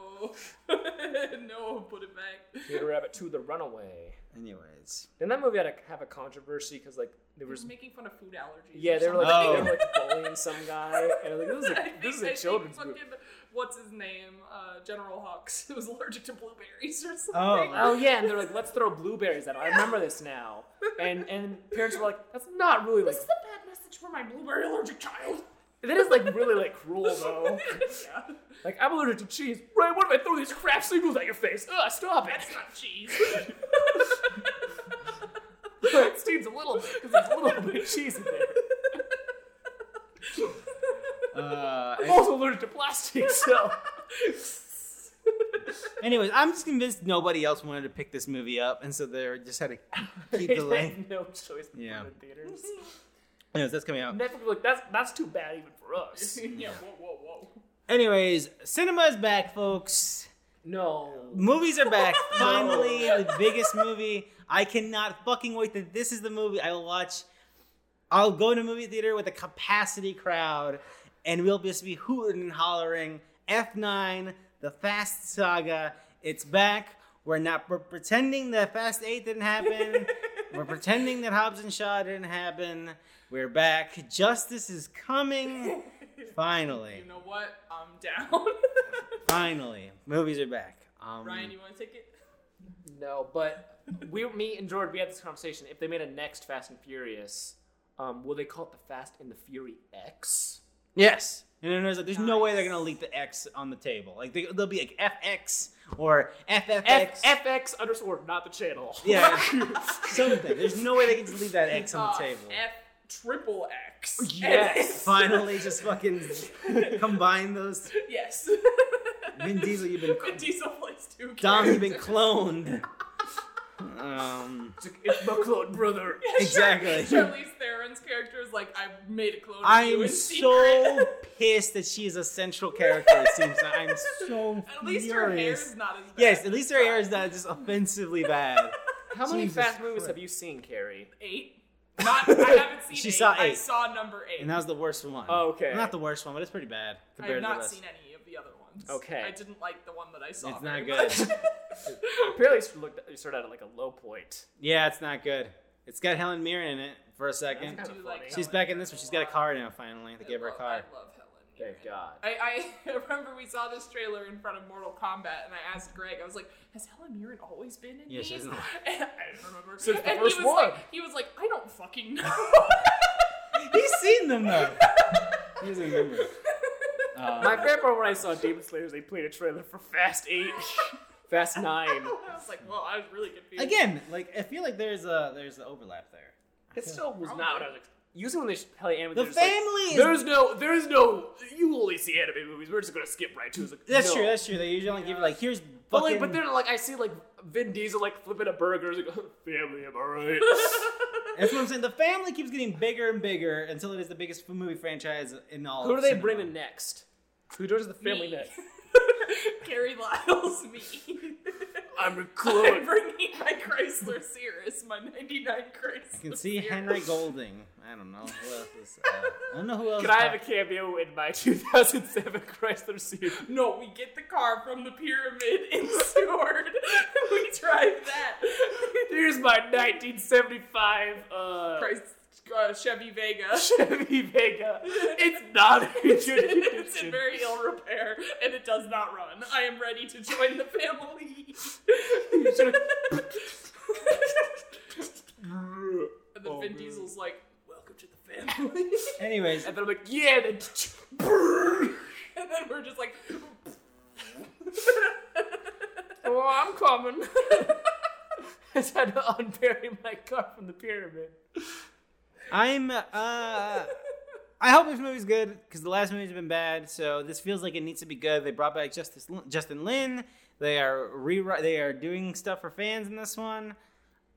Speaker 3: no, put it back.
Speaker 2: Peter Rabbit 2 The Runaway.
Speaker 1: Anyways,
Speaker 2: Didn't that movie had a, have a controversy because like there
Speaker 3: He was
Speaker 2: was
Speaker 3: making fun of food allergies.
Speaker 2: yeah
Speaker 3: or
Speaker 2: they were like,
Speaker 1: Oh.
Speaker 2: they were, like bullying some guy and I was like this is a, this
Speaker 3: something. I
Speaker 2: is
Speaker 3: think-
Speaker 2: a
Speaker 3: I think
Speaker 2: children's
Speaker 3: fucking,
Speaker 2: movie.
Speaker 3: What's his name? Uh, General Hawks. Who was allergic to blueberries or something.
Speaker 1: Oh.
Speaker 2: Oh yeah, and they're like let's throw blueberries at him. I remember this now. And and parents were like that's not really like
Speaker 3: This is a bad message for my blueberry allergic child.
Speaker 2: that is like really like cruel though.
Speaker 3: yeah.
Speaker 2: Like I'm allergic to cheese. Ray, what if I throw these crap singles at your face? Ugh, stop it.
Speaker 3: That's not cheese.
Speaker 2: it stings a little bit because there's a little bit of cheese in there.
Speaker 1: uh,
Speaker 2: I'm also allergic to plastic, so
Speaker 1: anyways, I'm just convinced nobody else wanted to pick this movie up, and so they just had to keep
Speaker 2: they
Speaker 1: delaying.
Speaker 2: had no choice but
Speaker 1: Yeah.
Speaker 2: yeah. in theaters.
Speaker 1: Anyways, that's coming out.
Speaker 2: Netflix like that's that's too bad even for us.
Speaker 3: yeah. Whoa, whoa, whoa.
Speaker 1: Anyways, cinema is back, folks.
Speaker 2: No.
Speaker 1: Movies are back. Finally, the biggest movie. I cannot fucking wait that this is the movie I will watch. I'll go to movie theater with a capacity crowd, and we'll just be hooting and hollering. F9, the Fast Saga, it's back. We're not. We're pretending that Fast Eight didn't happen. we're pretending that Hobbs and Shaw didn't happen. We're back. Justice is coming. Finally,
Speaker 3: You know what? I'm down.
Speaker 1: finally, movies are back. Um,
Speaker 3: Ryan, you want to take it?
Speaker 2: No, but we, me and George, we had this conversation. If they made a next Fast and Furious, um, will they call it the Fast and the Fury X?
Speaker 1: Yes. And then there's like, there's no way they're
Speaker 3: Nice.
Speaker 1: gonna leak the X on the table. Like they, they'll be like FX or FFX.
Speaker 2: F- FX underscore not the channel.
Speaker 1: yeah, something. There's no way they can just leave that X on
Speaker 3: Uh,
Speaker 1: the table.
Speaker 3: F triple X.
Speaker 2: Yes.
Speaker 1: Finally, just fucking combine those.
Speaker 3: yes.
Speaker 1: Vin Diesel, you've been
Speaker 3: Vin Diesel plays two.
Speaker 1: Dom, you've been
Speaker 3: characters.
Speaker 1: cloned. Um,
Speaker 2: It's, it's my clone brother.
Speaker 3: Yeah, sure.
Speaker 1: Exactly.
Speaker 3: Charlize Theron's character is like, I made a clone. of you
Speaker 1: I'm
Speaker 3: in
Speaker 1: so
Speaker 3: secret."
Speaker 1: pissed that she is a central character. It seems like. I'm so
Speaker 3: At least her hair
Speaker 1: furious.
Speaker 3: is not as bad.
Speaker 1: yes, at least her hair is not just offensively bad.
Speaker 2: How many
Speaker 1: Jesus
Speaker 2: Fast movies
Speaker 1: Christ.
Speaker 2: have you seen, Carrie?
Speaker 3: eight. Not. I haven't seen.
Speaker 1: She
Speaker 3: eight.
Speaker 1: saw
Speaker 3: I
Speaker 1: eight.
Speaker 3: saw number eight.
Speaker 1: And that was the worst one.
Speaker 2: Oh, okay.
Speaker 1: Well, not the worst one, but it's pretty bad
Speaker 3: I
Speaker 1: compared
Speaker 3: have
Speaker 1: to the
Speaker 3: not
Speaker 1: rest.
Speaker 3: seen any of the other ones.
Speaker 2: Okay.
Speaker 3: I didn't like the one that I saw.
Speaker 1: It's
Speaker 3: very
Speaker 1: not
Speaker 3: much.
Speaker 2: Apparently, you looked- you started out at like a low point.
Speaker 1: Yeah, it's not good. It's got Helen Mirren in it for a second.
Speaker 2: That's
Speaker 3: I do
Speaker 2: kinda
Speaker 3: like
Speaker 2: funny.
Speaker 1: She's
Speaker 3: Helen
Speaker 1: back in this
Speaker 3: Mirren
Speaker 1: one.
Speaker 3: a
Speaker 1: She's got a
Speaker 3: lot.
Speaker 1: car now finally. They
Speaker 3: I
Speaker 1: give her a
Speaker 3: love-
Speaker 1: car.
Speaker 3: I love Helen. Mirren.
Speaker 2: Thank God.
Speaker 3: I, I remember we saw this trailer in front of Mortal Kombat, and I asked Greg, I was like, "Has Helen Mirren always been in
Speaker 1: Yeah,
Speaker 3: these?"
Speaker 1: she hasn't-
Speaker 3: And I don't remember.
Speaker 2: Since the
Speaker 3: and
Speaker 2: first
Speaker 3: he was
Speaker 2: one.
Speaker 3: like, he was like, "I don't fucking know."
Speaker 1: He's seen them though. He doesn't remember. Uh,
Speaker 2: My favorite part when I saw Demon Slayers, they played a trailer for Fast Eight, Fast Nine.
Speaker 3: I was like, "Well, I was really confused."
Speaker 1: Again, like I feel like there's a there's an overlap there.
Speaker 2: It still was not what I was expecting. Usually when they sh- play anime,
Speaker 1: The
Speaker 2: they're just like,
Speaker 1: family
Speaker 2: there
Speaker 1: is.
Speaker 2: is no, there is no. You only see anime movies. We're just gonna skip right to. it." It's like,
Speaker 1: That's
Speaker 2: no.
Speaker 1: true. That's true. They usually only give you like here's
Speaker 2: But like,
Speaker 1: fucking.
Speaker 2: but then like I see like Vin Diesel like flipping a burger. It's like, family, am I right?
Speaker 1: that's what I'm saying. The family keeps getting bigger and bigger until it is the biggest movie franchise in all.
Speaker 2: Who
Speaker 1: of
Speaker 2: do they
Speaker 1: cinema.
Speaker 2: bring in next? Who does the family
Speaker 3: Me.
Speaker 2: next?
Speaker 3: Carrie Lyles, me.
Speaker 2: I'm a
Speaker 3: I'm
Speaker 2: clone.
Speaker 3: bringing my Chrysler Cirrus, my '99 Chrysler.
Speaker 1: I can see
Speaker 3: Cirrus.
Speaker 1: Henry Golding. I don't know who else is. Uh, I don't know who else.
Speaker 2: Can
Speaker 1: is
Speaker 2: I have a
Speaker 1: pop-
Speaker 2: cameo in my 2007 Chrysler Series?
Speaker 3: No, we get the car from the pyramid in Seward. we drive that.
Speaker 2: Here's my 1975 uh,
Speaker 3: Christ, uh, Chevy Vega.
Speaker 2: Chevy Vega. It's not a good
Speaker 3: it's in
Speaker 2: condition.
Speaker 3: very ill repair and it does not run. I am ready to join the family.
Speaker 2: should've-
Speaker 3: and then
Speaker 2: Oh,
Speaker 3: Vin
Speaker 2: man.
Speaker 3: Diesel's like, Welcome to the family.
Speaker 1: Anyways,
Speaker 2: And then I'm like, yeah, then
Speaker 3: and then we're just like,
Speaker 2: oh, I'm coming. I just had to unbury my car from the pyramid.
Speaker 1: I'm. Uh, I hope this movie's good because the last movie's been bad. So this feels like it needs to be good. They brought back Justice, Justin Lin. They are re. They are doing stuff for fans in this one.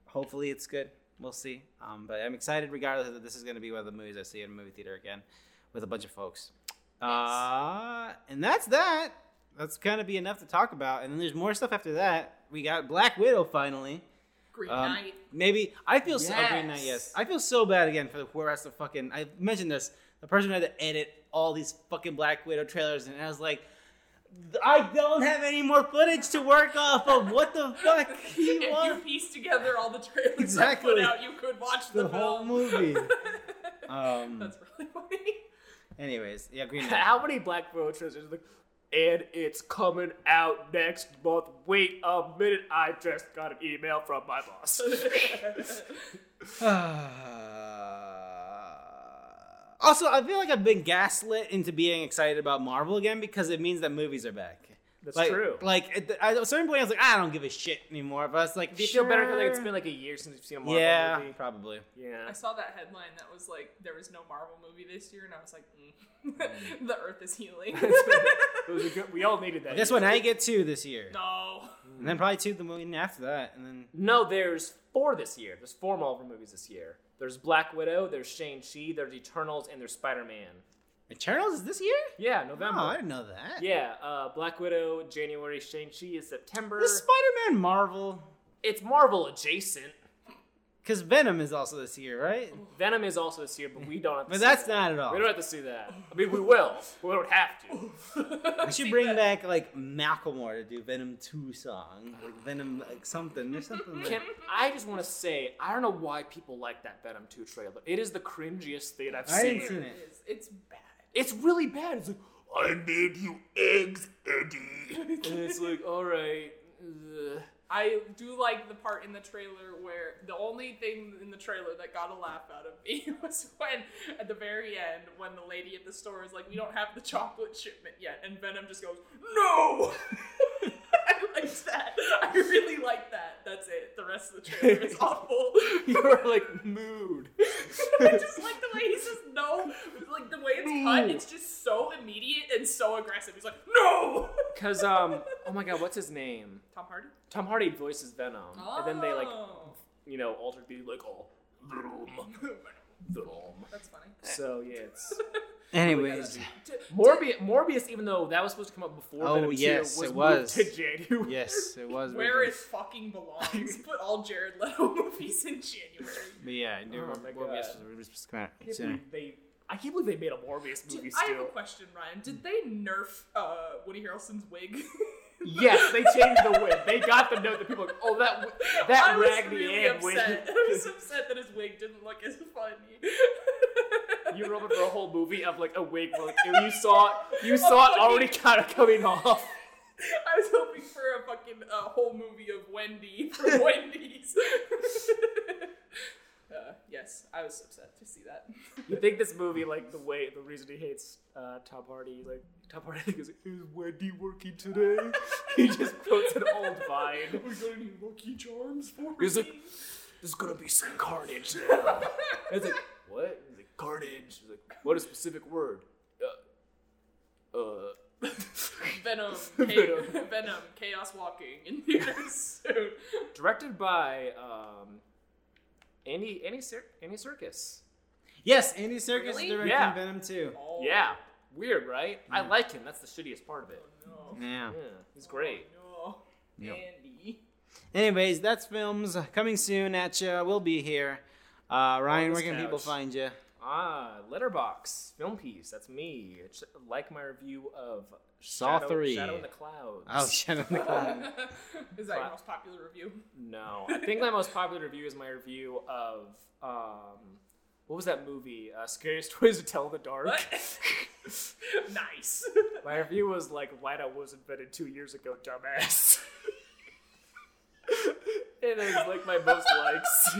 Speaker 1: Hopefully, it's good. We'll see. Um, but I'm excited, regardless, that this is going to be one of the movies I see in a movie theater again with a bunch of folks. Uh, and that's that. That's going to be enough to talk about. And then there's more stuff after that. We got Black Widow finally.
Speaker 3: Green
Speaker 1: Um,
Speaker 3: Knight.
Speaker 1: Maybe I feel so. oh, Green Knight,
Speaker 3: Yes.
Speaker 1: yes. I feel so bad again for the whoever has to fucking. I mentioned this. The person who had to edit all these fucking Black Widow trailers, and I was like, I don't have any more footage to work off of. What the fuck he
Speaker 3: if you
Speaker 1: wants
Speaker 3: piece together all the trailers I
Speaker 1: Exactly.
Speaker 3: put out, you could watch the,
Speaker 1: the whole
Speaker 3: film.
Speaker 1: movie. Um.
Speaker 3: That's really funny.
Speaker 1: Anyways, yeah, Green Knight.
Speaker 2: How many Black Widow trailers? is Like, and it's coming out next month. Wait a minute, I just got an email from my boss.
Speaker 1: also, I feel like I've been gaslit into being excited about Marvel again because it means that movies are back.
Speaker 2: That's
Speaker 1: like,
Speaker 2: true.
Speaker 1: Like at, the, at a certain point, I was like, I don't give a shit anymore. But I was like,
Speaker 2: Do you feel better because
Speaker 1: because
Speaker 2: like, it's been like a year since you've seen a Marvel
Speaker 1: yeah,
Speaker 2: movie?
Speaker 1: probably.
Speaker 2: Yeah.
Speaker 3: I saw that headline that was like, there was no Marvel movie this year, and I was like, mm. the earth is healing.
Speaker 2: It was a good, we all needed that.
Speaker 1: Guess what? Now you get two this year,
Speaker 3: no.
Speaker 1: and then probably two the one after that, and then
Speaker 2: No, there's four this year. There's four Marvel movies this year. There's Black Widow, there's Shang-Chi, there's Eternals, and there's Spider-Man.
Speaker 1: Eternals is this year.
Speaker 2: Yeah,
Speaker 1: Oh,
Speaker 2: November.
Speaker 1: I didn't know that.
Speaker 2: Yeah, uh, Black Widow, January, Shang-Chi is September.
Speaker 1: Is Spider-Man Marvel?
Speaker 2: it's Marvel adjacent.
Speaker 1: Because Venom is also this year, right?
Speaker 2: Venom is also this year, but we don't have to
Speaker 1: But
Speaker 2: see
Speaker 1: that's
Speaker 2: that.
Speaker 1: not at all.
Speaker 2: We don't have to see that. I mean, we will. but we don't have to.
Speaker 1: We should bring back like Macklemore to do Venom Two song, like Venom like something or something.
Speaker 2: Can,
Speaker 1: Like,
Speaker 2: I just want to say, I don't know why people like that Venom 2 trailer. It is the cringiest thing I've
Speaker 1: I
Speaker 2: seen.
Speaker 1: didn't see-
Speaker 3: It is. It's bad.
Speaker 2: It's really bad. It's like, I made you eggs, Eddie. and it's like, all right. ugh.
Speaker 3: I do like the part in the trailer where the only thing in the trailer that got a laugh out of me was when, at the very end, when the lady at the store is like, "We don't have the chocolate shipment yet," and Venom just goes, "No." I liked that. I really liked that. That's it. The rest of the trailer is awful.
Speaker 2: You are like mood.
Speaker 3: I just like the way he says no, like the way it's cut. It's just so immediate and so aggressive. He's like, "No."
Speaker 2: Cause um, oh my god, what's his name?
Speaker 3: Tom Hardy.
Speaker 2: Tom Hardy voices Venom, and then they like,
Speaker 3: Oh.
Speaker 2: you know, altered the like, oh, Venom, Venom.
Speaker 3: That's funny.
Speaker 2: So yeah, it's
Speaker 1: Anyways,
Speaker 2: Morbius. Morbius, even though that was supposed to come up before
Speaker 1: Oh,
Speaker 2: Venom 2,
Speaker 1: yes,
Speaker 2: was
Speaker 1: it
Speaker 2: moved
Speaker 1: was.
Speaker 2: to January.
Speaker 1: yes, it was.
Speaker 3: Where
Speaker 1: Morbius.
Speaker 3: it fucking belongs. Put all Jared Leto movies in January.
Speaker 1: But yeah, I knew
Speaker 2: Oh my
Speaker 1: Morbius was,
Speaker 2: God.
Speaker 1: was supposed to come
Speaker 2: I can't
Speaker 1: out sooner.
Speaker 2: believe they. I can't believe they made a Morbius movie
Speaker 3: Did- I have a
Speaker 2: still.
Speaker 3: question, Ryan. Did they nerf uh, Woody Harrelson's wig?
Speaker 2: Yes, they changed the wig. They got the note that people are like, oh, that wi- that
Speaker 3: I was
Speaker 2: raggedy
Speaker 3: really
Speaker 2: Ann wig.
Speaker 3: upset. I was upset that his wig didn't look as funny.
Speaker 2: You wrote for a whole movie of like a wig where like, you saw you saw it already kind of coming off.
Speaker 3: I was hoping for a fucking uh, whole movie of Wendy from Wendy's. uh, yes, I was upset to see that.
Speaker 2: You think this movie like the way the reason he hates uh, Tom Hardy like Tom Hardy like, is is Wendy working today? he just quotes an old vine.
Speaker 3: We got any lucky charms for
Speaker 2: He's
Speaker 3: me?
Speaker 2: like, There's gonna be some carnage. now." it's like what? He's like carnage. He's like what a specific word. Uh, uh
Speaker 3: Venom, Venom,
Speaker 2: Venom.
Speaker 3: Venom, Chaos Walking in theaters soon.
Speaker 2: directed by um Andy Andy Cir- Andy Circus.
Speaker 1: Yes, Andy Serkis
Speaker 3: Really?
Speaker 1: is directing
Speaker 2: Yeah.
Speaker 1: Venom Two.
Speaker 3: Oh,
Speaker 2: Yeah, weird, right? I
Speaker 1: Mm.
Speaker 2: like him. That's the shittiest part of it.
Speaker 3: No.
Speaker 1: Yeah.
Speaker 2: Yeah, he's great.
Speaker 3: Oh, no.
Speaker 1: Yep.
Speaker 3: Andy.
Speaker 1: Anyways, that's films coming soon at you. We'll be here. Uh, Ryan,
Speaker 2: this
Speaker 1: where can people
Speaker 2: couch.
Speaker 1: find you?
Speaker 2: Ah, Letterbox film piece. That's me. It's like my review of
Speaker 1: Saw
Speaker 2: Shadow,
Speaker 1: three.
Speaker 2: Shadow in the Clouds.
Speaker 1: Oh, shut up. Nicole.
Speaker 3: Is that your
Speaker 2: Wow.
Speaker 3: most popular review?
Speaker 2: no, I think my most popular review is my review of um, what was that movie? Uh, Scary Stories to Tell in the Dark.
Speaker 3: nice.
Speaker 2: My review was like, "Whiteout was invented two years ago, dumbass." it is like my most likes.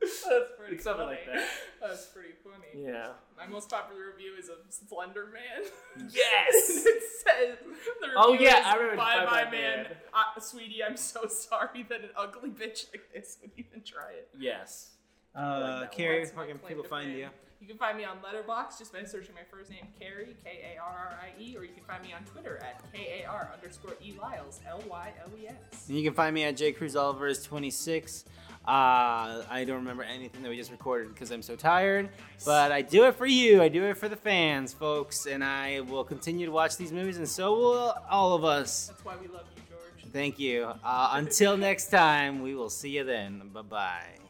Speaker 3: That's pretty
Speaker 2: It's something
Speaker 3: funny.
Speaker 2: like that.
Speaker 3: That's pretty funny.
Speaker 2: yeah.
Speaker 3: My most popular review is of Slender Man.
Speaker 2: Yes.
Speaker 3: it says the review
Speaker 2: Oh, yeah,
Speaker 3: is,
Speaker 2: I remember Bye
Speaker 3: Bye bye,
Speaker 2: Bye
Speaker 3: man.
Speaker 2: Man."
Speaker 3: Uh, sweetie, I'm so sorry that an ugly bitch like this would even try it.
Speaker 2: yes.
Speaker 1: Uh,
Speaker 2: that
Speaker 1: Carrie,
Speaker 3: That's my
Speaker 1: where can
Speaker 3: claim
Speaker 1: people
Speaker 3: to
Speaker 1: find
Speaker 3: fame.
Speaker 1: you?
Speaker 3: You can find me on Letterbox just by searching my first name, Carrie, K A R R I E, or you can find me on Twitter at K A R underscore E Lyles, L Y L E S.
Speaker 1: And you can find me at J. Cruz Oliver is 26. Uh, I don't remember anything that we just recorded because I'm so tired. But I do it for you. I do it for the fans, folks. And I will continue to watch these movies, and so will all of us.
Speaker 3: That's why we love you, George.
Speaker 1: Thank you. Uh, until next time, we will see you then. Bye bye.